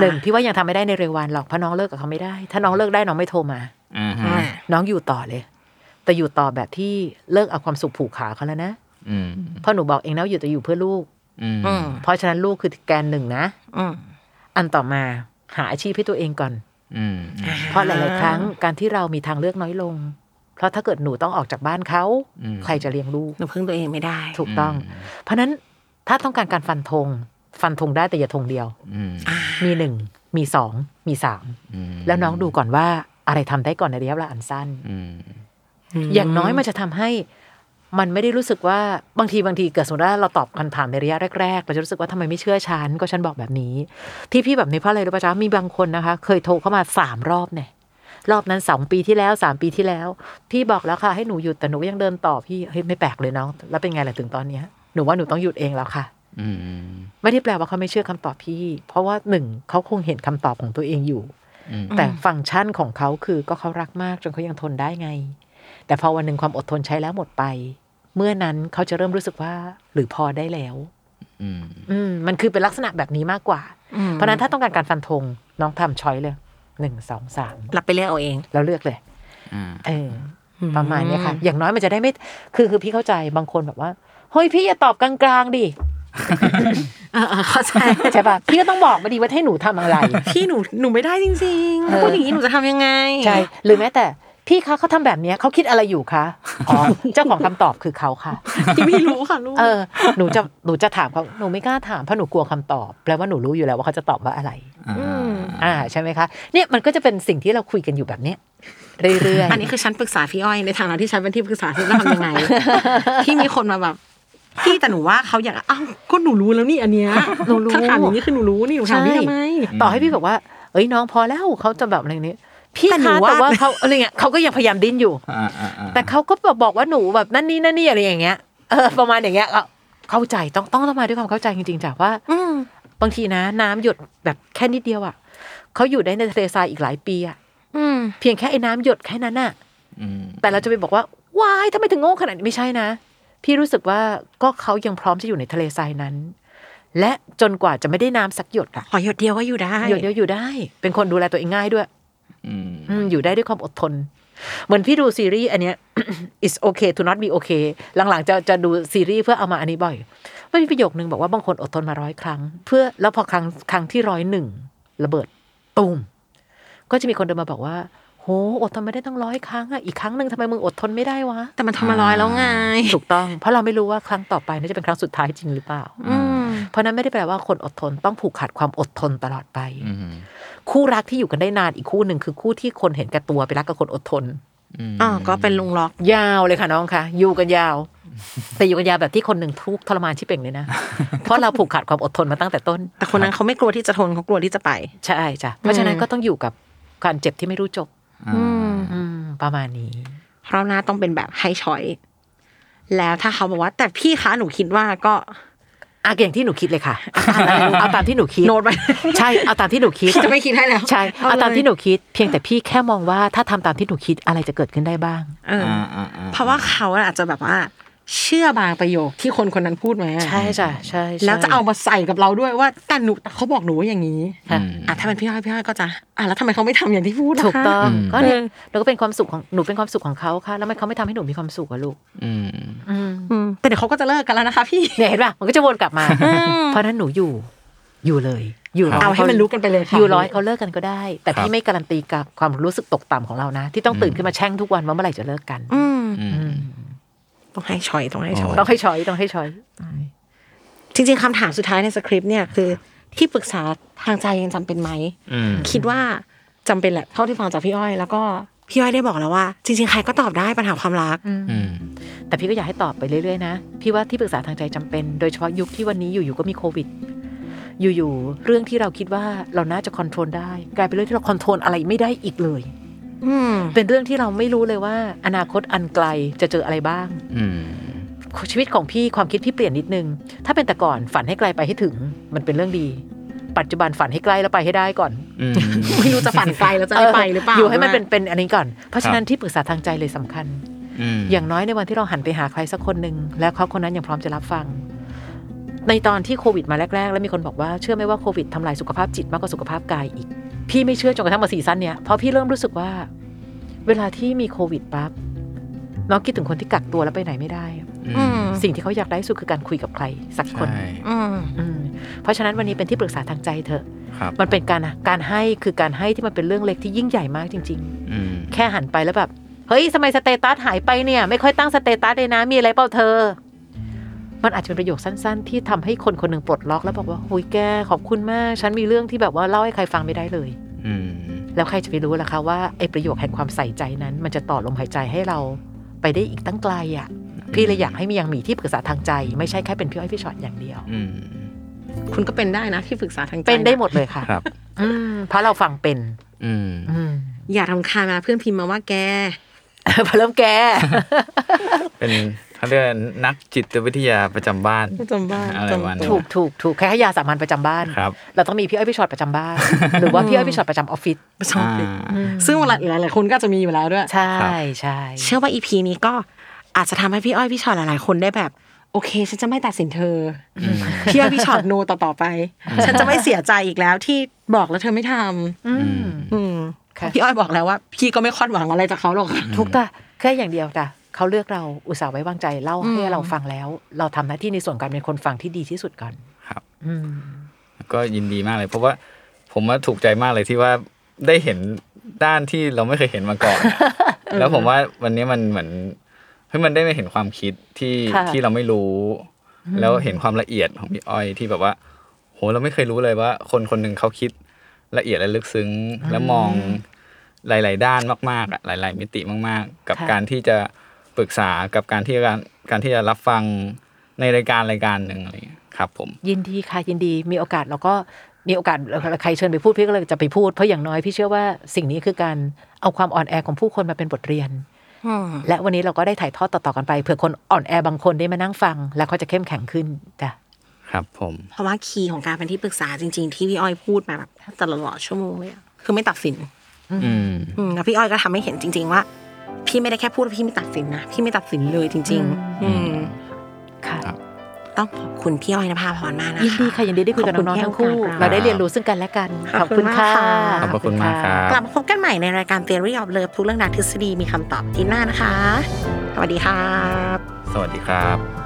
S3: หนึ่งพี่ว่ายังทำไม่ได้ในเร็ววันหรอกเพราะน้องเลิกกับเขาไม่ได้ ถ้าน้องเลิกได้น้องไม่โทรมา
S2: อ่าฮะ
S1: อ่า
S3: น้องอยู่ต่อเลย แต่อยู่ต่อแบบที่เลิกเอาความสุขผูกขาเขาแล้วนะ
S2: อืม
S3: เพราะหนูบอกเองนะว่าอยู่แต่อยู่เพื่อลูก
S2: อืม
S1: อืม
S3: เพราะฉะนั้นลูกคือแกนหนึ่งนะ
S1: อืม
S3: อันต่อมาหาอาชีพให้ตัวเองก่อน
S2: อืม
S3: เพราะหลาย ๆ ครั้งการที่เรามีทางเลือกน้อยลง เพราะถ้าเกิดหนูต้องออกจากบ้านเขา
S2: อืม
S3: ใครจะเลี้ยงลูก
S1: หนูพึ่งตัวเองไม่ได้
S3: ถูกต้อง เพราะฉะนั้นถ้าต้องการการฟันธงฟันธงได้แต่อย่าธงเดียว
S2: อืม
S3: มีหนึ่งมีสองมีสาม
S2: อืม
S3: แล้วน้องดูก่อนว่าอะไรทำได้ก่อนในระยะเวลาอันสั้น
S2: อืม
S3: อย่างน้อยมันจะทำให้มันไม่ได้รู้สึกว่าบางทีบางทีเกิดสมมติว่าเราตอบคำถามในระยะแรกๆเราจะรู้สึกว่าทำไมไม่เชื่อฉันก็ฉันบอกแบบนี้ ที่พี่แบบนี้เพราะอะไรรู้ป่ะจ๊ะมีบางคนนะคะ เคยโทรเข้ามาสามรอบเนี่ยรอบนั้นสองปีที่แล้วสามปีที่แล้ว พี่บอกแล้วค่ะให้หนูหยุดแต่หนูก็ยังเดินต่อพี่เฮ้ยไม่แปลกเลยน้องแล้วเป็นไงล่ะถึงตอนเนี้ยหนูว่าหนูต้องหยุดเองแล้วค่ะ
S2: อืม
S3: ไม่ได้แปลว่าเขาไม่เชื่อคำตอบพี่ เพราะว่าหนึ่งเขาคงเห็นคำตอบของตัวเองอยู่
S2: อืม
S3: แต่ฟังก์ชันของเขาคือก็เขารักมากจนเขายังทนได้ไง แต่พอวันหนึ่งความอดทนใช้แล้วหมดไป เมื่อนั้นเขาจะเริ่มรู้สึกว่าหรือพอได้แล้ว
S2: อืม
S3: อืมมันคือเป็นลักษณะแบบนี้มากกว่า เพราะฉะนั้นถ้าต้องการการฟันธงน้องทำช้อยเลยหนึ่งสองสาม
S1: รับไปเลือกเอาเอง
S3: แล้วเลือกเลย
S2: อ่า
S3: เอออประมาณเนี้ยค่ะ อย่างน้อยมันจะได้ไม่คือคือพี่เข้าใจบางคนแบบว่าเฮ้ยพี่อย่าตอบกลางๆดิ
S1: เออเข้าใจ
S3: ใช่ป่ะพี่ก็ต้องบอกมาดีว่าให้หนูทำอะไร
S1: พี่หนูหนูไม่ได้จริง
S3: เออ
S1: ๆพูดอย่างนี้หนูจะทำยังไง
S3: ใช่หรือแม้แต่พี่คะเขาทำแบบเนี้ยเขาคิดอะไรอยู่คะอ๋อ [laughs] เจ้าของคำตอบคือเขาค่ะ
S1: ที่ไม่รู้ค่ะลูก
S3: เออหนูจะหนูจะถามเขาหนูไม่กล้าถามเพราะหนูกลัวคำตอบแปลว่าหนูรู้อยู่แล้วว่าเขาจะตอบว่าอะไร
S2: อืม
S3: อ่าใช่ไหมคะเนี่ยมันก็จะเป็นสิ่งที่เราคุยกันอยู่แบบเนี้ยเรื่อยๆ
S1: อันนี้คือฉันปรึกษาพี่อ้อยในฐานะที่ฉันเป็นที่ปรึกษาฉันจะท [laughs] ำยังไง ที่มีคนมาแบบพี่แต่หนูว่าเขาอยากอ้าวก็หนูรู้แล้วนี่อันเนี้ยหนูรู้ถ้าถามอย่างนี้คือหนูรู้นี่หนูถามพี่ทำไม
S3: ต่อให้พี่บอกว่าเอ้ยน้องพอแล้วเขาจะแบบอะไรอย่างนี้พี่
S1: แต่หนู
S3: คะ
S1: ว่า
S3: แต่ว่าเขาอะไรเงี้ยเขาก็ยังพยายามดิ้นอยู่
S2: อ่าอ่าอ่า
S3: แต่เขาก็แบบบอกว่าหนูแบบนั่นนี่นั่นนี่อะไรอย่างเงี้ยเออประมาณอย่างเงี้ยก็เข้าใจต้องต้องต้องมาด้วยความเข้าใจจริงๆจากว่า บางทีนะ น้ำหยดแบบแค่นิดเดียวอ่ะเขาอยู่ได้ในทะเลทรายอีกหลายปีอ่ะ
S1: อื
S6: 嗯
S1: ม
S3: เพียงแค่ไอ้น้ำหยดแค่นั้นอ่ะ
S2: อืม
S3: แต่เราจะไปบอกว่า ว้ายทำไมถึงโง่ขนาดนี้ไม่ใช่นะ พี่รู้สึกว่าก็เขายังพร้อมจะอยู่ในทะเลทรายนั้น และจนกว่าจะไม่ได้น้ำสักหยดอะ
S1: ขอหยดเดียวก็อยู่ได้
S3: หยดเดียวอยู่ได้ เป็นคนดูแลตัวเองง่ายด้วย
S2: อืม
S3: อืมอยู่ได้ด้วยความอดทน เหมือนพี่ดูซีรีส์อันเนี้ย [coughs] is okay to not be okay หลังๆ จะจะดูซีรีส์เพื่อเอามาอันนี้บ่อยมันมีประโยคนึงบอกว่าบางคนอดทนมาร้อยครั้ง เพื่อแล้วพอครั้งครั้งที่ร้อยหนึ่งระเบิดตูมก็จะมีคนเดินมาบอกว่า โหอดทนไม่ได้ตั้งร้อยครั้งอะอีกครั้งหนึ่งทำไมมึงอดทนไม่ได้วะ
S1: แต่มันทำมาร้อยแล้วไง
S3: ถูกต้อง เพราะเราไม่รู้ว่าครั้งต่อไปนั่นจะเป็นครั้งสุดท้ายจริงหรือเปล่า
S1: อืม
S3: เพราะนั้นไม่ได้แปลว่าคนอดทนต้องผูกขาดความอดทนตลอดไป
S2: อืม
S3: คู่รักที่อยู่กันได้นานอีกคู่หนึ่งคือคู่ที่คนเห็นแก่ตัวไปรักกับคนอดทน
S2: อืม
S1: อ๋อ ก็เป็นลุงล็อก
S3: ยาวเลยค่ะน้องคะอยู่กันยาว แต่อยู่กันยาวแบบที่คนหนึ่งทุกข์ทรมานชิบเป่ง
S1: [laughs]
S3: เลยนะ เพราะเราผูกขาดความอดทนมาตั้งแต่ต้น
S1: แต่คนนั้นเขาไม่กลัวที่จะทนเขากลัวที่จะไป
S3: ใช่จ้ะเพราะฉะนั้น
S1: อืม
S3: ก็ต้องอยู่กับการเจ็บที่ไม่รู้จบ
S2: อ่า
S3: อืม ประมาณนี้
S1: เพราะหน้าต้องเป็นแบบให้ช้อย แล้วถ้าเขาบอกว่า แต่พี่คะหนูคิดว่าก็
S3: อาเก่างที่หนูคิดเลย
S1: [laughs]
S3: ค่ะเอาตามที่หนูคิด
S1: โน้ตไว้
S3: ใช่เอาตามที่หนูคิด
S1: จะไม่คิด [laughs] ให้แล้ว
S3: ใช่
S1: ล
S3: เอา
S1: ย
S3: ตามที่หนูคิด เพียงแต่พี่แค่มองว่าถ้าทำตามที่หนูคิดอะไรจะเกิดขึ้นได้บ้าง
S1: เอออ
S2: อ่าอ่อ่
S1: เพราะว่าเขาอาจจะแบบว่า เชื่อบางประโยคที่คนคนนั้นพูดมา
S3: ใช่จ้ะใช่ใช่
S1: แล้วจะเอามาใส่กับเราด้วยว่าแต่หนูแต่เขาบอกหนูว่าอย่างนี้
S3: ค่ะ
S1: อ่ะถ้าเป็นพี่อ้อยพี่อ้อยก็จะอ่ะแล้วทำไมเขาไม่ทำอย่างที่พูดล่ะ
S3: ถูกต้องก็เนี่ย
S1: เออ
S3: แล้วก็เป็นความสุขของหนูเป็นความสุขของเขาค่ะ แล้วทำไมันเขาไม่ทำให้หนูมีความสุขอะลูก
S2: อืม
S3: อืม
S1: อืมแต่เดี๋ยวเขาก็จะเลิกกันแล้วนะคะพี่
S3: เนี่ยเห็นป่ะมันก็จะวนกลับมา เพราะฉะนั้นหนูอยู่ อยู่เลย อยู่ร้ย
S1: เอาให้มันรู้กันไปเลยค่ะ
S3: อยู่ร้อยเขาเลิกกันก็ได้ แต่พี่ไม่การันตีกับความรู้สึกตกต่ำของเรานะ ที่ต้องตื่นขึ้นมาแช่งทุกวันว่าเมื่อไหร่จะเลิกกัน
S1: อืม
S2: อืม
S3: อืม
S1: ต้องให้ชอยต้องให้ชอย
S3: ต้องให้ช้อยต้องให้ช้อย
S1: จริงๆคำถามสุดท้ายในสคริปต์เนี่ยคือที่ปรึกษาทางใจยังจำเป็นไหม
S2: อืม
S1: คิดว่าจำเป็นแหละเท่าที่ฟังจากพี่อ้อย แล้วก็พี่อ้อยได้บอกแล้วว่า จริง ๆ ใครก็ตอบได้ปัญหาความรัก
S2: อืม
S3: แต่พี่ก็อยากให้ตอบไปเรื่อยๆนะ พี่ว่าที่ปรึกษาทางใจจำเป็น โดยเฉพาะยุคที่วันนี้อยู่ๆก็มีโควิด อยู่ๆเรื่องที่เราคิดว่าเราน่าจะควบคุมได้ กลายเป็นเรื่องที่เราควบคุมอะไรไม่ได้อีกเลย
S1: อืม
S3: เป็นเรื่องที่เราไม่รู้เลยว่า อนาคตอันไกลจะเจออะไรบ้าง
S2: อืม
S3: ชีวิตของพี่ความคิดพี่เปลี่ยนนิดนึง ถ้าเป็นแต่ก่อนฝันให้ไกลไปให้ถึง มันเป็นเรื่องดี ปัจจุบันฝันให้ใกล้แล้วไปให้ได้ก่อน
S2: อืม
S1: ไม่รู้จะฝันไกลแล้วจะได้ไปหรือเปล่า
S3: ยู่ให้มันเป็นเป็นอันนี้ก่อน เพราะฉะนั้น
S2: ครับ
S3: ที่ปรึกษาทางใจเลยสำคัญ
S2: อืม
S3: อย่างน้อยในวันที่เราหันไปหาใครสักคนหนึ่งแล้วเขาคนนั้นยังพร้อมจะรับฟัง ในตอนที่โควิดมาแรก ๆ แล้วมีคนบอกว่าเชื่อไหมว่าโควิดทำลายสุขภาพจิตมากกว่าสุขภาพกายอีก พี่ไม่เชื่อจนกระทั่งมาซีซั่นเนี้ยเพราะพี่เริ่มรู้สึกว่า เวลาที่มีโควิดปั๊บน้องคิดถึงคนที่กักตัวแล้วไปไหนไม่ได้อะ
S2: อื
S1: อื
S2: ม
S1: ม
S3: สิ่งที่เขาอยากได้ที่สุดคือการคุยกับใครสักคน
S2: ใช่
S1: อืม
S3: อืมเพราะฉะนั้นวันนี้เป็นที่ปรึกษาทางใจเถอะ
S2: ครับ
S3: มันเป็นการการให้คือการให้ที่มันเป็นเรื่องเล็กที่ยิ่งใหญ่มากจริง ๆ
S2: อืม
S3: แค่หันไปแล้วแบบ เฮ้ยทำไมสเตตัสหายไปเนี่ย ไม่ค่อยตั้งสเตตัสเลยนะ มีอะไรเปล่าเธอ มันอาจจะเป็นประโยคสั้นๆ ที่ทำให้คนคนหนึ่งปลดล็อกแล้วบอกว่าหุยแกขอบคุณมาก ฉันมีเรื่องที่แบบว่าเล่าให้ใครฟังไม่ได้เลย
S2: อืม
S3: แล้วใครจะไปรู้ล่ะคะว่าไอ้ประโยคแห่งความใส่ใจนั้น มันจะต่อลมหายใจให้เราไปได้อีกตั้งไกลอะ่ะ พี่เลยอยากให้มียังมีที่ปรึกษาทางใจ ไม่ใช่แค่เป็นพี่อ้อยพี่ช็อตอย่างเดียว
S2: อืม
S1: คุณก็เป็นได้นะที่ปรึกษาทางใจ
S3: เป็นได้หมดเลยค่ะ
S2: ครับ
S3: อืมเพราะเราฟังเป็น
S2: อืม
S3: อืม [laughs]
S1: อย่ารำคาญนะเพื่อนพิมพ์มาว่าแก
S3: พอเริ่มแก
S2: เป็นเขาเรียกนักจิตวิทยาประจำบ้าน
S1: ประจำบ้าน
S2: อะไรวัน
S3: [laughs] ถูกถูกถูกแค่ให้ยาสามัญประจำบ้าน
S2: ครับ
S3: เราต้องมีพี่อ้อยพี่ช็อตประจำบ้าน [laughs] หรือว่าพี่อ้อยพี่ช็อตประจำออฟฟิศ
S1: ประจำบ้าน
S2: อ่า
S1: ซึ่งหลายๆคนก็จะมีอยู่แล้วด้วย
S3: ใช่
S2: ครับ
S3: ใช่
S1: เชื่อว่าอีพีนี้ก็อาจจะทำให้พี่อ้อยพี่ชอตหลายๆคนได้แบบ โอเค ฉันจะไม่ตัดสินเธออพี่อ้อยพี่ชอตโนต่อต่อๆไป ฉันจะไม่เสียใจอีกแล้วที่บอกแล้วเธอไม่ทำ
S3: อืม
S1: อืม
S3: ค่ะ
S1: พี่อ้อยบอกแล้วว่า พี่ก็ไม่คาดหวังอะไรจากเขาหรอกค่ะ
S3: ทุกตาแค่อย่างเดียวจ้ะเขาเลือกเราอุตส่าห์ไว้วางใจเล่าให้เราฟังแล้ว เราทำหน้าที่ในส่วนการเป็นคนฟังที่ดีที่สุดก่อน
S2: ครับ
S3: อืม
S2: ก็ยินดีมากเลย เพราะว่าผมว่าถูกใจมากเลยที่ว่าได้เห็นด้านที่เราไม่เคยเห็นมาก่ [laughs] อน แล้วผมว่าวันนี้มันเหมือนเฮ้ยมันได้มาเห็นความคิดที่
S3: ค่ะ
S2: ที่เราไม่รู้ แล้วเห็นความละเอียดของพี่อ้อยที่แบบว่า โหเราไม่เคยรู้เลยว่า คนคนหนึ่งเขาคิดละเอียดและลึกซึ้ง และมองหลาย ๆ ด้านมากๆอะหลาย ๆ มิติมาก ๆ กับ
S3: ค่ะ
S2: การที่จะปรึกษากับการที่การการที่จะรับฟังในรายการรายการหนึ่งอะไรอย่างเงี้ยครับ ผม
S3: ยินดีค่ะยินดีมีโอกาสเราก็มีโอกาสใครเชิญไปพูดพี่ก็เลยจะไปพูดเพราะอย่างน้อยพี่เชื่อว่าสิ่งนี้คือการเอาความอ่อนแอของผู้คนมาเป็นบทเรียน และวันนี้เราก็ได้ถ่ายทอดต่อๆกันไปเผื่อคนอ่อนแอบางคนได้มานั่งฟัง แล้วเขาจะเข้มแข็งขึ้นจ้ะ
S2: ครับผม
S1: เพราะว่าคีย์ของการเป็นที่ปรึกษาจริง ๆ ที่พี่อ้อยพูดมาแบบแทบตลอดชั่วโมงเลยอะคือไม่ตัดสิน
S2: อืม
S1: อืมแล้วพี่อ้อยก็ทำให้เห็นจริง ๆ ว่า พี่ไม่ได้แค่พูดว่าพี่ไม่ตัดสินนะพี่ไม่ตัดสินเลยจริง ๆ อืม
S3: ค่ะ
S1: ต้องขอบคุณพี่อ้อยนภาพรมากนะคะ
S3: ยินดีค่ะยินดีได้คุยกับน้องๆทั้ง
S1: ข
S3: คู่
S1: อบคุณค่ะ
S3: เราได้เรียนรู้ซึ่งกันและกัน ข
S1: ข
S3: อ
S1: อ
S3: บบ
S1: คุ
S3: คุณ
S1: ณ
S3: ค่ะ
S1: มากค่ะ
S2: ขอบพระคุณมากครับ
S1: กลับมาพบกันใหม่ในรายการ Theory of Love ทุกเรื่องราวทฤษฎีมีคำตอบที่หน้านะคะ สวัสดีครับ
S2: สวัสดีครับ